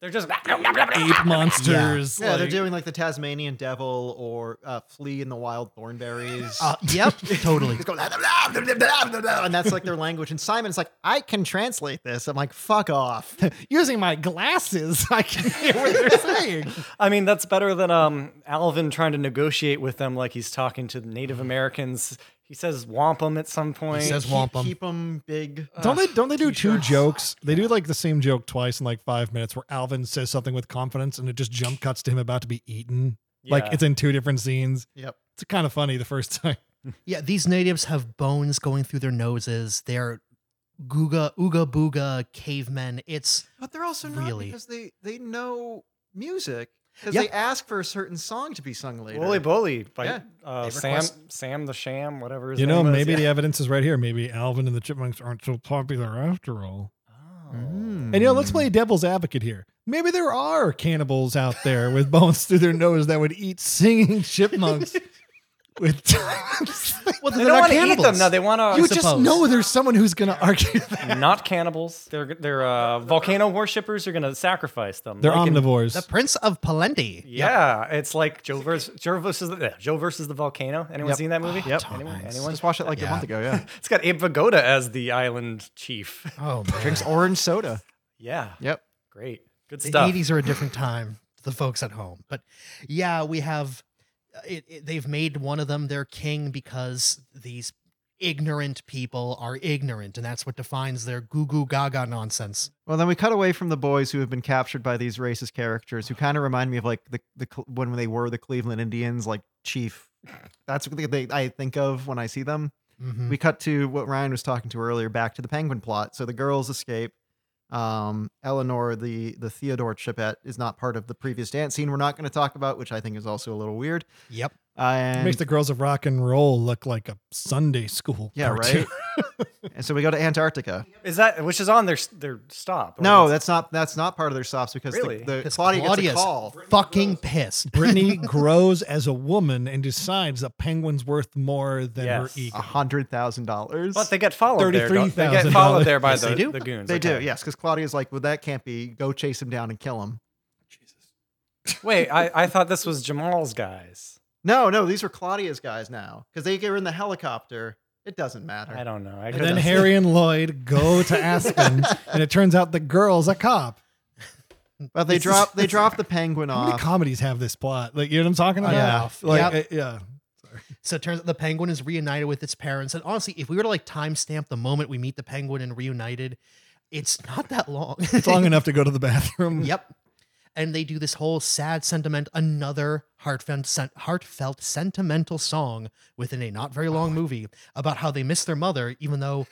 they're just ape monsters. Yeah, they're like- doing like the Tasmanian devil or uh, flea in the wild thornberries. Uh, yep, totally. He's going, "Ah, blah, blah, blah, blah, blah," and that's like their language. And Simon's like, I can translate this. I'm like, fuck off. using my glasses. I can hear what they're saying. I mean, that's better than um, Alvin trying to negotiate with them like he's talking to the Native Americans. He says wampum at some point. He says wampum. Keep them big. Don't they don't they do two jokes? They do like the same joke twice in like five minutes where Alvin says something with confidence and it just jump cuts to him about to be eaten. Like Yeah. it's in two different scenes. Yep. It's kind of funny the first time. Yeah, these natives have bones going through their noses. They're Googa, Ooga Booga cavemen. It's But they're also not Really? because they, they know music. Because Yeah. they ask for a certain song to be sung later. Wooly Bully by Yeah. uh, They Sam request- Sam the Sham, whatever his You know, name maybe is. the evidence is right here. Maybe Alvin and the Chipmunks aren't so popular after all. Oh. And Mm. you know, let's play devil's advocate here. maybe there are cannibals out there with bones through their nose that would eat singing chipmunks. with Well, They they're don't not want to eat them. cannibals. No, they want to. you just suppose. know there's someone who's going to argue that not cannibals. They're they're uh, volcano worshippers. Are going to sacrifice them. they're They can- omnivores. the Prince of Palenti. Yeah, it's like Joe versus Joe versus the, yeah, Joe versus the volcano. Anyone Yep. seen that movie? yep. Tom Anyone? Hanks. I anyone? just watched it like a Yeah. month ago. Yeah. It's got Abe Vigoda as the island chief. Oh man, Drinks orange soda. Yeah, Yep. great, good the stuff. 80s are a different time to the folks at home. But yeah, we have. uh, It, it, they've made one of them their king because these ignorant people are ignorant, and that's what defines their goo goo gaga nonsense. Well, then we cut away from the boys who have been captured by these racist characters, who kind of remind me of like the the Cle- when they were the Cleveland Indians, like Chief. That's what they, they I think of when I see them. Mhm. We cut to what Ryan was talking to earlier, back to the Penguin plot. So the girls escape. Um, Eleanor, the the Theodore Chipette, is not part of the previous dance scene. We're not going to talk about, which I think is also a little weird. Yep. And Makes the girls of rock and roll look like a Sunday school. yeah, cartoon. right. and so we go to Antarctica. Is that which is on their their stop? or No, that's- that's not that's not part of their stops because the- Really? the, 'Cause Claudia gets a Claudia's call. fucking pissed. Brittany grows as a woman and decides a penguin's worth more than Yes. her ego. A hundred thousand dollars. But they get followed there. don't They $33,000. get followed there by Yes, the, they do. the goons. They do, okay. yes, because Claudia's like, well, that can't be. Go chase him down and kill him. Wait, I, I thought this was Jamal's guys. No, no, these are Claudia's guys now because they get in the helicopter. It doesn't matter. I don't know. I And could've- then Harry and Lloyd go to Aspen, and it turns out the girl's a cop. But they drop they drop the penguin How many off. comedies have this plot? Like you know what I'm talking about? Uh, Yeah. Like uh, yeah. So it turns out the penguin is reunited with its parents. And honestly, if we were to like timestamp the moment we meet the penguin and reunited, it's not that long. It's long enough to go to the bathroom. yep. And they do this whole sad sentiment, another heartfelt, sen- heartfelt sentimental song within a not very Oh. long movie about how they miss their mother, even though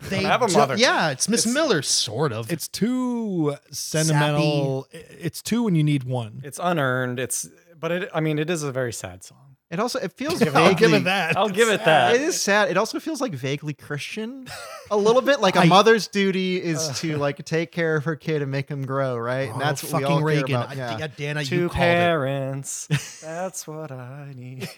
they have a do- mother. Yeah, it's Miss Miller, sort of. It's too sentimental. I- It's two when you need one. It's unearned. It's but it. I mean, it is a very sad song. It also it feels I'll vaguely. give it that. I'll give it that. It is sad. It also feels like vaguely Christian, a little bit like a I- mother's duty is to like take care of her kid and make him grow, right? Oh, And that's what we fucking all Reagan. care about. I- Yeah. yeah, Dana, you Two called it. parents. That's what I need.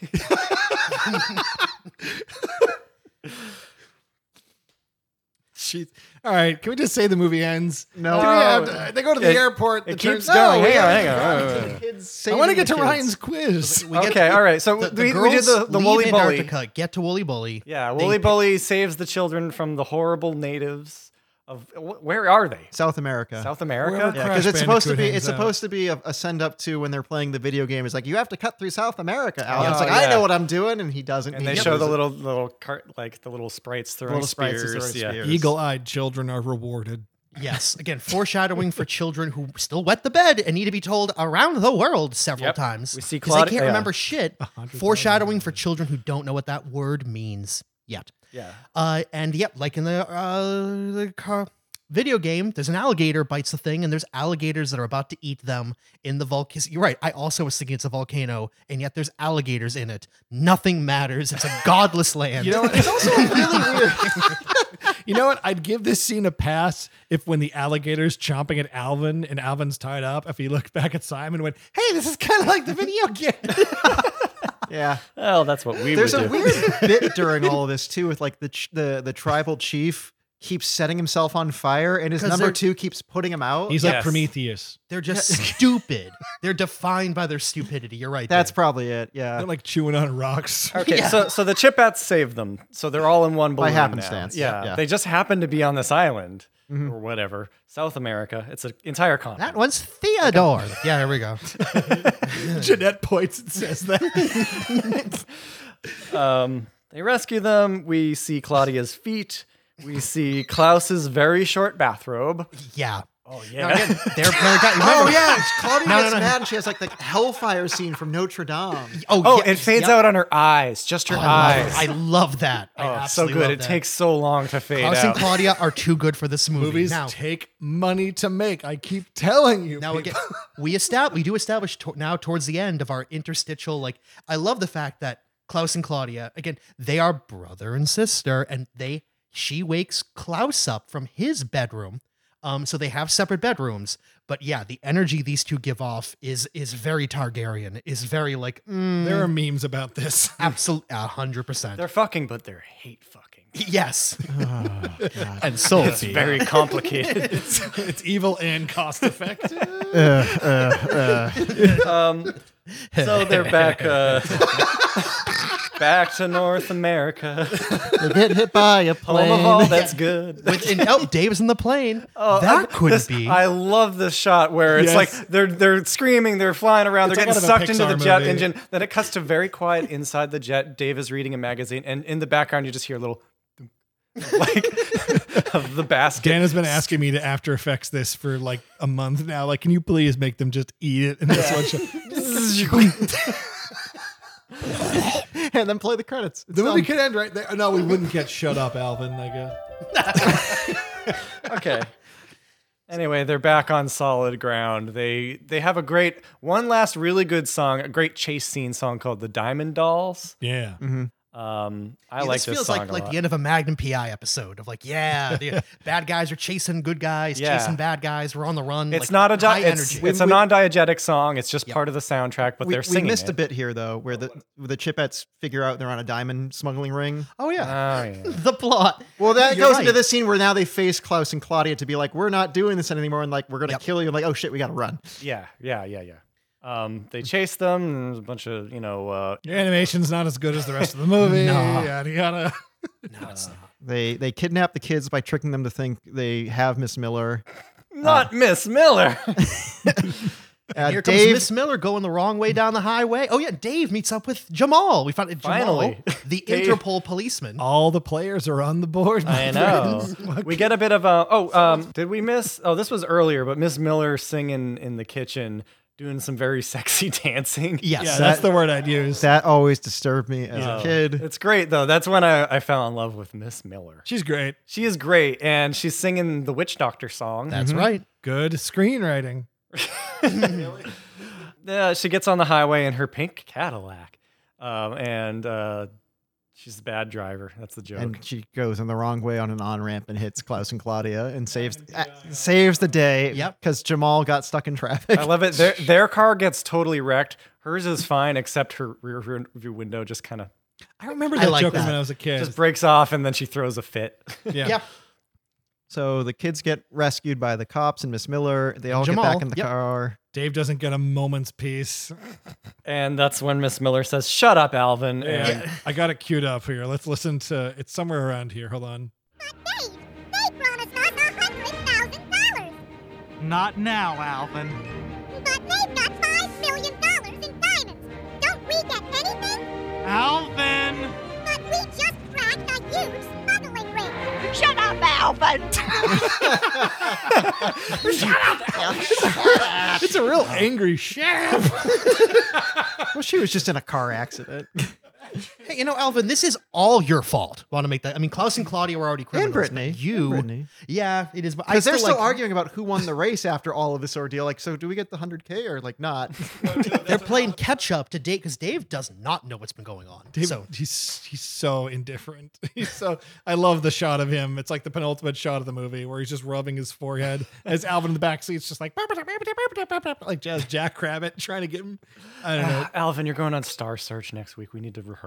She, all right, can we just say the movie ends? No. Can we have- they go to the It- airport. it the keeps turn- Oh, going. we Hang on, gotta hang get on, around wait, to wait, the wait. kids. I want to get to Ryan's quiz. We get- Okay, all right. So we- we did girls the- the leave Wooly Bully. Antarctica, get to Wooly Bully. Yeah, They Wooly pick- Bully saves the children from the horrible natives of wh- where are they? South America. South Wherever America. Crash because it's supposed to Bandicoot be hangs it's out. supposed to be a, a send up to when they're playing the video game. It's like you have to cut through South America, Alan. it's Oh, like yeah. I know what I'm doing, and he doesn't. And he they just show the doesn't. little little cart like the little sprites throwing Little sprites spears. throwing yeah. spears. Eagle-eyed children are rewarded. Yes. Again, foreshadowing for children who still wet the bed and need to be told around the world several Yep. times. We see because they Claudia- can't yeah. remember shit. Foreshadowing for children who don't know what that word means yet. Yeah. Uh, and yep, like in the uh, the car video game, there's an alligator bites the thing, and there's alligators that are about to eat them in the volcano. You're right. I also was thinking it's a volcano, and yet there's alligators in it. Nothing matters. It's a godless land. You know, what? it's also really weird. you know what? I'd give this scene a pass if when the alligator's chomping at Alvin and Alvin's tied up, if he looked back at Simon and went, hey, this is kind of like the video game. yeah. Well, that's what we There's would a do. weird bit during all of this too, with like the ch- the the tribal chief keeps setting himself on fire, and his 'Cause number they're- two keeps putting him out. He's like Yes. Prometheus. They're just stupid. They're defined by their stupidity. You're right. That's Dan. probably it. Yeah. They're like chewing on rocks. Okay, so so the Chipettes save them. So they're all in one By balloon now. happenstance. Yeah, Yeah. they just happen to be on this island Mm-hmm. or whatever, South America. It's an entire continent. that one's Theodore. yeah, there we go. Jeanette points and says that. Um, they rescue them. We see Claudia's feet. We see Klaus's very short bathrobe. Yeah. Oh Now, again, their player got. Oh remember- yeah, it's Claudia No, no, gets no. mad, and she has like the hellfire scene from Notre Dame. Oh, Oh, yeah, it fades yep. out on her eyes, just her Oh, I love, eyes. it. I love that. I oh, so absolutely good. love It that. takes so long to fade Klaus and out. Claudia are too good for this movie. Movies now, take money to make. I keep telling you. now people. again, we establish we do establish to- now towards the end of our interstitial. Like, I love the fact that Klaus and Claudia again they are brother and sister, and they she wakes Klaus up from his bedroom. Um, so they have separate bedrooms, but yeah, the energy these two give off is is very Targaryen. Is very like mm, There are memes about this. absolute a hundred percent. Hmm. They're fucking, but they're hate fucking. Yes, And so It's very complicated. it's, it's evil and cost effective. so they're back, uh, back to North America. They get hit by Home a of plane. all that's good. with and oh, Dave's in the plane. that could This- be. I love this shot where it's Yes. like they're they're screaming, they're flying around, It's they're getting a lot of sucked a into the Pixar jet movie. engine. Then it cuts to very quiet inside the jet. Dave is reading a magazine, and in the background you just hear a little thunk, like of the basket. Dan has been asking me to After Effects this for like a month now. Like, can you please make them just eat it in this one shot? and then play the credits. It's The movie done. could end right there. No, we wouldn't get shut up, Alvin. I guess. okay. Anyway, they're back on solid ground. They they have a great one last really good song, a great chase scene song called "The Diamond Dolls." Yeah. Um, I Yeah, like this this, feels song like a like lot. the end of a Magnum PI episode of like yeah, the bad guys are chasing good guys, Yeah. chasing bad guys. We're on the run. It's like, not a di- high it's, energy. it's a non-diegetic song. It's just part of the soundtrack, but we, they're we singing missed it. a bit here though, where the where the Chipettes figure out they're on a diamond smuggling ring. oh Oh, yeah, yeah. the plot. Well, that You're goes into right. this scene where now they face Klaus and Claudia to be like, "We're not doing this anymore," and like, "We're gonna Yep. kill you." And like, "Oh shit, we gotta run." yeah, yeah, yeah, yeah. Um, Mm-hmm. they chase them. And there's a bunch of you know. Uh, Your animation's not as good as the rest of the movie. Nah. Yada yada. No, it's not. They they kidnap the kids by tricking them to think they have Miss Miller. not Miss Miller. Uh, Here comes Dave Miss Miller going the wrong way down the highway. Oh yeah, Dave meets up with Jamal. We found Jamal, Finally. the Dave. Interpol policeman. All the players are on the board. my I know. friends. What we get a bit of a. Oh, um, did we miss? Oh, this was earlier, but Miss Miller singing in the kitchen, doing some very sexy dancing. Yes, Yeah, that's the word I'd use. that always disturbed me as Oh, a kid. It's great though. That's when I, I fell in love with Miss Miller. She's great. She is great, and she's singing the Witch Doctor song. that's right. Good screenwriting. Yeah, she gets on the highway in her pink Cadillac, um, and uh, she's a bad driver. That's the joke. And she goes in the wrong way on an on ramp and hits Klaus and Claudia and saves uh, saves the day. Yep. because Jamal got stuck in traffic. I love it. Their their car gets totally wrecked. Hers is fine, except her rear view- view window just kind of I remember I that like joke that. when I was a kid. just breaks off, and then she throws a fit. yeah. Yeah. So the kids get rescued by the cops and Miss Miller. They all Jamal, get back in the yep. car. Dave doesn't get a moment's peace. and that's when Miss Miller says, "Shut up, Alvin." And And I got it queued up here. Let's listen to it's somewhere around here. Hold on. Dave, they promised us a hundred thousand dollars, Not now, Alvin. but they've got five million dollars in diamonds. Don't we get anything? Alvin! But we just cracked a huge smuggling ring. Shut up, Alvin! It's a real angry sheriff. Well, she was just in a car accident. Hey, you know, Alvin, this is all your fault. Want to make that? I mean, Klaus and Claudia were already criminals. and Brittany, but you, Brittany. yeah, it is. but I Because they're still like- arguing about who won the race after all of this ordeal. Like, so do we get the 100K or like not? They're playing catch up to date because Dave does not know what's been going on. Dave, so he's he's so indifferent. He's so I love the shot of him. It's like the penultimate shot of the movie where he's just rubbing his forehead as Alvin in the backseat's just like like Jazz Jackrabbit trying to get him. I don't know. "Ah, Alvin, you're going on Star Search next week. We need to rehearse.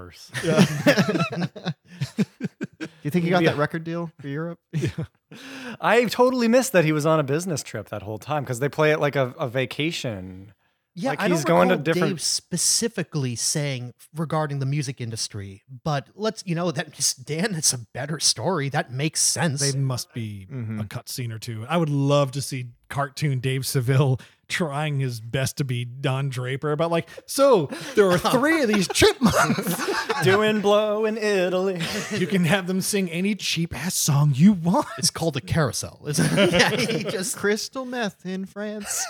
Do you think you got Yeah. that record deal for Europe? I totally missed that he was on a business trip that whole time because they play it like a, a vacation. yeah, like I don't he's going to recall different- Dave specifically saying regarding the music industry, but let's you know that Dan, that's a better story. That makes sense. They must be Mhm. Mm-hmm. a cutscene or two. I would love to see cartoon Dave Seville trying his best to be Don Draper, but like, so there are three of these chipmunks. Doing blow in Italy. you can have them sing any cheap ass song you want. it's called the carousel. Is it? yeah, he just Crystal meth in France.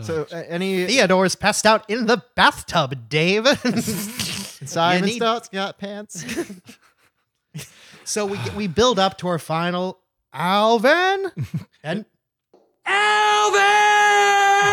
so, Oh, uh, any Theodore's passed out in the bathtub, Dave. Simon need- Stout's got pants? so we we build up to our final Alvin, and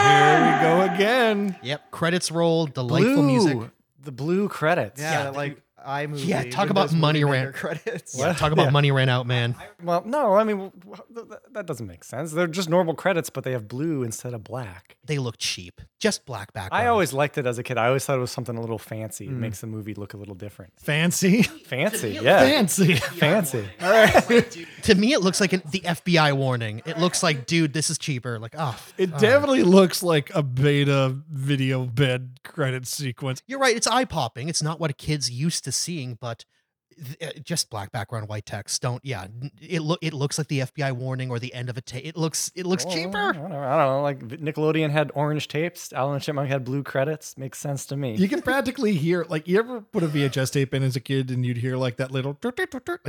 Here we go again. yep, credits roll, delightful music. The blue credits. Yeah, like iMovie. Yeah, talk with about those money movie ran- maker credits. Yeah, talk about Yeah. money ran out, man. Well, no, I mean w- w- th- th- that doesn't make sense. They're just normal credits, but they have blue instead of black. They look cheap. Just black background. I always liked it as a kid. I always thought it was something a little fancy. It Hmm. Mm. makes the movie look a little different. Fancy. Fancy, yeah, Fancy. fancy. All right. to me it looks like an, the FBI warning. It looks like, dude, this is cheaper. Like, oh, f- It all right. definitely looks like a beta video bed credit sequence. You're right. It's eye popping. It's not what a kid's used to seeing, but th- uh, just black background, white text. Don't. Yeah. n- It look. It looks like the FBI warning or the end of a tape. It looks. It looks Well, I Oh, cheaper. don't, know, I don't know. Like Nickelodeon had orange tapes. Alan and Chipmunk had blue credits. Makes sense to me. You can practically hear like you ever put a VHS tape in as a kid and you'd hear like that little like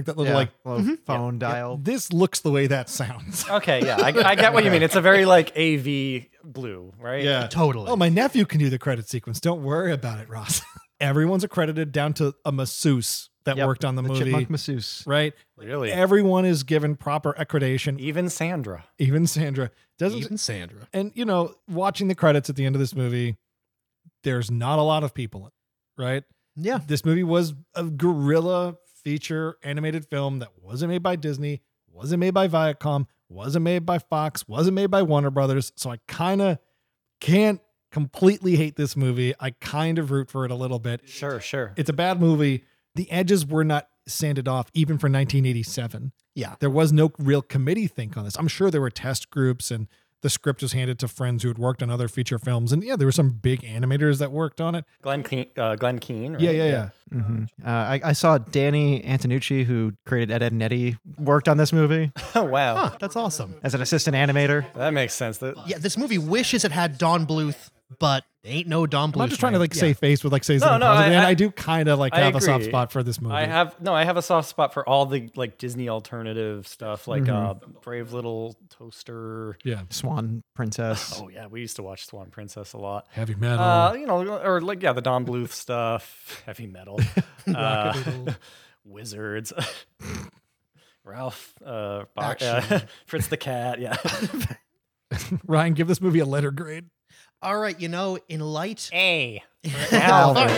that little Yeah, Mm-hmm. like little phone dial. this looks the way that sounds. okay, yeah, I, I get what you mean. It's a very like AV blue, right? Yeah. Totally. Oh, my nephew can do the credit sequence. Don't worry about it, Ross. Everyone's accredited down to a masseuse that Yep, worked on the, the movie. Chipmunk masseuse. right? really. Everyone is given proper accreditation. Even Sandra. Even Sandra doesn't. Even Sandra. and you know, watching the credits at the end of this movie, there's not a lot of people, right? Yeah. This movie was a guerrilla feature animated film that wasn't made by Disney, wasn't made by Viacom, wasn't made by Fox, wasn't made by Warner Brothers. So I kind of can't completely hate this movie. I kind of root for it a little bit. Sure, sure. It's a bad movie. The edges were not sanded off, even for 1987. Yeah. There was no real committee think on this. I'm sure there were test groups and the script was handed to friends who had worked on other feature films. And yeah, there were some big animators that worked on it. Glenn Keane. Uh, Glenn Keane. Right? Yeah, yeah, yeah. hmm Uh, I, I saw Danny Antonucci, who created Ed, Ed and Eddie, worked on this movie Oh wow, Huh, that's awesome. as an assistant animator. that makes sense. That, Yeah. This movie wishes it had Don Bluth, but ain't no Don Bluth. I'm not just trying to man. like Yeah. save face with like say No, something no, positive. I- and I, I- do kind of like I have a soft agree. spot for this movie. I have no. I have a soft spot for all the like Disney alternative stuff, like Mm-hmm. uh, Brave Little Toaster. yeah. Swan Princess. Oh yeah, we used to watch Swan Princess a lot. Heavy Oh. metal. Uh, you know, or like yeah, the Don Bluth stuff, heavy metal, uh, wizards, Ralph, uh, Bar- uh, Action. Fritz the Cat, yeah, Ryan, give this movie a letter grade. All right. You know, in light. hey. Alvin.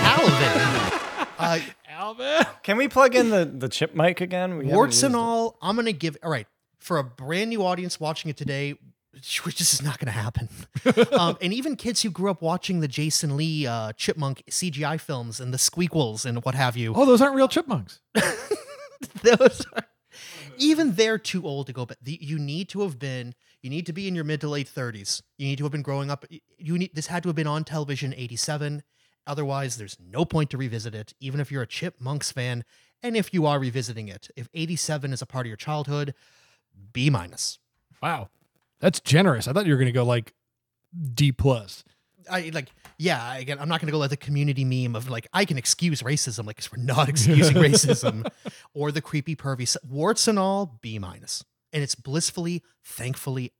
Alvin. Uh, Can we plug in the the chip mic again? We haven't warts and used it. all, I'm gonna give. All right, for a brand new audience watching it today, which which this is not gonna happen, um, and even kids who grew up watching the Jason Lee uh, Chipmunk CGI films and the Squeakles and what have you, Oh, those aren't real chipmunks. those are even they're too old to go. But the, you need to have been, you need to be in your mid to late 30s. You need to have been growing up. You need this had to have been on television in '87. Otherwise, there's no point to revisit it, even if you're a Chipmunks fan. And if you are revisiting it, if 87 is a part of your childhood, B minus. Wow. That's generous. I thought you were going to go like D plus. I like, yeah, again, I'm not going to go like the community meme of like, I can excuse racism, like, because we're not excusing racism or the creepy pervy s- warts and all, B minus. And it's blissfully, thankfully,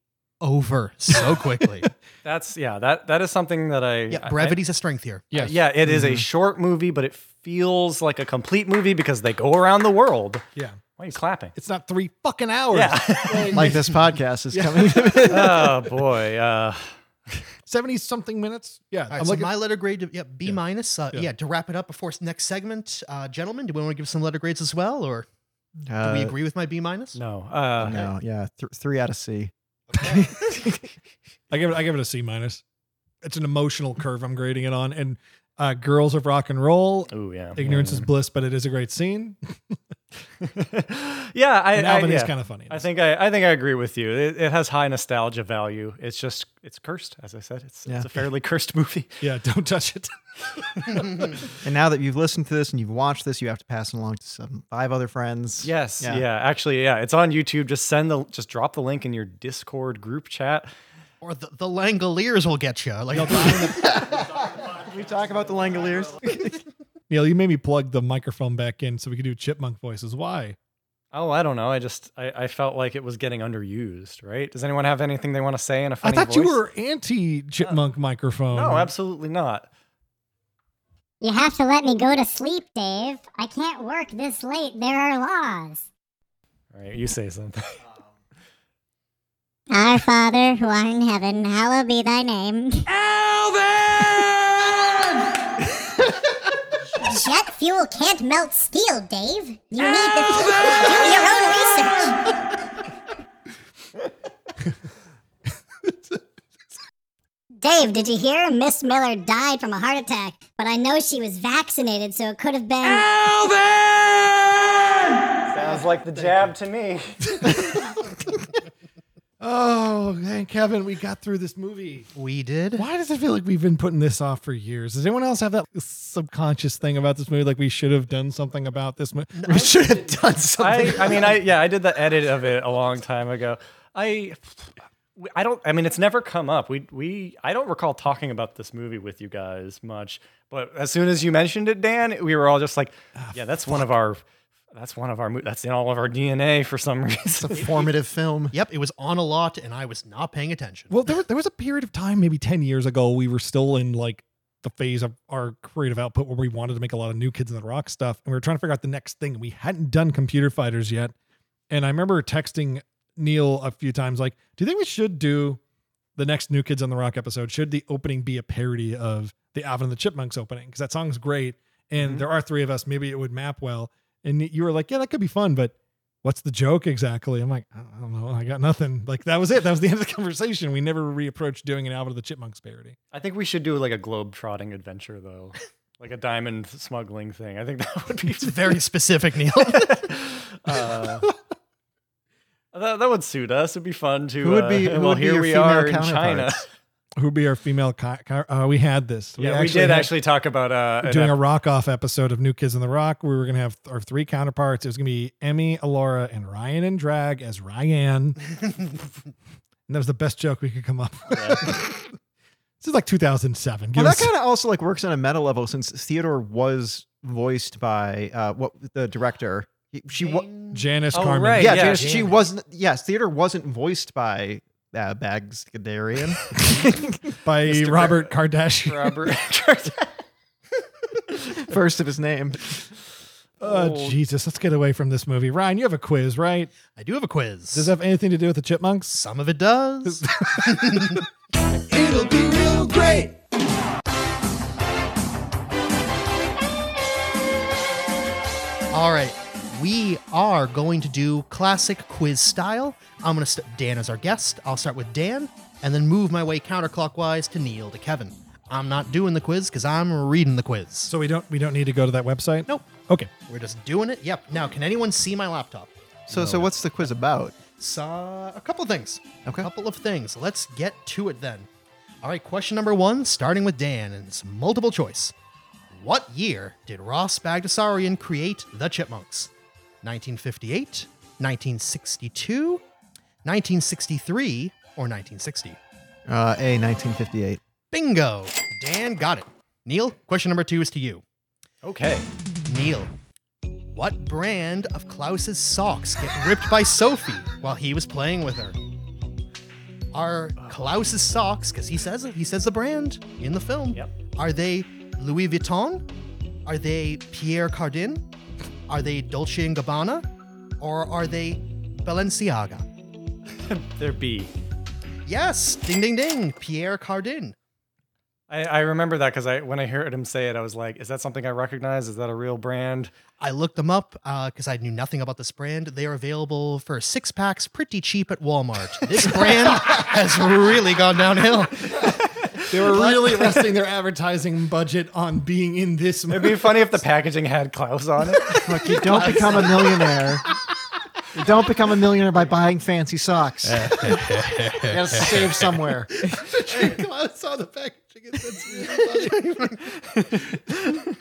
over so quickly. That's yeah. That that is something that I yeah, I- brevity's a strength here. I- yeah, it is Mm-hmm. a short movie, but it feels like a complete movie because they go around the world. Yeah. Oh, Why are you clapping? It's not three fucking hours. Yeah. Like this podcast is coming. oh boy. Uh, 70 something minutes. Yeah. All right, I'm so looking- my letter grade, yeah, B minus. Uh, Yeah. yeah. to wrap it up before s- next segment, uh, gentlemen, do we want to give some letter grades as well, or do Uh, we agree with my B minus? no. Uh, No, yeah, th- three out of C. I give it I give it a C minus. It's an emotional curve I'm grading it on. And uh, Girls of Rock and Roll. Ooh yeah. Ignorance is Mm. bliss, but it is a great scene. yeah, I, And I, Alvin is yeah. kind of funny. in I this. think I, I think I agree with you. It, it has high nostalgia value. It's just it's cursed, as I said. It's Yeah. it's a fairly cursed movie. Yeah, don't touch it. And now that you've listened to this and you've watched this, you have to pass it along to some five other friends. Yes. Yeah. Yeah. Actually, yeah. It's on YouTube. Just send the just drop the link in your Discord group chat. Or the, the Langoliers will get you. Like, We talk about the Langoliers. Neil, you made me plug the microphone back in so we could do chipmunk voices. Why? Oh, I don't know. I just I, I felt like it was getting underused. Right? Does anyone have anything they want to say in a funny? I thought you voice? Uh, were anti chipmunk microphone. No, absolutely not. You have to let me go to sleep, Dave. I can't work this late. There are laws. All right, you say something. Our Father who art in heaven, hallowed be thy name. Alvin! Jet fuel can't melt steel, Dave. You need the do your own research. Dave, did you hear? Miss Miller died from a heart attack, but I know she was vaccinated, so it could have been. Sounds like the jab to me. Oh, man, Kevin, we got through this movie. We did. Why does it feel like we've been putting this off for years? Does anyone else have that subconscious thing about this movie? Like we should have done something about this movie. we should have done something. I, I mean, I yeah, I did the edit of it a long time ago. I I don't. I mean, it's never come up. We we I don't recall talking about this movie with you guys much. But as soon as you mentioned it, Dan, we were all just like, Ah, yeah, that's one of our. That's one of our. mo- That's in all of our DNA for some reason. Formative film. Yep, it was on a lot, and I was not paying attention. Well, there, was- there was a period of time, maybe 10 years ago, we were still in like the phase of our creative output where we wanted to make a lot of new Kids in the Rock stuff. And we were trying to figure out the next thing. We hadn't done computer fighters yet. And I remember texting Neil a few times, like, do you think we should do the next New Kids on the Rock episode? Should the opening be a parody of the Alvin and the Chipmunks opening? Because that song's great. And Mhm. there are three of us. Maybe it would map well. And you were like, yeah, that could be fun. But what's the joke exactly? I'm like, I don't- I don't know. I got nothing. Like that was it. That was the end of the conversation. We never reapproached doing an Alvin and the Chipmunks parody. I think we should do like a globe trotting adventure though, like a diamond smuggling thing. I think that would be It's very specific, Neil. uh, that, that would suit us. It'd be fun to. Who would be- uh, who well, would be here your we female are in China. counterparts? Who'd be our female? Ki- ki- uh, we had this. Yeah, we had- did actually talk about uh, an doing a ep- rock off episode of New Kids on the Rock. We were gonna have our three counterparts. It was gonna be Emmy, Alora, and Ryan in drag as Ryan. and that was the best joke we could come up. with. this is like 2007. Well, Give that us- kind of also like works on a meta level since Theodore was voiced by uh, what the director. He- She was Janice Oh, Carmen. right. yeah, yeah, Janice- she Janice. wasn't. Yes, Theodore wasn't voiced by uh, Bags Gadarian. by Mr. Robert Kardashian. Robert. first of his name. Oh, Jesus, let's get away from this movie. Ryan, you have a quiz, right? I do have a quiz. Does that have anything to do with the chipmunks? Some of it does. It'll be real great. All right, we are going to do classic quiz style. I'm gonna st- Dan is our guest. I'll start with Dan, and then move my way counterclockwise to Neil to Kevin. I'm not doing the quiz because I'm reading the quiz. So we don't we don't need to go to that website. Nope. Okay. We're just doing it. Yep. Now, can anyone see my laptop? So, so what's the quiz about? Saw a couple things. Okay. A couple of things. Let's get to it then. All right, question number one, starting with Dan, and it's multiple choice. What year did Ross Bagdasarian create the Chipmunks? 1958, 1962, 1963, or 1960? Uh, A 1958. Bingo! Dan got it. Neil, question number two is to you. okay. Neil, what brand of Klaus's socks get ripped by Sophie while he was playing with her? Are Klaus's socks, because he says it, he says the brand in the film. Yep. Are they Louis Vuitton? Are they Pierre Cardin? Are they Dolce and Gabbana? Or are they Balenciaga? There be. Yes, ding ding ding, Pierre Cardin. I, I remember that because I when I heard him say it, I was like, "Is that something I recognize? Is that a real brand?" I looked them up because I knew nothing about this brand. They are available for six packs, pretty cheap at Walmart. This brand has really gone downhill. They were really resting their advertising budget on being in this It'd be funny if the packaging had Klaus on it. Look, you don't become a millionaire. You don't become a millionaire by buying fancy socks. Oh, you gotta save somewhere. All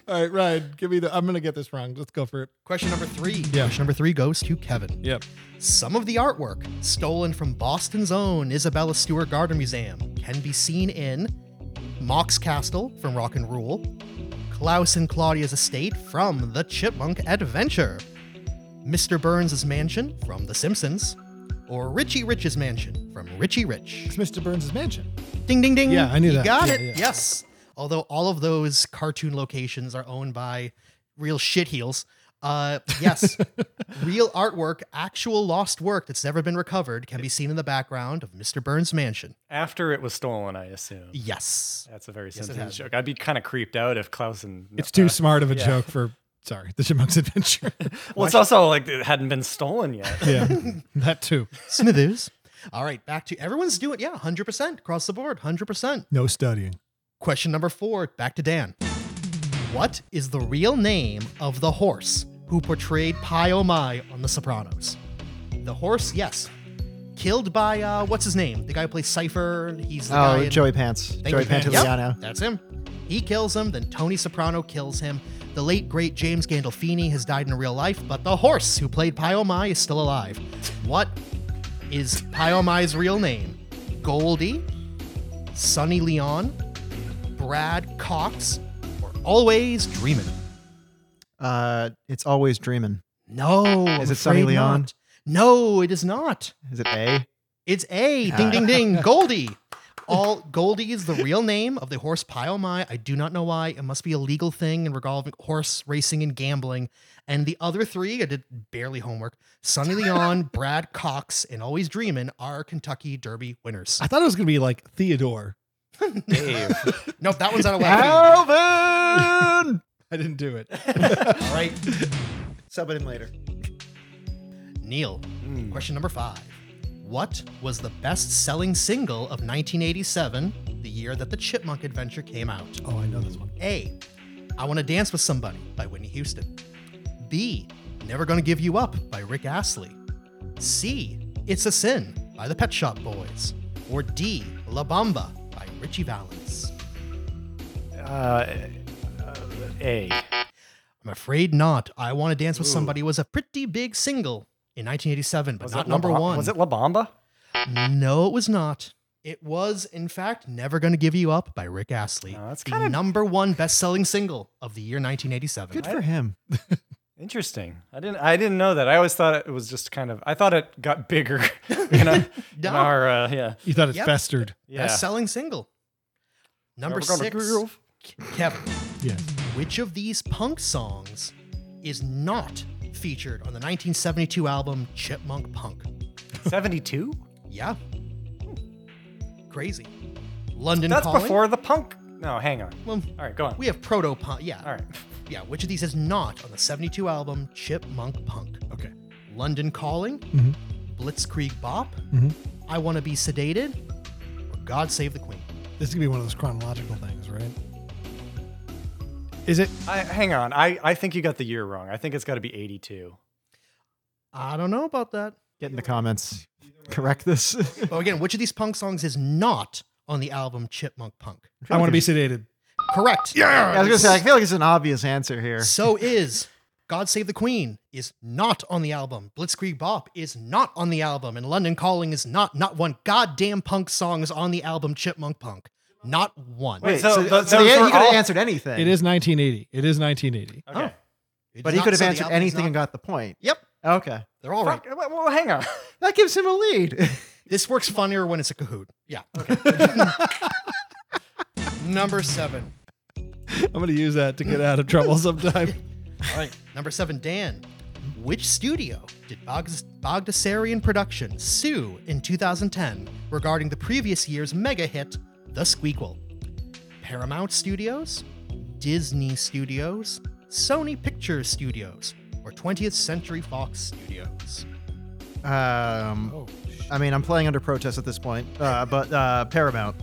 right, Ryan, give me the. I'm gonna get this wrong. Let's go for it. Question number three. Question number three goes to Kevin. Yep. Some of the artwork stolen from Boston's own Isabella Stewart Gardner Museum can be seen in Mox Castle from Rock and Rule, Klaus and Claudia's estate from The Chipmunk Adventure, Mr. Burns' mansion from The Simpsons, or Richie Rich's mansion from Richie Rich. It's Mr. Burns' mansion. Ding ding ding. Yeah, I knew you that. Got Yeah, it. yeah. Yes. Although all of those cartoon locations are owned by real shit heels. Uh, yes, real artwork, actual lost work that's never been recovered, can be seen in the background of Mr. Burns' mansion. After it was stolen, I assume. Yes. That's a very it Simpsons has. joke. I'd be kind of creeped out if Klaus and It's too uh, smart of a yeah. joke for sorry, the Chipmunks Adventure. Well, it's also like it hadn't been stolen yet. yeah, that too. Smithers. All right, back to everyone's doing. Yeah, hundred percent across the board, hundred percent. No studying. Question number four, back to Dan. What is the real name of the horse who portrayed Pi Oh My on The Sopranos? The horse, yes. Killed by, uh, what's his name? The guy who plays Cypher. He's the guy. Oh, in- Joey Pants. Thank Joey you, Pants. Pantoliano. Yep, that's him. He kills him, then Tony Soprano kills him. The late, great James Gandolfini has died in real life, but the horse who played Pi Oh My is still alive. What is Pi Oh My's real name? Goldie? Sonny Leon? Brad Cox? Or Always Dreamin'? Uh, it's always dreaming. No. I'm Is it Sonny afraid Leon? not. No, it is not. Is it A? It's A. Ding, Ah. ding, ding. Goldie. All Goldie is the real name of the horse Pile My. I do not know why. It must be a legal thing in regarding horse racing and gambling. And the other three, I did barely homework. Sonny Leon, Brad Cox, and Always Dreamin' are Kentucky Derby winners. I thought it was gonna be like Theodore. Dave. Nope, that one's out of left field. Alvin. I didn't do it. All right, Sub it in later. Neil. Hmm. Question number five. What was the best-selling single of 1987, the year that the Chipmunk Adventure came out? Oh, I know this one. A. I Want to Dance with Somebody by Whitney Houston. B. Never Gonna Give You Up by Rick Astley. C. It's a Sin by the Pet Shop Boys. Or D. La Bamba by Richie Valens. Uh, uh, a. I'm afraid not. I Want to Dance with Somebody was a pretty big single in 1987, but Was not it number La Ba- one. Was it La Bamba? No, it was not. It was, in fact, Never Gonna Give You Up by Rick Astley. Oh, that's the kinda- number one best selling single of the year 1987. Good for him. Interesting. I didn't. I didn't know that. I always thought it was just kind of. I thought it got bigger. in, our- in No. our uh, yeah You thought it Yep. festered. yeah. best selling single. Number We're gonna six, groove. Kevin. Yeah. Which of these punk songs is not featured on the 1972 album Chipmunk Punk? Seventy-two. Yeah. Hmm. Crazy. London That's Calling. before the punk. No, hang on. Well, All right, go on. we have proto punk. Yeah. All right. Yeah. Which of these is not on the 72 album Chipmunk Punk? Okay. London Calling, Blitzkrieg Bop, I Want to Be Sedated, or God Save the Queen? This is gonna be one of those chronological things, right? Is it? I, hang on. I, I think you got the year wrong. I think it's got to be eighty-two. I don't know about that. Get in the comments. Correct this. But again, which of these punk songs is not on the album Chipmunk Punk? I want to be sedated. Correct. Yeah. I was gonna say. I feel like it's an obvious answer here. So is God Save the Queen is not on the album. Blitzkrieg Bop is not on the album, and London Calling is not. Not one goddamn punk song is on the album Chipmunk Punk. Not one. Wait, so, So, th- so those yeah, were he could have all- answered anything. It is 1980. It is 1980. Okay. It's but he not- could have so the answered album is anything not- and got the point. Yep, Okay, they're all right. Fuck, well, well, hang on. that gives him a lead. This works funnier when it's a cahoot. Yeah. Number seven. I'm gonna use that to get out of trouble sometime. All right, number seven, Dan. Which studio did Bogdas- Bogdasarian Production sue in 2010 regarding the previous year's mega hit, The Squeakquel? Paramount Studios, Disney Studios, Sony Pictures Studios, or 20th Century Fox Studios? Um, I mean, I'm playing under protest at this point, uh, but uh, Paramount.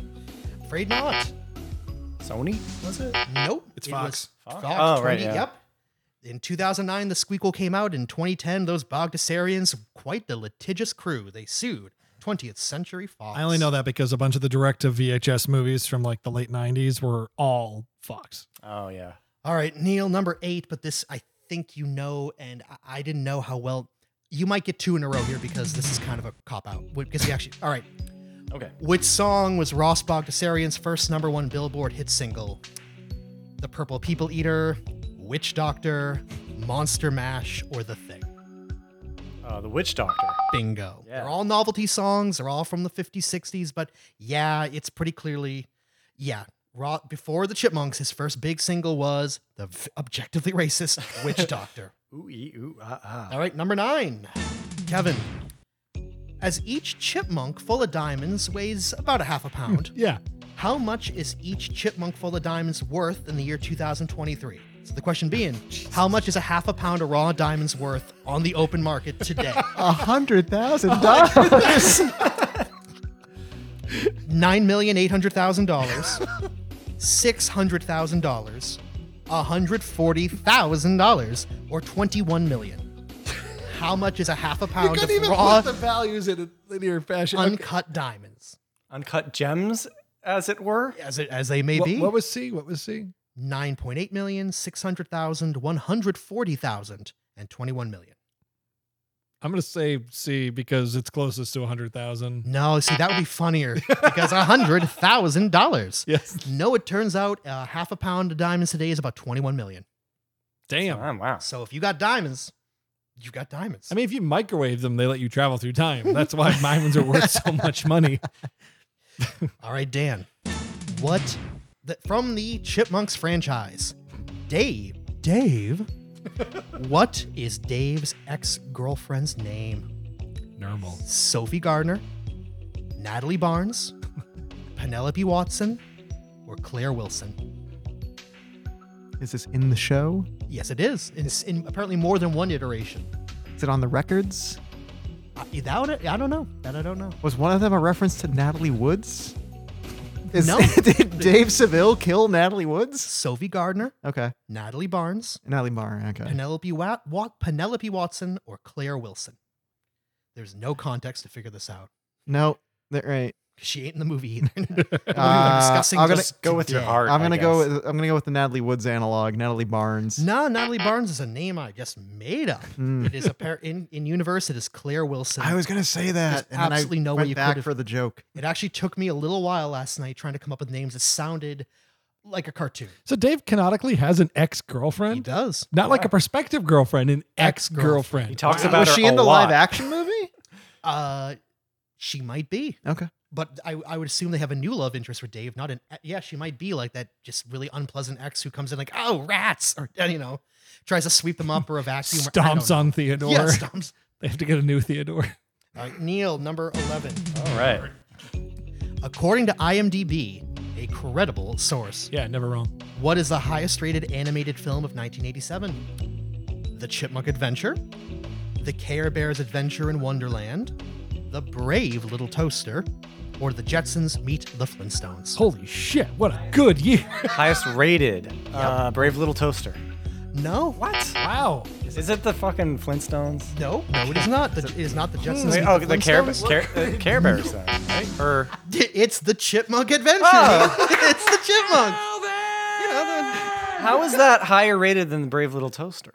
Afraid not. Sony. Was it? Nope. It's It Fox. was Fox? Fox. Oh, right, 20 yeah. Yep. In 2009, the squeakle came out. In 2010, those Bogdasarians, quite the litigious crew, they sued 20th Century Fox. I only know that because a bunch of the direct to VHS movies from like the late 90s were all Fox. Oh yeah. All right, Neil, number eight, but this I think you know, and I, I didn't know how well. You might get two in a row here because this is kind of a cop out. Because he actually. All right. Okay. Which song was Ross Bogdasarian's first number one Billboard hit single? The Purple People Eater, Witch Doctor, Monster Mash, or The Thing? Uh, the Witch Doctor. Bingo. Yeah. They're all novelty songs. They're all from the 50s, 60s, but yeah, it's pretty clearly, yeah. Raw, before the Chipmunks, his first big single was the v- objectively racist Witch Doctor. Ooh, ee, ooh, ah, ah. All right, number nine, Kevin. As each chipmunk full of diamonds weighs about a half a pound, Yeah. how much is each chipmunk full of diamonds worth in the year 2023? So the question being, how much is a half a pound of raw diamonds worth on the open market today? A hundred thousand dollars. Nine million eight hundred thousand dollars, six hundred thousand dollars, a hundred forty thousand dollars, or twenty-one million. How much is a half a pound of raw, values in a linear fashion. uncut diamonds? Uncut gems, as it were. As it, as they may What, be. what was C? What was C? 9.8 million, 600,000, 140,000, and 21 million. I'm gonna say C because it's closest to hundred thousand. No, see, that would be funnier because $100,000. Yes. No, it turns out uh, half a pound of diamonds today is about 21 million. Damn. Oh, wow. So if you got diamonds, you got diamonds. I mean, if you microwave them, they let you travel through time. That's why diamonds are worth so much money. All right, Dan. What the, from the Chipmunks franchise? Dave. Dave? what is Dave's ex girlfriend's name? Normal. Sophie Gardner, Natalie Barnes, Penelope Watson, or Claire Wilson? Is this in the show? Yes, it is. It's in apparently more than one iteration. Is it on the records? I, that one, I don't know. That I don't know. Was one of them a reference to Natalie Woods? Is, No. did Dave Seville kill Natalie Woods? Sophie Gardner, Okay. Natalie Barnes, Natalie Barr. Okay. Penelope Wa- Wa- Penelope Watson, or Claire Wilson. There's no context to figure this out. No, that right. She ain't in the movie either. we were Uh, discussing I'm gonna just Go with your today. heart. I'm gonna I go. guess. With, I'm gonna go with the Natalie Woods analog, Natalie Barnes. No, Natalie Barnes is a name I just made up. Mm. It is apparent in, in universe. It is Claire Wilson. I was gonna say that, There's and then I absolutely no way went you back could've- for the joke. It actually took me a little while last night trying to come up with names that sounded like a cartoon. So Dave canonically has an He ex-girlfriend, does. not like a prospective girlfriend, an Ex-girlfriend. ex-girlfriend. He talks Wow. about was her she a in the lot. live action movie? Uh, she might be, Okay. but I, I would assume they have a new love interest for Dave, not an. eh, Yeah, she might be like that just really unpleasant ex who comes in like, oh rats, or uh, you know, tries to sweep them up or a vacuum. or- I don't Stomps know. on Theodore. Yeah, stomps. They have to get a new Theodore. All right, Neil, number eleven. All right. According to IMDb, a credible source, Yeah, never wrong. What is the highest rated animated film of 1987? The Chipmunk Adventure? The Care Bears Adventure in Wonderland? The Brave Little Toaster? Or The Jetsons Meet the Flintstones? Holy shit! What a good year. Highest rated. Uh, Brave Little Toaster. No. What? Wow. Is it the fucking Flintstones? No, no, it is not. The, it is not the Jetsons Wait, Meet oh, the the Care, Flintstones. Care, uh, Care Bears, then, right? Or It's the Chipmunk Adventure. Oh. it's the Chipmunk. how is that higher rated than the Brave Little Toaster?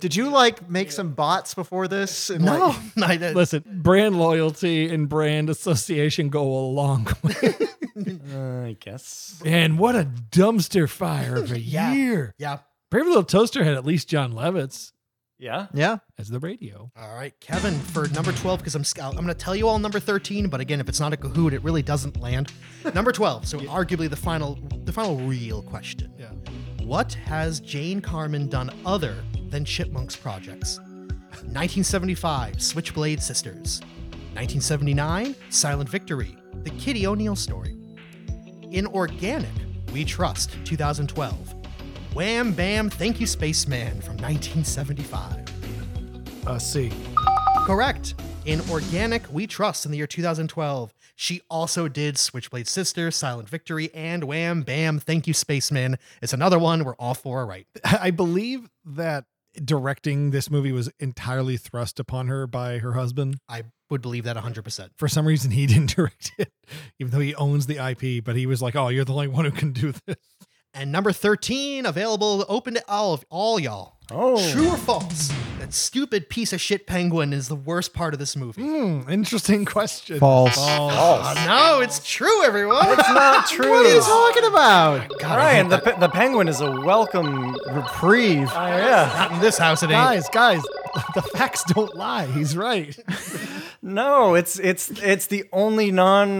Did you like make some bots before this? And No. like, I- that- Listen, brand loyalty and brand association go a long way. Uh, I guess. and what a dumpster fire of a Yeah. year. Yeah. Brave Little Toaster had at least John Levitz Yeah. yeah. as the radio. All right, Kevin, for number 12, because I'm, sc- I'm going to tell you all number 13, but again, if it's not a cahoot, it really doesn't land. Number 12, so arguably the final the final real question. Yeah. What has Jane Carmen done other than Chipmunks projects? 1975, Switchblade Sisters. 1979, Silent Victory, The Kitty O'Neill Story. Inorganic, We Trust, 2012. Wham Bam, Thank You Spaceman from 1975. Uh, C. Correct. In Organic We Trust in the year 2012, she also did Switchblade Sister, Silent Victory, and Wham Bam Thank You Spaceman. It's another one where all four are right. I believe that directing this movie was entirely thrust upon her by her husband. I would believe that 100%. For some reason, he didn't direct it, even though he owns the IP. But he was like, "Oh, you're the only one who can do this." And number 13, available open to all of all y'all. Oh. True or false? That stupid piece of shit penguin is the worst part of this movie. Mm. Hmm, interesting question. False. Oh, no, it's true, everyone. It's not true. What are you talking Oh about? God, I hate Ryan, the, pe- the penguin is a welcome. Reprieve. Oh, yeah. that. not in this house. It ain't. guys, guys, the facts don't lie. He's right. No, it's it's it's the only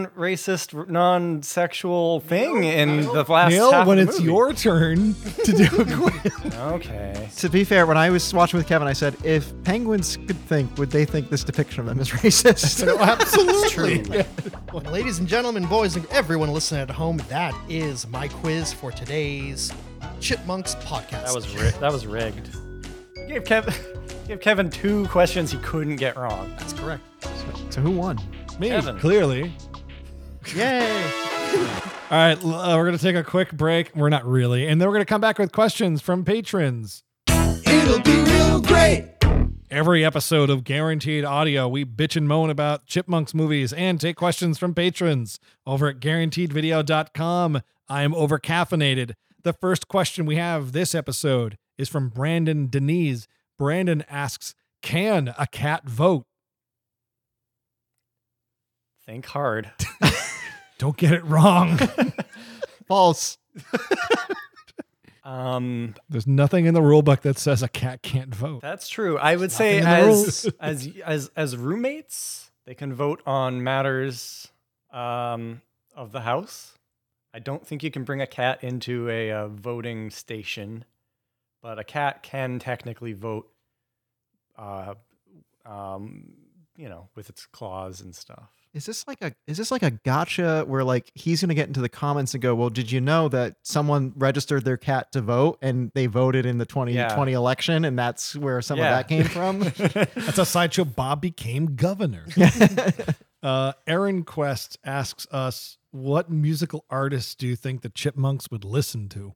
non-racist, non-sexual thing in the last Neil, half when of the it's movie. your turn to do a quiz. Okay. To be fair, when I was watching with Kevin, I said, if penguins could think, would they think this depiction of them is racist? Absolutely. Well, ladies and gentlemen, boys, and everyone listening at home, that is my quiz for today's Chipmunks podcast. That was ri- that was rigged. You gave Kevin gave Kevin two questions he couldn't get wrong. That's correct. so who won? Me, Kevin. clearly. Yay. All right, l- uh, we're going to take a quick break. We're not really. And then we're going to come back with questions from patrons. It'll be real great. Every episode of Guaranteed Audio, we bitch and moan about Chipmunks movies and take questions from patrons over at guaranteedvideo.com. I am overcaffeinated. The first question we have this episode is from Brandon Denise. Brandon asks, "Can a cat vote?" Think hard. Don't get it wrong. False. Um, There's nothing in the rule book that says a cat can't vote. that's true. I would say nothing in the as rules. as as as roommates, they can vote on matters um, of the house. I don't think you can bring a cat into a uh, voting station, but a cat can technically vote. Uh, um, you know, with its claws and stuff. Is this like a is this like a gotcha where like he's gonna get into the comments and go, well, did you know that someone registered their cat to vote and they voted in the 2020 election and that's where some Yeah. of that came from? That's how Sideshow Bob became governor. uh, Aaron Quest asks us, what musical artists do you think the Chipmunks would listen to?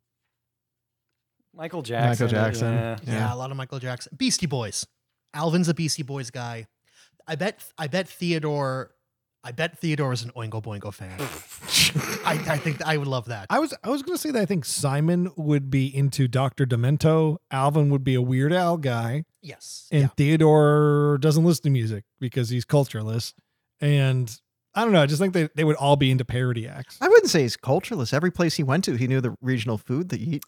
Michael Jackson. Jackson. yeah. Yeah. Yeah. a lot of Michael Jackson. Beastie Boys. Alvin's a Beastie Boys guy. I bet I bet Theodore I bet Theodore is an Oingo Boingo fan. I, I think I would love that. I was I was gonna say that I think Simon would be into Dr. Demento, Alvin would be a Weird Al guy, yes. and Theodore doesn't listen to music because he's cultureless. And I don't know, I just think they, they would all be into parody acts. I wouldn't say he's cultureless. Every place he went to, he knew the regional food they eat.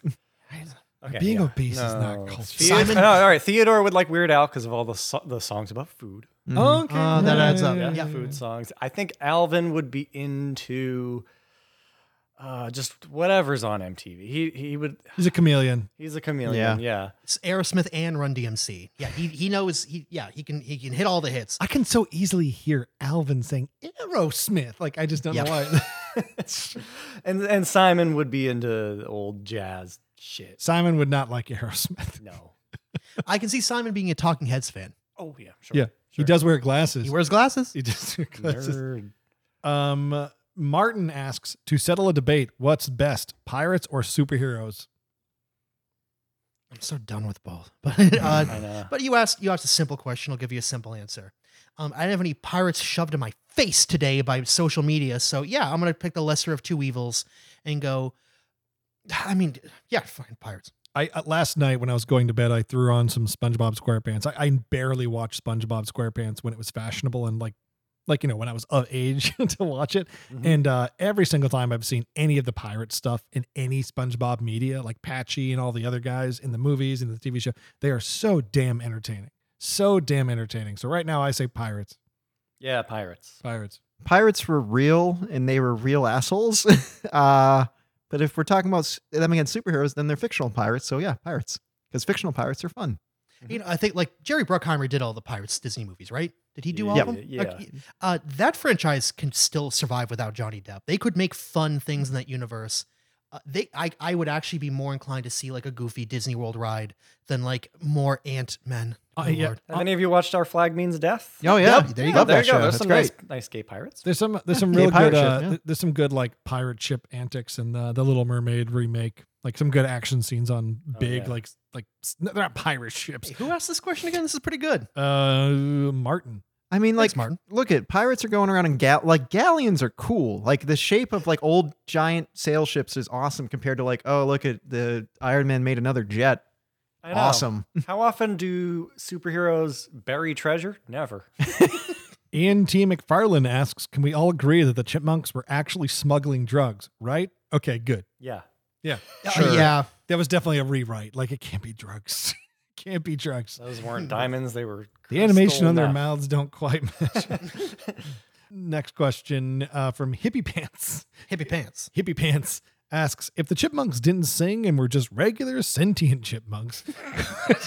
Okay, Being yeah. obese is not No. culture. Theo- Simon- no, all right. Theodore would like Weird Al because of all the so- the songs about food. Mhm. okay. Uh, that adds up. Yeah. Yeah. Food songs. I think Alvin would be into uh, just whatever's on MTV. He he would. He's a chameleon. He's a chameleon. Yeah. It's Aerosmith and Run DMC. Yeah, he, he knows he yeah, he can he can hit all the hits. I can so easily hear Alvin saying Aerosmith. Like I just don't know why. and and Simon would be into the old jazz shit. Simon would not like Aerosmith. No. I can see Simon being a Talking Heads fan. Oh yeah. Sure. Yeah, he sure. does wear glasses. He wears glasses. He does wear glasses. Nerd. Um, Martin asks to settle a debate: What's best, pirates or superheroes? I'm so done with both. But uh, I know. But you asked you asked a simple question. I'll give you a simple answer. Um, I didn't have any pirates shoved in my face today by social media, so yeah, I'm gonna pick the lesser of two evils and go. I mean, yeah, fine, pirates. I uh, last night when I was going to bed, I threw on some SpongeBob SquarePants. I, I barely watched SpongeBob SquarePants when it was fashionable and like, like you know when I was of age to watch it. Mhm. And uh, every single time I've seen any of the pirate stuff in any SpongeBob media, like Patchy and all the other guys in the movies and the TV show, they are so damn entertaining, so damn entertaining. So right now I say pirates, Yeah, pirates. pirates. Pirates were real and they were real assholes. uh, but if we're talking about s- them against superheroes, then they're fictional pirates. So yeah, pirates. Because fictional pirates are fun. Mm-hmm. You know, I think like Jerry Bruckheimer did all the pirates Disney movies, right? Did he do all Yeah, of them? yeah. Like, uh, that franchise can still survive without Johnny Depp. They could make fun things in that universe. Uh, they, I, I would actually be more inclined to see like a goofy Disney World ride than like more Ant Men. Oh, Uh, Good yeah. Lord. Have any of you watched Our Flag Means Death? Oh yeah, Yep, there you Yeah, Love there that you go. show. There's That's some great. nice, nice gay pirates. There's some there's some Yeah, real pirate good uh, ship, yeah. th- there's some good like pirate ship antics in the the Little Mermaid remake. Like some good action scenes on big yeah. like like s- no, they're not pirate ships. Hey, who asked this question again? This is pretty good. Uh, Martin. I mean, like, Thanks, Martin. look at pirates are going around in gal like galleons are cool. Like the shape of like old giant sail ships is awesome compared to like oh look at the Iron Man made another jet. I know. Awesome. How often do superheroes bury treasure? Never. Ian T. McFarlane asks, "Can we all agree that the chipmunks were actually smuggling drugs? Right? Okay, good. Yeah. Uh, Sure. yeah. That was definitely a rewrite. Like it can't be drugs. can't be drugs. Those weren't diamonds, they were The animation crystal on their meth. mouths don't quite match. Next question uh, from Hippie Pants. Hippie pants. Hippie Pants asks if the chipmunks didn't sing and were just regular sentient chipmunks,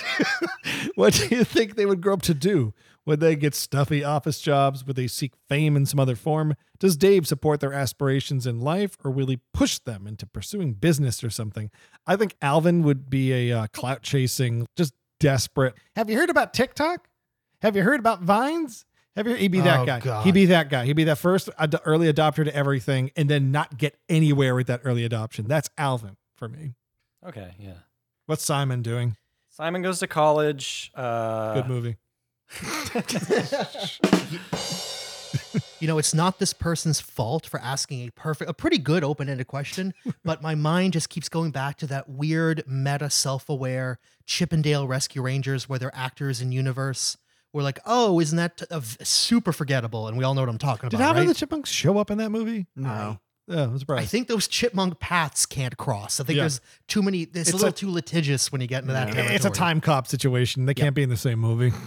what do you think they would grow up to do? Would they get stuffy office jobs? Would they seek fame in some other form? Does Dave support their aspirations in life or will he push them into pursuing business or something? I think Alvin would be a uh, clout chasing, just desperate. Have you heard about TikTok? Have you heard about Vines? Have you? He'd be that Oh, guy. God. He'd be that guy. He'd be that first ad- early adopter to everything, and then not get anywhere with that early adoption. That's Alvin for me. Okay, yeah. What's Simon doing? Simon goes to college. Uh, Good movie. You know, it's not this person's fault for asking a perfect, a pretty good open ended question, but my mind just keeps going back to that weird meta self aware Chippendale Rescue Rangers where they're actors in universe. We're like, oh, isn't that t- of- super forgettable? And we all know what I'm talking Did about. Alvin Right? and the Chipmunks show up in that movie? No. Oh, I'm I surprised. think those chipmunk paths can't cross. I think Yeah. there's too many, it's, It's a little a- too litigious when you get into that. Territory. it's a time cop situation. They can't be in the same movie.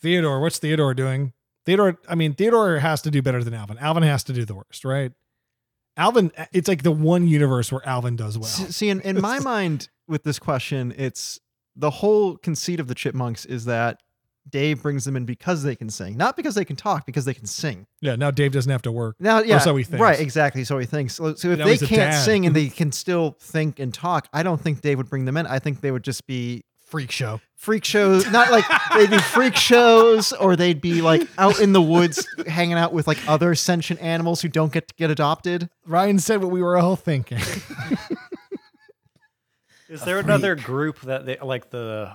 Theodore, what's Theodore doing? Theodore, I mean, Theodore has to do better than Alvin. Alvin has to do the worst, right? Alvin, it's like the one universe where Alvin does well. S- See, in, in my mind, with this question, it's the whole conceit of the chipmunks is that Dave brings them in because they can sing, not because they can talk, because they can sing. Yeah, now Dave doesn't have to work. Now, yeah, so he thinks. Right, exactly. So he thinks. So, so if Now they he's a can't dad. sing and they can still think and talk, I don't think Dave would bring them in. I think they would just be freak show. freak shows. Not like they'd be freak shows, or they'd be like out in the woods hanging out with like other sentient animals who don't get to get adopted. Ryan said what we were all thinking. Is there another group that they like the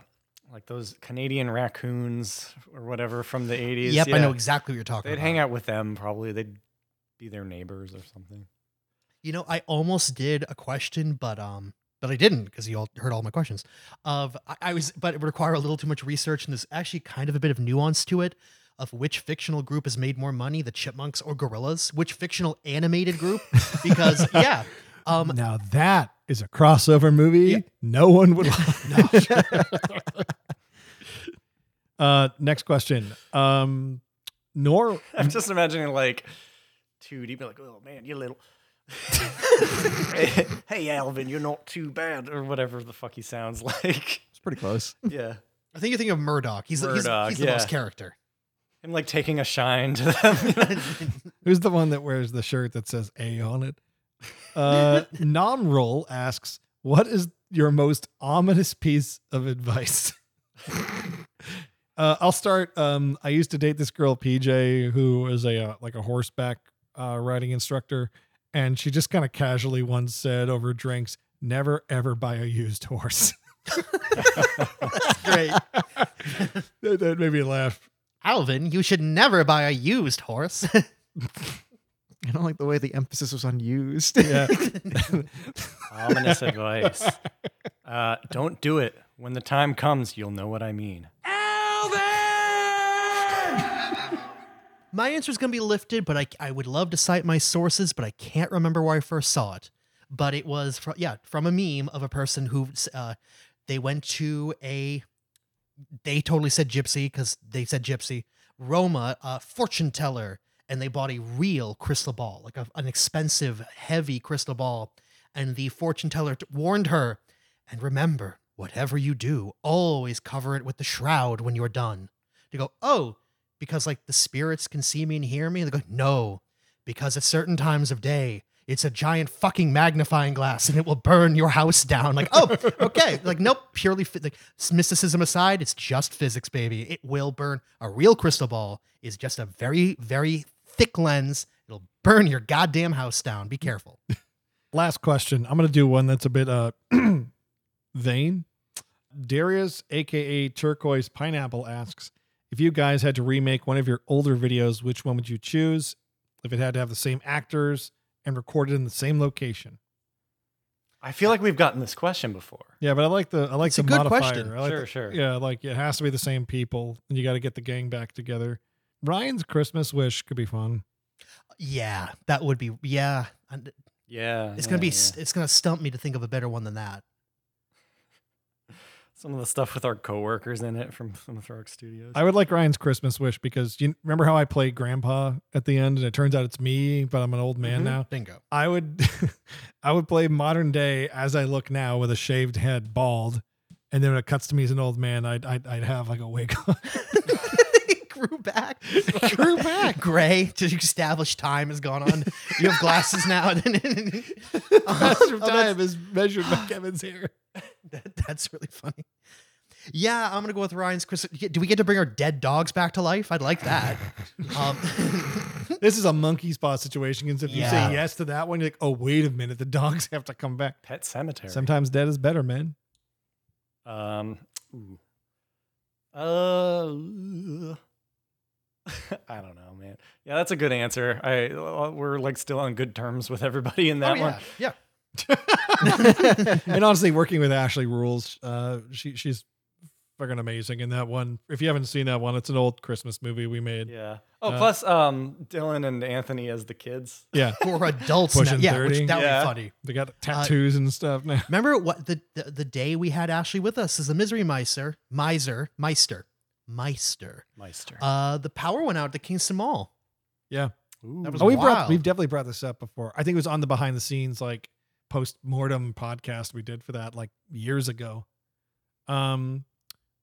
like those Canadian raccoons or whatever from the eighties? Yep, I know exactly what you're talking They'd about. hang out with them probably. They'd be their neighbors or something. You know, I almost did a question, but um, but I didn't because you all heard all my questions. Of I, I was, but it would require a little too much research, and there's actually kind of a bit of nuance to it. Of which fictional group has made more money, the Chipmunks or Gorillas? Which fictional animated group? Because yeah, um, now that is a crossover movie. No one would. like. uh, next question. Um, Nor Mm-hmm. I'm just imagining like two deep, like, oh man, you little. hey, Alvin, you're not too bad, or whatever the fuck he sounds like. It's pretty close. Yeah, I think you think of Murdoch. He's the, he's, Murdoch, he's the most yeah. character. him like taking a shine to them. Who's the one that wears the shirt that says A on it? Uh, Nomroll asks, What is your most ominous piece of advice? uh, I'll start. Um, I used to date this girl, PJ, who was a uh, like a horseback uh, riding instructor. And she just kind of casually once said over drinks, Never ever buy a used horse. Great, that, that made me laugh. Alvin, you should never buy a used horse. I don't like the way the emphasis was on used. Yeah. Ominous advice. Uh, don't do it. When the time comes, you'll know what I mean. My answer is going to be lifted, but I, I would love to cite my sources, but I can't remember where I first saw it. But it was from, yeah, from a meme of a person who uh, they went to a, they totally said gypsy because they said gypsy, Roma, a fortune teller, and they bought a real crystal ball, like a, an expensive, heavy crystal ball. And the fortune teller t- warned her, and remember, whatever you do, always cover it with the shroud when you're done. To go, oh, because like the spirits can see me and hear me? They go, no, because at certain times of day, it's a giant fucking magnifying glass and it will burn your house down. Like, oh, okay. Like, nope, purely phy- like s- mysticism aside, it's just physics, baby. It will burn. A real crystal ball is just a very, very thick lens. It'll burn your goddamn house down. Be careful. Last question. I'm gonna do one that's a bit uh vain. Darius, aka Turquoise Pineapple, asks if you guys had to remake one of your older videos, which one would you choose? If it had to have the same actors and recorded in the same location. I feel like we've gotten this question before. Yeah, but I like the I like It's the a good modifier. question. I like Sure, the- sure. Yeah, like it has to be the same people, and you got to get the gang back together. Ryan's Christmas wish could be fun. Yeah, that would be, yeah. And Yeah. It's going to yeah, be, s yeah. it's going to stump me to think of a better one than that. Some of the stuff with our coworkers in it from Plymouth Rock Studios. I would like Ryan's Christmas wish because you remember how I played grandpa at the end and it turns out it's me, but I'm an old man Mhm. now. Bingo. I would I would play modern day as I look now with a shaved head, bald, and then when it cuts to me as an old man, I'd I'd, I'd have like a wig on. It grew back. grew back. Gray to establish time has gone on. You have glasses now. Pastor Oh, Pastor time is measured by Kevin's hair. That, that's really funny. Yeah, I'm gonna go with Ryan's. Chris, do we get to bring our dead dogs back to life? I'd like that. Um, This is a monkey spot situation because if you Yeah. say yes to that one, you're like, oh wait a minute, the dogs have to come back. Pet Cemetery. Sometimes dead is better, man. Um. Ooh. Uh. I don't know, man. Yeah, that's a good answer. I uh, we're like still on good terms with everybody in that oh, yeah, one. yeah. and honestly, working with Ashley rules. Uh, she she's fucking amazing in that one. If you haven't seen that one, it's an old Christmas movie we made. Yeah. Oh, Uh, plus um, Dylan and Anthony as the kids. Yeah, For adults, now. Pushing yeah, which- 30. that Yeah. would be funny. they Uh, got tattoos and stuff now. Remember what the, the the day we had Ashley with us is a misery miser, miser, meister, meister. Meister. Uh, the power went out at the Kingston Mall. Yeah. that was Oh, we brought wild. we've definitely brought this up before. I think it was on the behind the scenes like post mortem podcast we did for that like years ago. Um,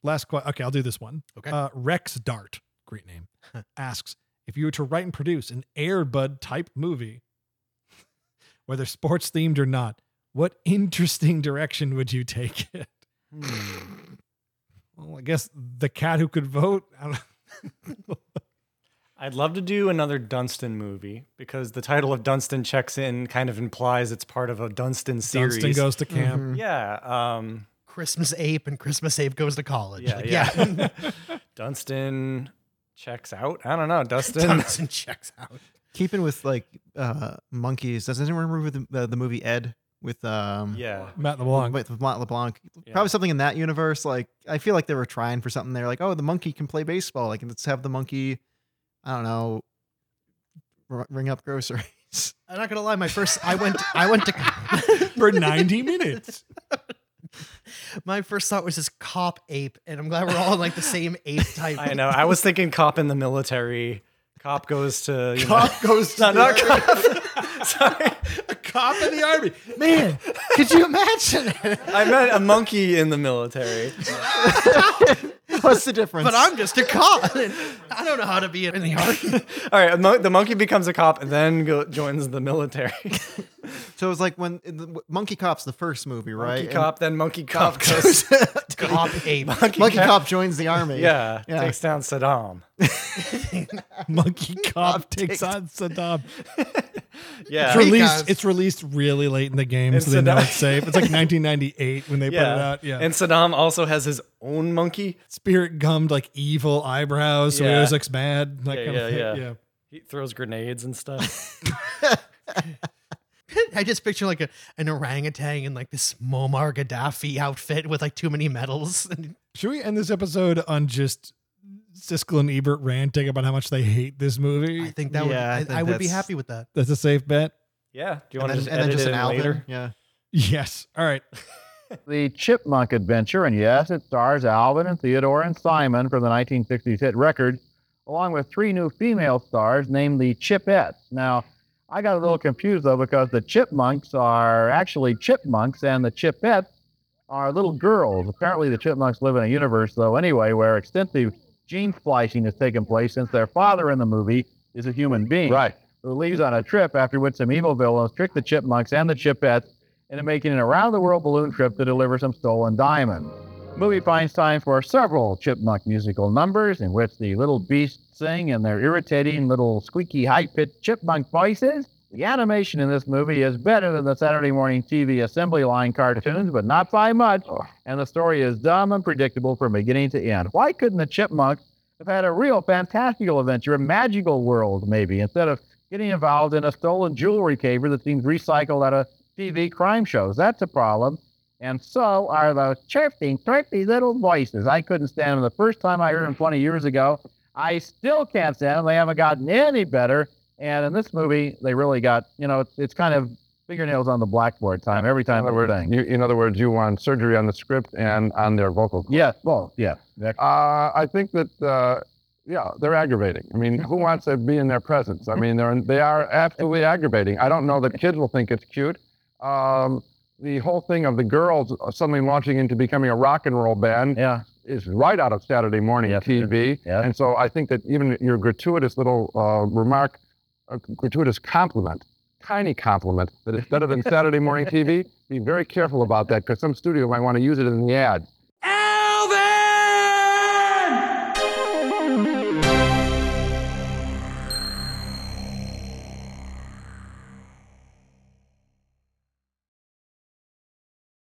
last question. Okay, I'll do this one. Okay. Uh, Rex Dart, great name, asks if you were to write and produce an Airbud type movie, whether sports themed or not, what interesting direction would you take it? Hmm. Well, I guess the cat who could vote. I don't know. I'd love to do another Dunstan movie because the title of Dunstan checks in kind of implies it's part of a Dunstan series. Dunstan goes to camp. Mhm. yeah. Um, Christmas ape and Christmas ape goes to college. yeah. Like, Yeah. Dunstan checks out. I don't know. Dunstan. Thompson checks out. Keeping with like uh monkeys. Does anyone remember the the, the movie Ed with um yeah. Mm-hmm. Matt LeBlanc. with Matt LeBlanc? Yeah. Probably something in that universe. Like I feel like they were trying for something. They're like, oh, the monkey can play baseball. Like let's have the monkey. I don't know. r- Ring up groceries. I'm not gonna lie. My first, I went, I went to. for 90 minutes. my first thought was this cop ape, and I'm glad we're all like the same ape type. I know. I was thinking cop in the military. Cop goes to you know, goes no, not cop. Sorry, Cop in the army. Man, could you imagine? I meant a monkey in the military. What's the difference? But I'm just a cop. I don't know how to be in the army. All right, a mon- the monkey becomes a cop and then go- joins the military. so it was like when the, Monkey Cop's the first movie, right? Monkey And cop, then monkey cop, goes. Cop ape. Monkey Cop joins the army. Yeah, Yeah. takes down Saddam. Monkey Cop takes on Saddam. It's Yeah, Three released. guys. It's released really late in the game, And so they know Saddam- it's safe. It's like 1998 when they put it out. Yeah, And Saddam also has his own monkey. spirit gummed like evil eyebrows, so he Yeah. always looks mad. That Yeah, kind of thing. yeah, Yeah. yeah. He throws grenades and stuff. I just picture like a, an orangutan in like this Muammar Gaddafi outfit with like too many medals. And Should we end this episode on just Siskel and Ebert ranting about how much they hate this I movie? think that Yeah, I would, think I, I would be that's- happy with that. That's a safe bet. yeah, do you want to And then, just and then edit just it an in Alvin. later? Yeah. Yes. All right. The Chipmunk Adventure, and yes, it stars Alvin and Theodore and Simon from the 1960s hit record, along with three new female stars named the Chipettes. Now, I got a little confused though because the Chipmunks are actually chipmunks and the Chipettes are little girls. Apparently, the Chipmunks live in a universe, though, anyway, where extensive gene splicing has taken place since their father in the movie is a human being. Right. Who leaves on a trip after which some evil villains trick the Chipmunks and the Chipettes into making an around the world balloon trip to deliver some stolen diamonds. Movie finds time for several chipmunk musical numbers in which the little beasts sing in their irritating little squeaky high pitched chipmunk voices. The animation in this movie is better than the Saturday morning TV assembly line cartoons, but not by much, and the story is dumb and predictable from beginning to end. Why couldn't the chipmunks have had a real fantastical adventure, a magical world maybe, instead of getting involved in a stolen jewelry caver that seems recycled out of TV crime shows. That's a problem. And so are the chirping, chirpy little voices. I couldn't stand them the first time I heard them 20 years ago. I still can't stand them. They haven't gotten any better. And in this movie, they really got, you know, it's, it's kind of fingernails on the blackboard time every time. In other, we're words, thing. you, in other words, you want surgery on the script and on their vocal. Yes, both. Yes. Uh, I think that uh, yeah, they're aggravating. I mean, who wants to be in their presence? I mean, they're they are absolutely aggravating. I don't know that kids will think it's cute. Um, the whole thing of the girls suddenly launching into becoming a rock and roll band yeah. is right out of Saturday morning TV. And so I think that even your gratuitous little uh, remark, a gratuitous compliment, tiny compliment, that it's better than Saturday morning TV, be very careful about that because some studio might want to use it in the ad.